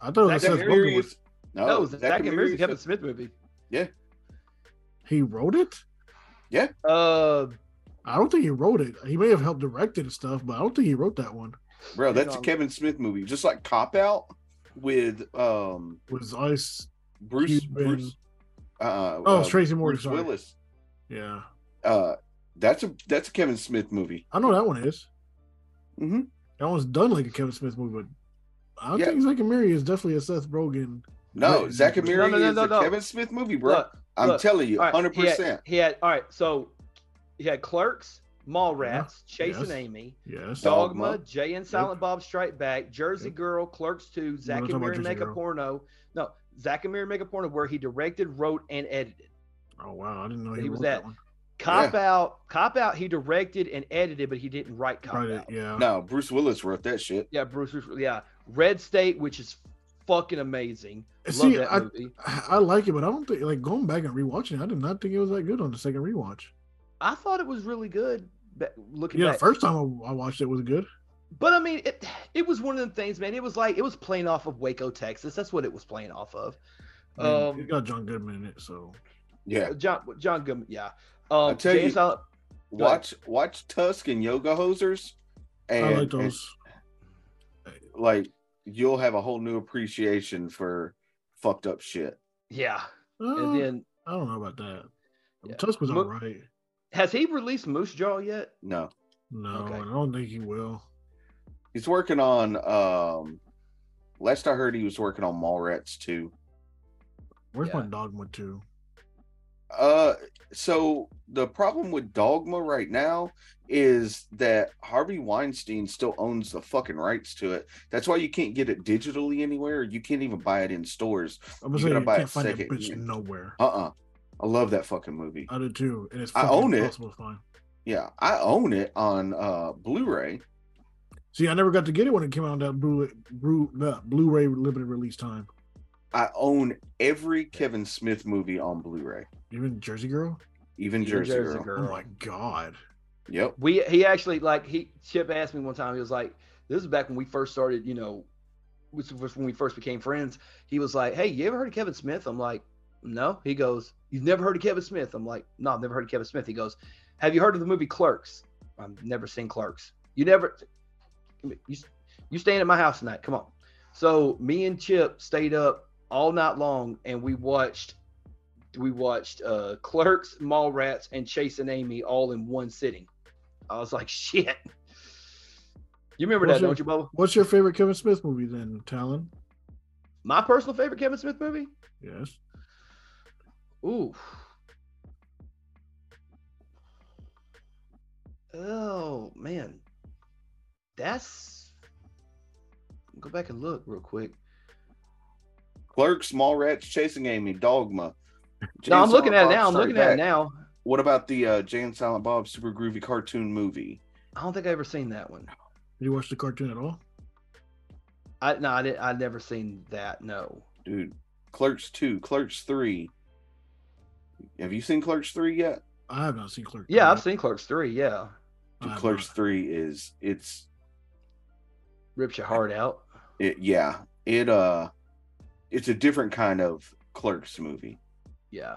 Speaker 3: I thought it was
Speaker 1: Zack
Speaker 3: Seth
Speaker 1: and Mary
Speaker 3: Rogen. was-
Speaker 1: is. No,
Speaker 2: No, Zack and Mary's a
Speaker 1: is-
Speaker 2: Kevin Smith movie.
Speaker 3: He wrote it.
Speaker 2: Uh,
Speaker 3: I don't think he wrote it. He may have helped direct it and stuff, but I don't think he wrote that one.
Speaker 1: Bro,
Speaker 2: You
Speaker 1: that's a
Speaker 2: know-
Speaker 1: Kevin Smith movie. Just like Cop Out with um
Speaker 3: Was Ice?
Speaker 1: Bruce
Speaker 3: Cuban.
Speaker 1: Bruce uh
Speaker 3: Oh,
Speaker 1: uh,
Speaker 3: it's Tracy Morgan.
Speaker 1: Bruce
Speaker 3: sorry.
Speaker 1: Willis.
Speaker 3: Yeah,
Speaker 1: Uh that's a that's a Kevin Smith movie.
Speaker 3: I know that one is.
Speaker 2: Mm-hmm.
Speaker 1: Mhm.
Speaker 3: That one's done like a Kevin Smith movie, but I don't
Speaker 1: Yeah.
Speaker 3: think Zack and Mary is definitely a Seth Rogen.
Speaker 1: No,
Speaker 3: Wait,
Speaker 1: Zack and
Speaker 3: no,
Speaker 1: Mary
Speaker 2: no, no,
Speaker 1: is
Speaker 2: no,
Speaker 1: a
Speaker 2: no.
Speaker 1: Kevin Smith movie, bro.
Speaker 2: look,
Speaker 1: I'm
Speaker 2: Look,
Speaker 1: telling you,
Speaker 2: All right,
Speaker 1: hundred
Speaker 2: he had-
Speaker 1: percent.
Speaker 2: Uh, He had all right. So he had Clerks, Mallrats, Chase
Speaker 3: yes.
Speaker 2: and Amy,
Speaker 3: Yes.
Speaker 1: Dog-
Speaker 2: Dogma,
Speaker 1: Dogma.
Speaker 2: Jay and Silent Bob Strike Back, Jersey
Speaker 3: Yep.
Speaker 2: Girl, Clerks Two, Zack
Speaker 3: talking
Speaker 2: and
Speaker 3: about
Speaker 2: Mary
Speaker 3: Jersey
Speaker 2: Make a
Speaker 3: Girl.
Speaker 2: Porno. No, Zack and Mary Make a Porno, where he directed, wrote, and edited.
Speaker 3: Oh wow, I didn't know
Speaker 2: He
Speaker 3: he,
Speaker 2: was
Speaker 3: wrote that
Speaker 2: that
Speaker 3: one.
Speaker 2: Cop out, cop out. He directed and edited, but he didn't write cop
Speaker 3: Right,
Speaker 2: out.
Speaker 3: yeah.
Speaker 1: No, Bruce Willis wrote that shit.
Speaker 2: Yeah, Bruce. Bruce- Yeah, Red State, which is fucking amazing. Love
Speaker 3: See,
Speaker 2: that
Speaker 3: I-
Speaker 2: movie.
Speaker 3: I I like it, but I don't think like going back and rewatching it. I did not think it was that good on the second rewatch.
Speaker 2: I thought it was really good. ba- Looking
Speaker 3: Yeah, the
Speaker 2: back.
Speaker 3: first time I, I watched it was good.
Speaker 2: But I mean, it it was one of the things, man. It was like it was playing off of Waco, Texas. That's what it was playing off of.
Speaker 3: I mean,
Speaker 2: Um,
Speaker 3: it got John Goodman in it, so
Speaker 1: Yeah,
Speaker 2: Uh, John John Goodman, yeah. Um,
Speaker 1: I tell
Speaker 2: James
Speaker 1: you-
Speaker 2: Al- Go ahead.
Speaker 1: watch watch Tusk and Yoga Hosers, and
Speaker 3: I like
Speaker 1: and,
Speaker 3: those.
Speaker 1: like you'll have a whole new appreciation for fucked up shit.
Speaker 2: yeah.
Speaker 3: Uh,
Speaker 2: And then
Speaker 3: I don't know about that.
Speaker 2: Yeah.
Speaker 3: Tusk was
Speaker 2: Mo-
Speaker 3: alright.
Speaker 2: has he released Moose Jaw yet?
Speaker 1: No,
Speaker 3: No,
Speaker 2: Okay.
Speaker 3: I don't think he will.
Speaker 1: he's working on. um Last I heard, he was working on Mallrats too.
Speaker 3: Where's my
Speaker 2: Yeah.
Speaker 3: dogma too?
Speaker 1: Uh, so the problem with Dogma right now is that Harvey Weinstein still owns the fucking rights to it. That's why you can't get it digitally anywhere. You can't even buy it in stores.
Speaker 3: I'm gonna
Speaker 1: You
Speaker 3: say
Speaker 1: gotta
Speaker 3: you
Speaker 1: buy
Speaker 3: can't
Speaker 1: a
Speaker 3: find that
Speaker 1: second
Speaker 3: bitch
Speaker 1: unit.
Speaker 3: nowhere.
Speaker 1: Uh uh I love that fucking movie.
Speaker 3: I do too, and it's
Speaker 1: I
Speaker 3: fucking
Speaker 1: own it.
Speaker 3: impossible to find.
Speaker 1: Yeah, I own it on uh Blu-ray.
Speaker 3: See, I never got to get it when it came out on that Blu- Blu- uh, Blu-ray limited release time.
Speaker 1: I own every Kevin Smith movie on Blu-ray,
Speaker 3: Even Jersey Girl.
Speaker 1: even
Speaker 2: Even
Speaker 1: Jersey, Girl.
Speaker 3: Oh my god.
Speaker 1: Yep.
Speaker 2: We he actually like he Chip asked me one time. He was like, "This is back when we first started, you know, which was when we first became friends." He was like, "Hey, you ever heard of Kevin Smith?" I'm like, "No." He goes, "You've never heard of Kevin Smith?" I'm like, "No, I've never heard of Kevin Smith." He goes, "Have you heard of the movie Clerks?" I've never seen Clerks. You never, you, you staying at my house tonight? Come on. So me and Chip stayed up all night long, and we watched. We watched uh, Clerks, Mallrats, and Chase and Amy all in one sitting. I was like, shit. You remember
Speaker 3: What's
Speaker 2: that,
Speaker 3: your-
Speaker 2: don't you, Bubba?
Speaker 3: What's your favorite Kevin Smith movie then, Talon?
Speaker 2: My personal favorite Kevin Smith movie?
Speaker 3: Yes.
Speaker 2: Ooh. Oh man. That's go back and look real quick.
Speaker 1: Clerks, Mallrats, Chasing Amy, Dogma.
Speaker 2: No, I'm
Speaker 1: Jane
Speaker 2: looking at it
Speaker 1: Silent
Speaker 2: now.
Speaker 1: Bob
Speaker 2: I'm looking
Speaker 1: Strike
Speaker 2: at it
Speaker 1: Back.
Speaker 2: now.
Speaker 1: What about the uh, Jay and Silent Bob super groovy cartoon movie?
Speaker 2: I don't think I ever seen that one.
Speaker 3: Did you watch the cartoon at all?
Speaker 2: I no, I didn't I never seen that. No.
Speaker 1: Dude, Clerks 2, Clerks 3. Have you seen Clerks 3 yet?
Speaker 3: I have not seen Clerk.
Speaker 2: Yeah, I've seen Clerks 3, yeah.
Speaker 3: I
Speaker 1: Dude,
Speaker 3: have
Speaker 1: Clerks
Speaker 3: not.
Speaker 1: 3 is it's
Speaker 2: Rips your heart out.
Speaker 1: it yeah. It uh it's a different kind of Clerks movie.
Speaker 2: Yeah.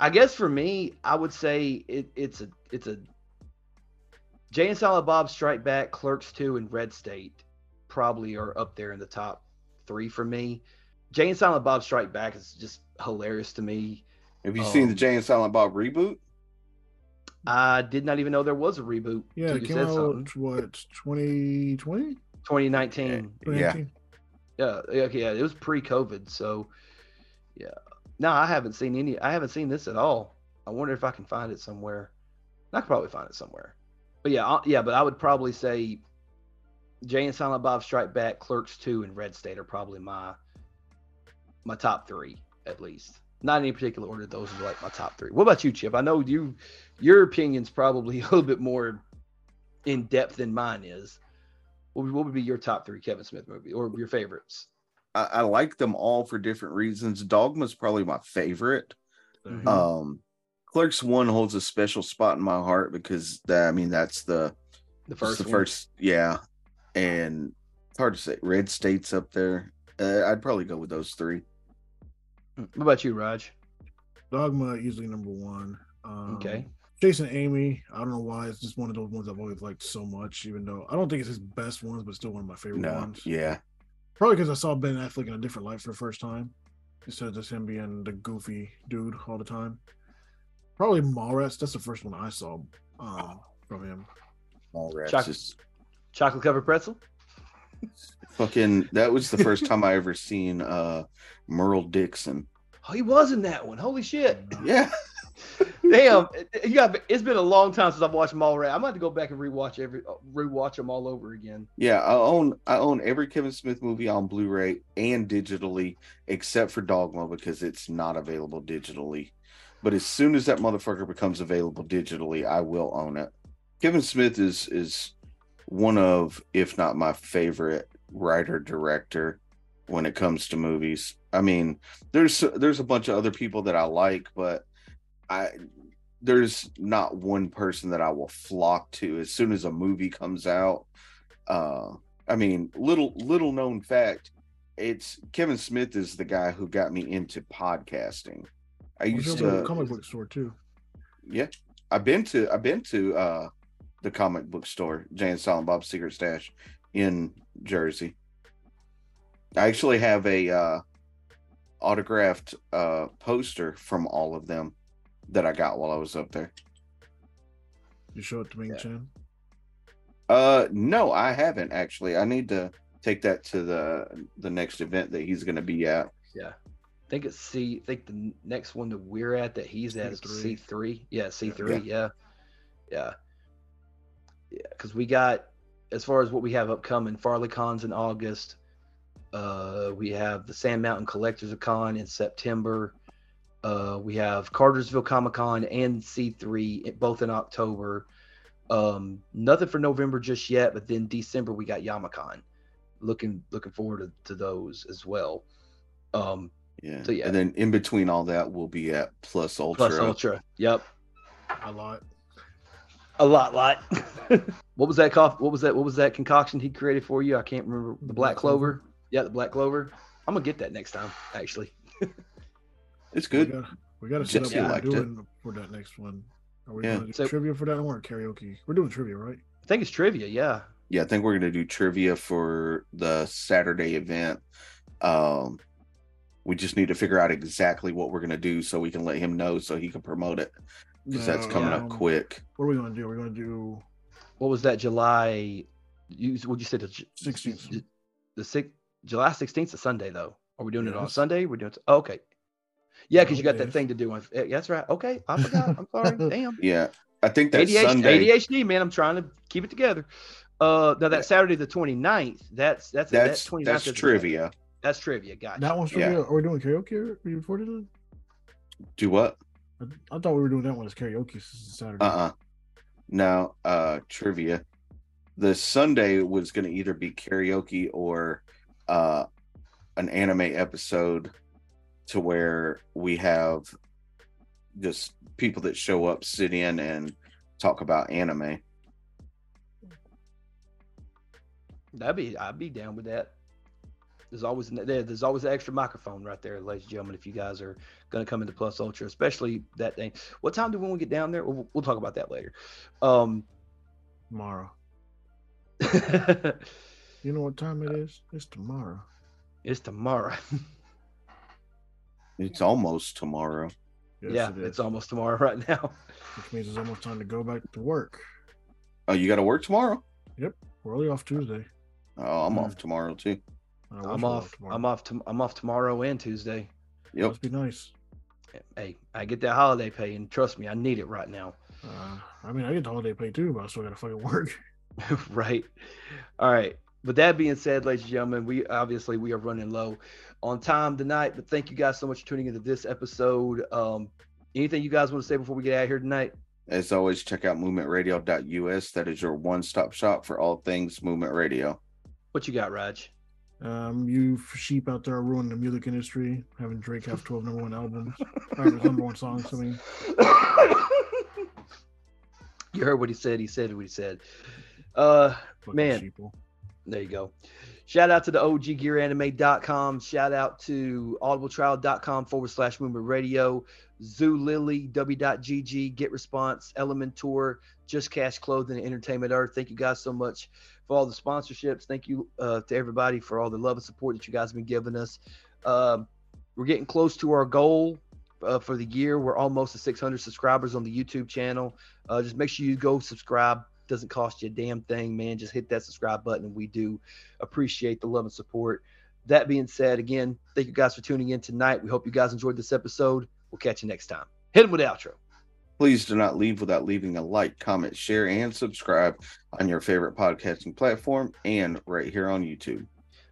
Speaker 2: I guess for me, I would say it, it's a it's a Jay and Silent Bob Strike Back, Clerks Two, and Red State probably are up there in the top three for me. Jay and Silent Bob Strike Back is just hilarious to me.
Speaker 1: Have you seen the
Speaker 2: Um,
Speaker 1: Jay and Silent Bob reboot?
Speaker 2: I did not even know there was a reboot.
Speaker 3: Yeah,
Speaker 2: till
Speaker 3: it
Speaker 2: you
Speaker 3: came
Speaker 2: said
Speaker 3: out
Speaker 2: something.
Speaker 3: what 2020? 2019?
Speaker 2: 2019.
Speaker 1: Yeah.
Speaker 2: Yeah, yeah, yeah, it was pre-COVID, so yeah. No, I haven't seen any. I haven't seen this at all. I wonder if I can find it somewhere. I could probably find it somewhere. But yeah, I, yeah, but I would probably say Jay and Silent Bob Strike Back, Clerks Two, and Red State are probably my my top three at least. Not in any particular order. Those are like my top three. What about you, Chip? I know you your opinion's probably a little bit more in depth than mine is. What would, what would be your top three Kevin Smith movie or your favorites?
Speaker 1: I, I like them all for different reasons. Dogma's probably my favorite.
Speaker 3: Hmm.
Speaker 2: Mhm.
Speaker 1: Um, Clerks One holds a special spot in my heart because that I mean that's the
Speaker 2: The
Speaker 1: first,
Speaker 2: first,
Speaker 1: the
Speaker 2: one.
Speaker 1: first, yeah, and it's hard to say. Red State's up there. Uh, I'd probably go with those three.
Speaker 2: Mm, What about you, Raj?
Speaker 3: Dogma easily number one. Um,
Speaker 2: Okay.
Speaker 3: Jason Amy, I don't know why it's just one of those ones I've always liked so much, even though I don't think it's his best ones, but still one of my favorite
Speaker 1: No,
Speaker 3: ones.
Speaker 1: yeah,
Speaker 3: Probably because I saw Ben Affleck in a different light for the first time, instead of just him being the goofy dude all the time. Probably Mallrats. That's the first one I saw um, from him.
Speaker 1: Mallrats
Speaker 2: Chuck-
Speaker 1: is
Speaker 2: Chocolate covered pretzel?
Speaker 1: fucking. That was the first time I ever seen uh Merle Dixon.
Speaker 2: Oh, he was in that one. Holy shit.
Speaker 1: Yeah. Mm.
Speaker 2: Damn, it- it- you got, it's been a long time since I've watched Mallrats. I'm gonna have to go back and rewatch every rewatch them all over again.
Speaker 1: Yeah, I own I own every Kevin Smith movie on Blu-ray and digitally, except for Dogma because it's not available digitally. But as soon as that motherfucker becomes available digitally, I will own it. Kevin Smith is is one of, if not my favorite writer director when it comes to movies. I mean, there's there's a bunch of other people that I like, but I there's not one person that I will flock to as soon as a movie comes out uh i mean little little known fact it's kevin smith is the guy who got me into podcasting i
Speaker 3: Well,
Speaker 1: used
Speaker 3: there's
Speaker 2: uh,
Speaker 3: a
Speaker 1: to
Speaker 3: comic book store too.
Speaker 1: yeah i've been to i've been to uh the comic book store jay and silent bob's secret stash in jersey i actually have a uh autographed uh poster from all of them that i got while i was up there
Speaker 3: You show it to Ming
Speaker 2: Yeah.
Speaker 3: Chen.
Speaker 1: Uh, no, I haven't actually. I need to take that to the the next event that he's going to be at.
Speaker 2: Yeah, I think it's C. I think the next one that we're at that he's at is C
Speaker 3: C3.
Speaker 2: three. Yeah, C three. Yeah, yeah, yeah. Because we got as far as what we have upcoming, Farley Cons in August. Uh, we have the Sand Mountain Collectors of Con in September. Uh, we have Cartersville Comic Con and C3 in- both in October. Um, nothing for November just yet, but then December we got Yamacon. Looking looking forward to, to those as well. Um,
Speaker 1: Yeah.
Speaker 2: So, yeah.
Speaker 1: And then in between all that, we'll be at Plus Ultra.
Speaker 2: Plus Ultra. Yep.
Speaker 3: A lot.
Speaker 2: A lot, lot. what was that cough? What was that? What was that concoction he created for you? I can't remember. The Black Clover. Yeah, the Black Clover. I'm gonna get that next time. Actually,
Speaker 1: It's
Speaker 3: We
Speaker 1: good.
Speaker 3: gotta, we gotta set up
Speaker 1: Jesse
Speaker 3: what we're
Speaker 1: liked it.
Speaker 3: doing for that next one. Are we
Speaker 1: Yeah.
Speaker 3: gonna do
Speaker 2: So-
Speaker 3: trivia for that one or karaoke? We're doing trivia, right?
Speaker 2: I think it's trivia. Yeah.
Speaker 1: Yeah, I think we're going to do trivia for the Saturday event. Um, we just need to figure out exactly what we're going to do so we can let him know so he can promote it because that's
Speaker 3: No,
Speaker 1: coming
Speaker 2: yeah.
Speaker 1: up
Speaker 3: um,
Speaker 1: quick.
Speaker 3: What are we gonna do? We're gonna do
Speaker 2: What was that? July. You would you say the Ju-
Speaker 3: 16th.
Speaker 2: Ju- The six July 16th is a Sunday though. Are we doing it on
Speaker 3: Yes.
Speaker 2: Sunday? We're doing it. oh, okay. Yeah, because you got that
Speaker 3: Yes.
Speaker 2: thing to do. On, yeah, that's right. Okay, I forgot. I'm sorry. Damn.
Speaker 1: Yeah. I think that
Speaker 2: ADHD,
Speaker 1: Sunday.
Speaker 2: ADHD, man. I'm trying to keep it together. Uh, now that
Speaker 1: Yeah.
Speaker 2: Saturday the 29th. That's that's
Speaker 1: That's
Speaker 2: that 29th
Speaker 1: that's
Speaker 2: is a-
Speaker 1: trivia.
Speaker 2: That's trivia. Gotcha.
Speaker 3: that one's
Speaker 1: Yeah.
Speaker 3: trivia. Are we doing karaoke or- before then?
Speaker 1: Do what?
Speaker 3: I, I thought we were doing that one as karaoke since it's Saturday.
Speaker 1: Uh-uh. Now, uh trivia. The Sunday was gonna either be karaoke or uh an anime episode to where we have just people that show up sit in and talk about anime.
Speaker 2: That'd be I'd be down with that. There's always an- there, there's always an extra microphone right there, ladies and gentlemen. If you guys are gonna come into Plus Ultra, especially that thing. What time do we want to get down there? We'll, we'll talk about that later. Um,
Speaker 3: Tomorrow.
Speaker 2: it's
Speaker 3: You know what time it
Speaker 2: Uh-uh.
Speaker 3: is? It's tomorrow.
Speaker 2: tomorrow.
Speaker 1: It's almost tomorrow.
Speaker 3: Yes,
Speaker 2: yeah,
Speaker 3: it is.
Speaker 2: it's almost tomorrow right now.
Speaker 3: Which means it's almost time to go back to work.
Speaker 1: Oh, you gotta work tomorrow?
Speaker 3: We're only off Tuesday.
Speaker 1: Oh, I'm
Speaker 3: Mm.
Speaker 1: off tomorrow too.
Speaker 3: I wish
Speaker 2: I'm
Speaker 3: we're
Speaker 2: off.
Speaker 3: tomorrow.
Speaker 2: I'm off. tom I'm off tomorrow and Tuesday.
Speaker 1: Yep.
Speaker 3: Must be nice.
Speaker 2: Hey, I get that holiday pay, and trust me, I need it right now.
Speaker 3: Uh, I mean, I get the holiday pay too, but I still gotta fucking work.
Speaker 2: right. All right. With that being said, ladies and gentlemen, we obviously we are running low on time tonight, but thank you guys so much for tuning into this episode. Um, anything you guys want to say before we get out of here tonight?
Speaker 1: As always, check out movementradio.us. That is your one-stop shop for all things movement radio.
Speaker 2: What you got, Raj?
Speaker 3: Um, you f- sheep out there ruining the music industry, having Drake have 12 number one albums, or his number one songs. I mean,
Speaker 2: you heard what he said. He said what he said. Uh,
Speaker 3: fucking
Speaker 2: Man.
Speaker 3: sheeple.
Speaker 2: There you go. Shout out to the OGGearAnime.com. Shout out to audibletrial.com forward slash movement radio, Zoolily, W.GG, Get Response, Elementor, Just Cash Clothing, and Entertainment Earth. Thank you guys so much for all the sponsorships. Thank you uh, to everybody for all the love and support that you guys have been giving us. Um, we're getting close to our goal uh, for the year. We're almost at 600 subscribers on the YouTube channel. Uh, just make sure you go subscribe. Doesn't cost you a damn thing, man. Just hit that subscribe button. We do appreciate the love and support. That being said, again, thank you guys for tuning in tonight. We hope you guys enjoyed this episode. We'll catch you next time. Hit them with the outro.
Speaker 1: Please do not leave without leaving a like, comment, share, and subscribe on your favorite podcasting platform and right here on YouTube.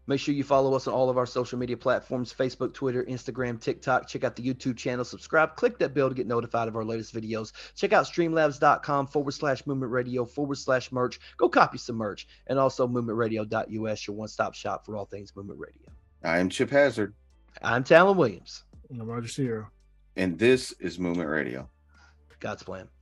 Speaker 2: Make sure you follow us on all of our social media platforms Facebook, Twitter, Instagram, TikTok. Check out the YouTube channel, subscribe, click that bell to get notified of our latest videos. Check out streamlabs.com forward slash movement radio forward slash merch. Go copy some merch. And also movementradio.us, your one stop shop for all things movement radio.
Speaker 1: I am Chip Hazard,
Speaker 2: I'm Talon Williams.
Speaker 3: And I'm Roger Sierra.
Speaker 1: and this is Movement Radio.
Speaker 2: God's plan.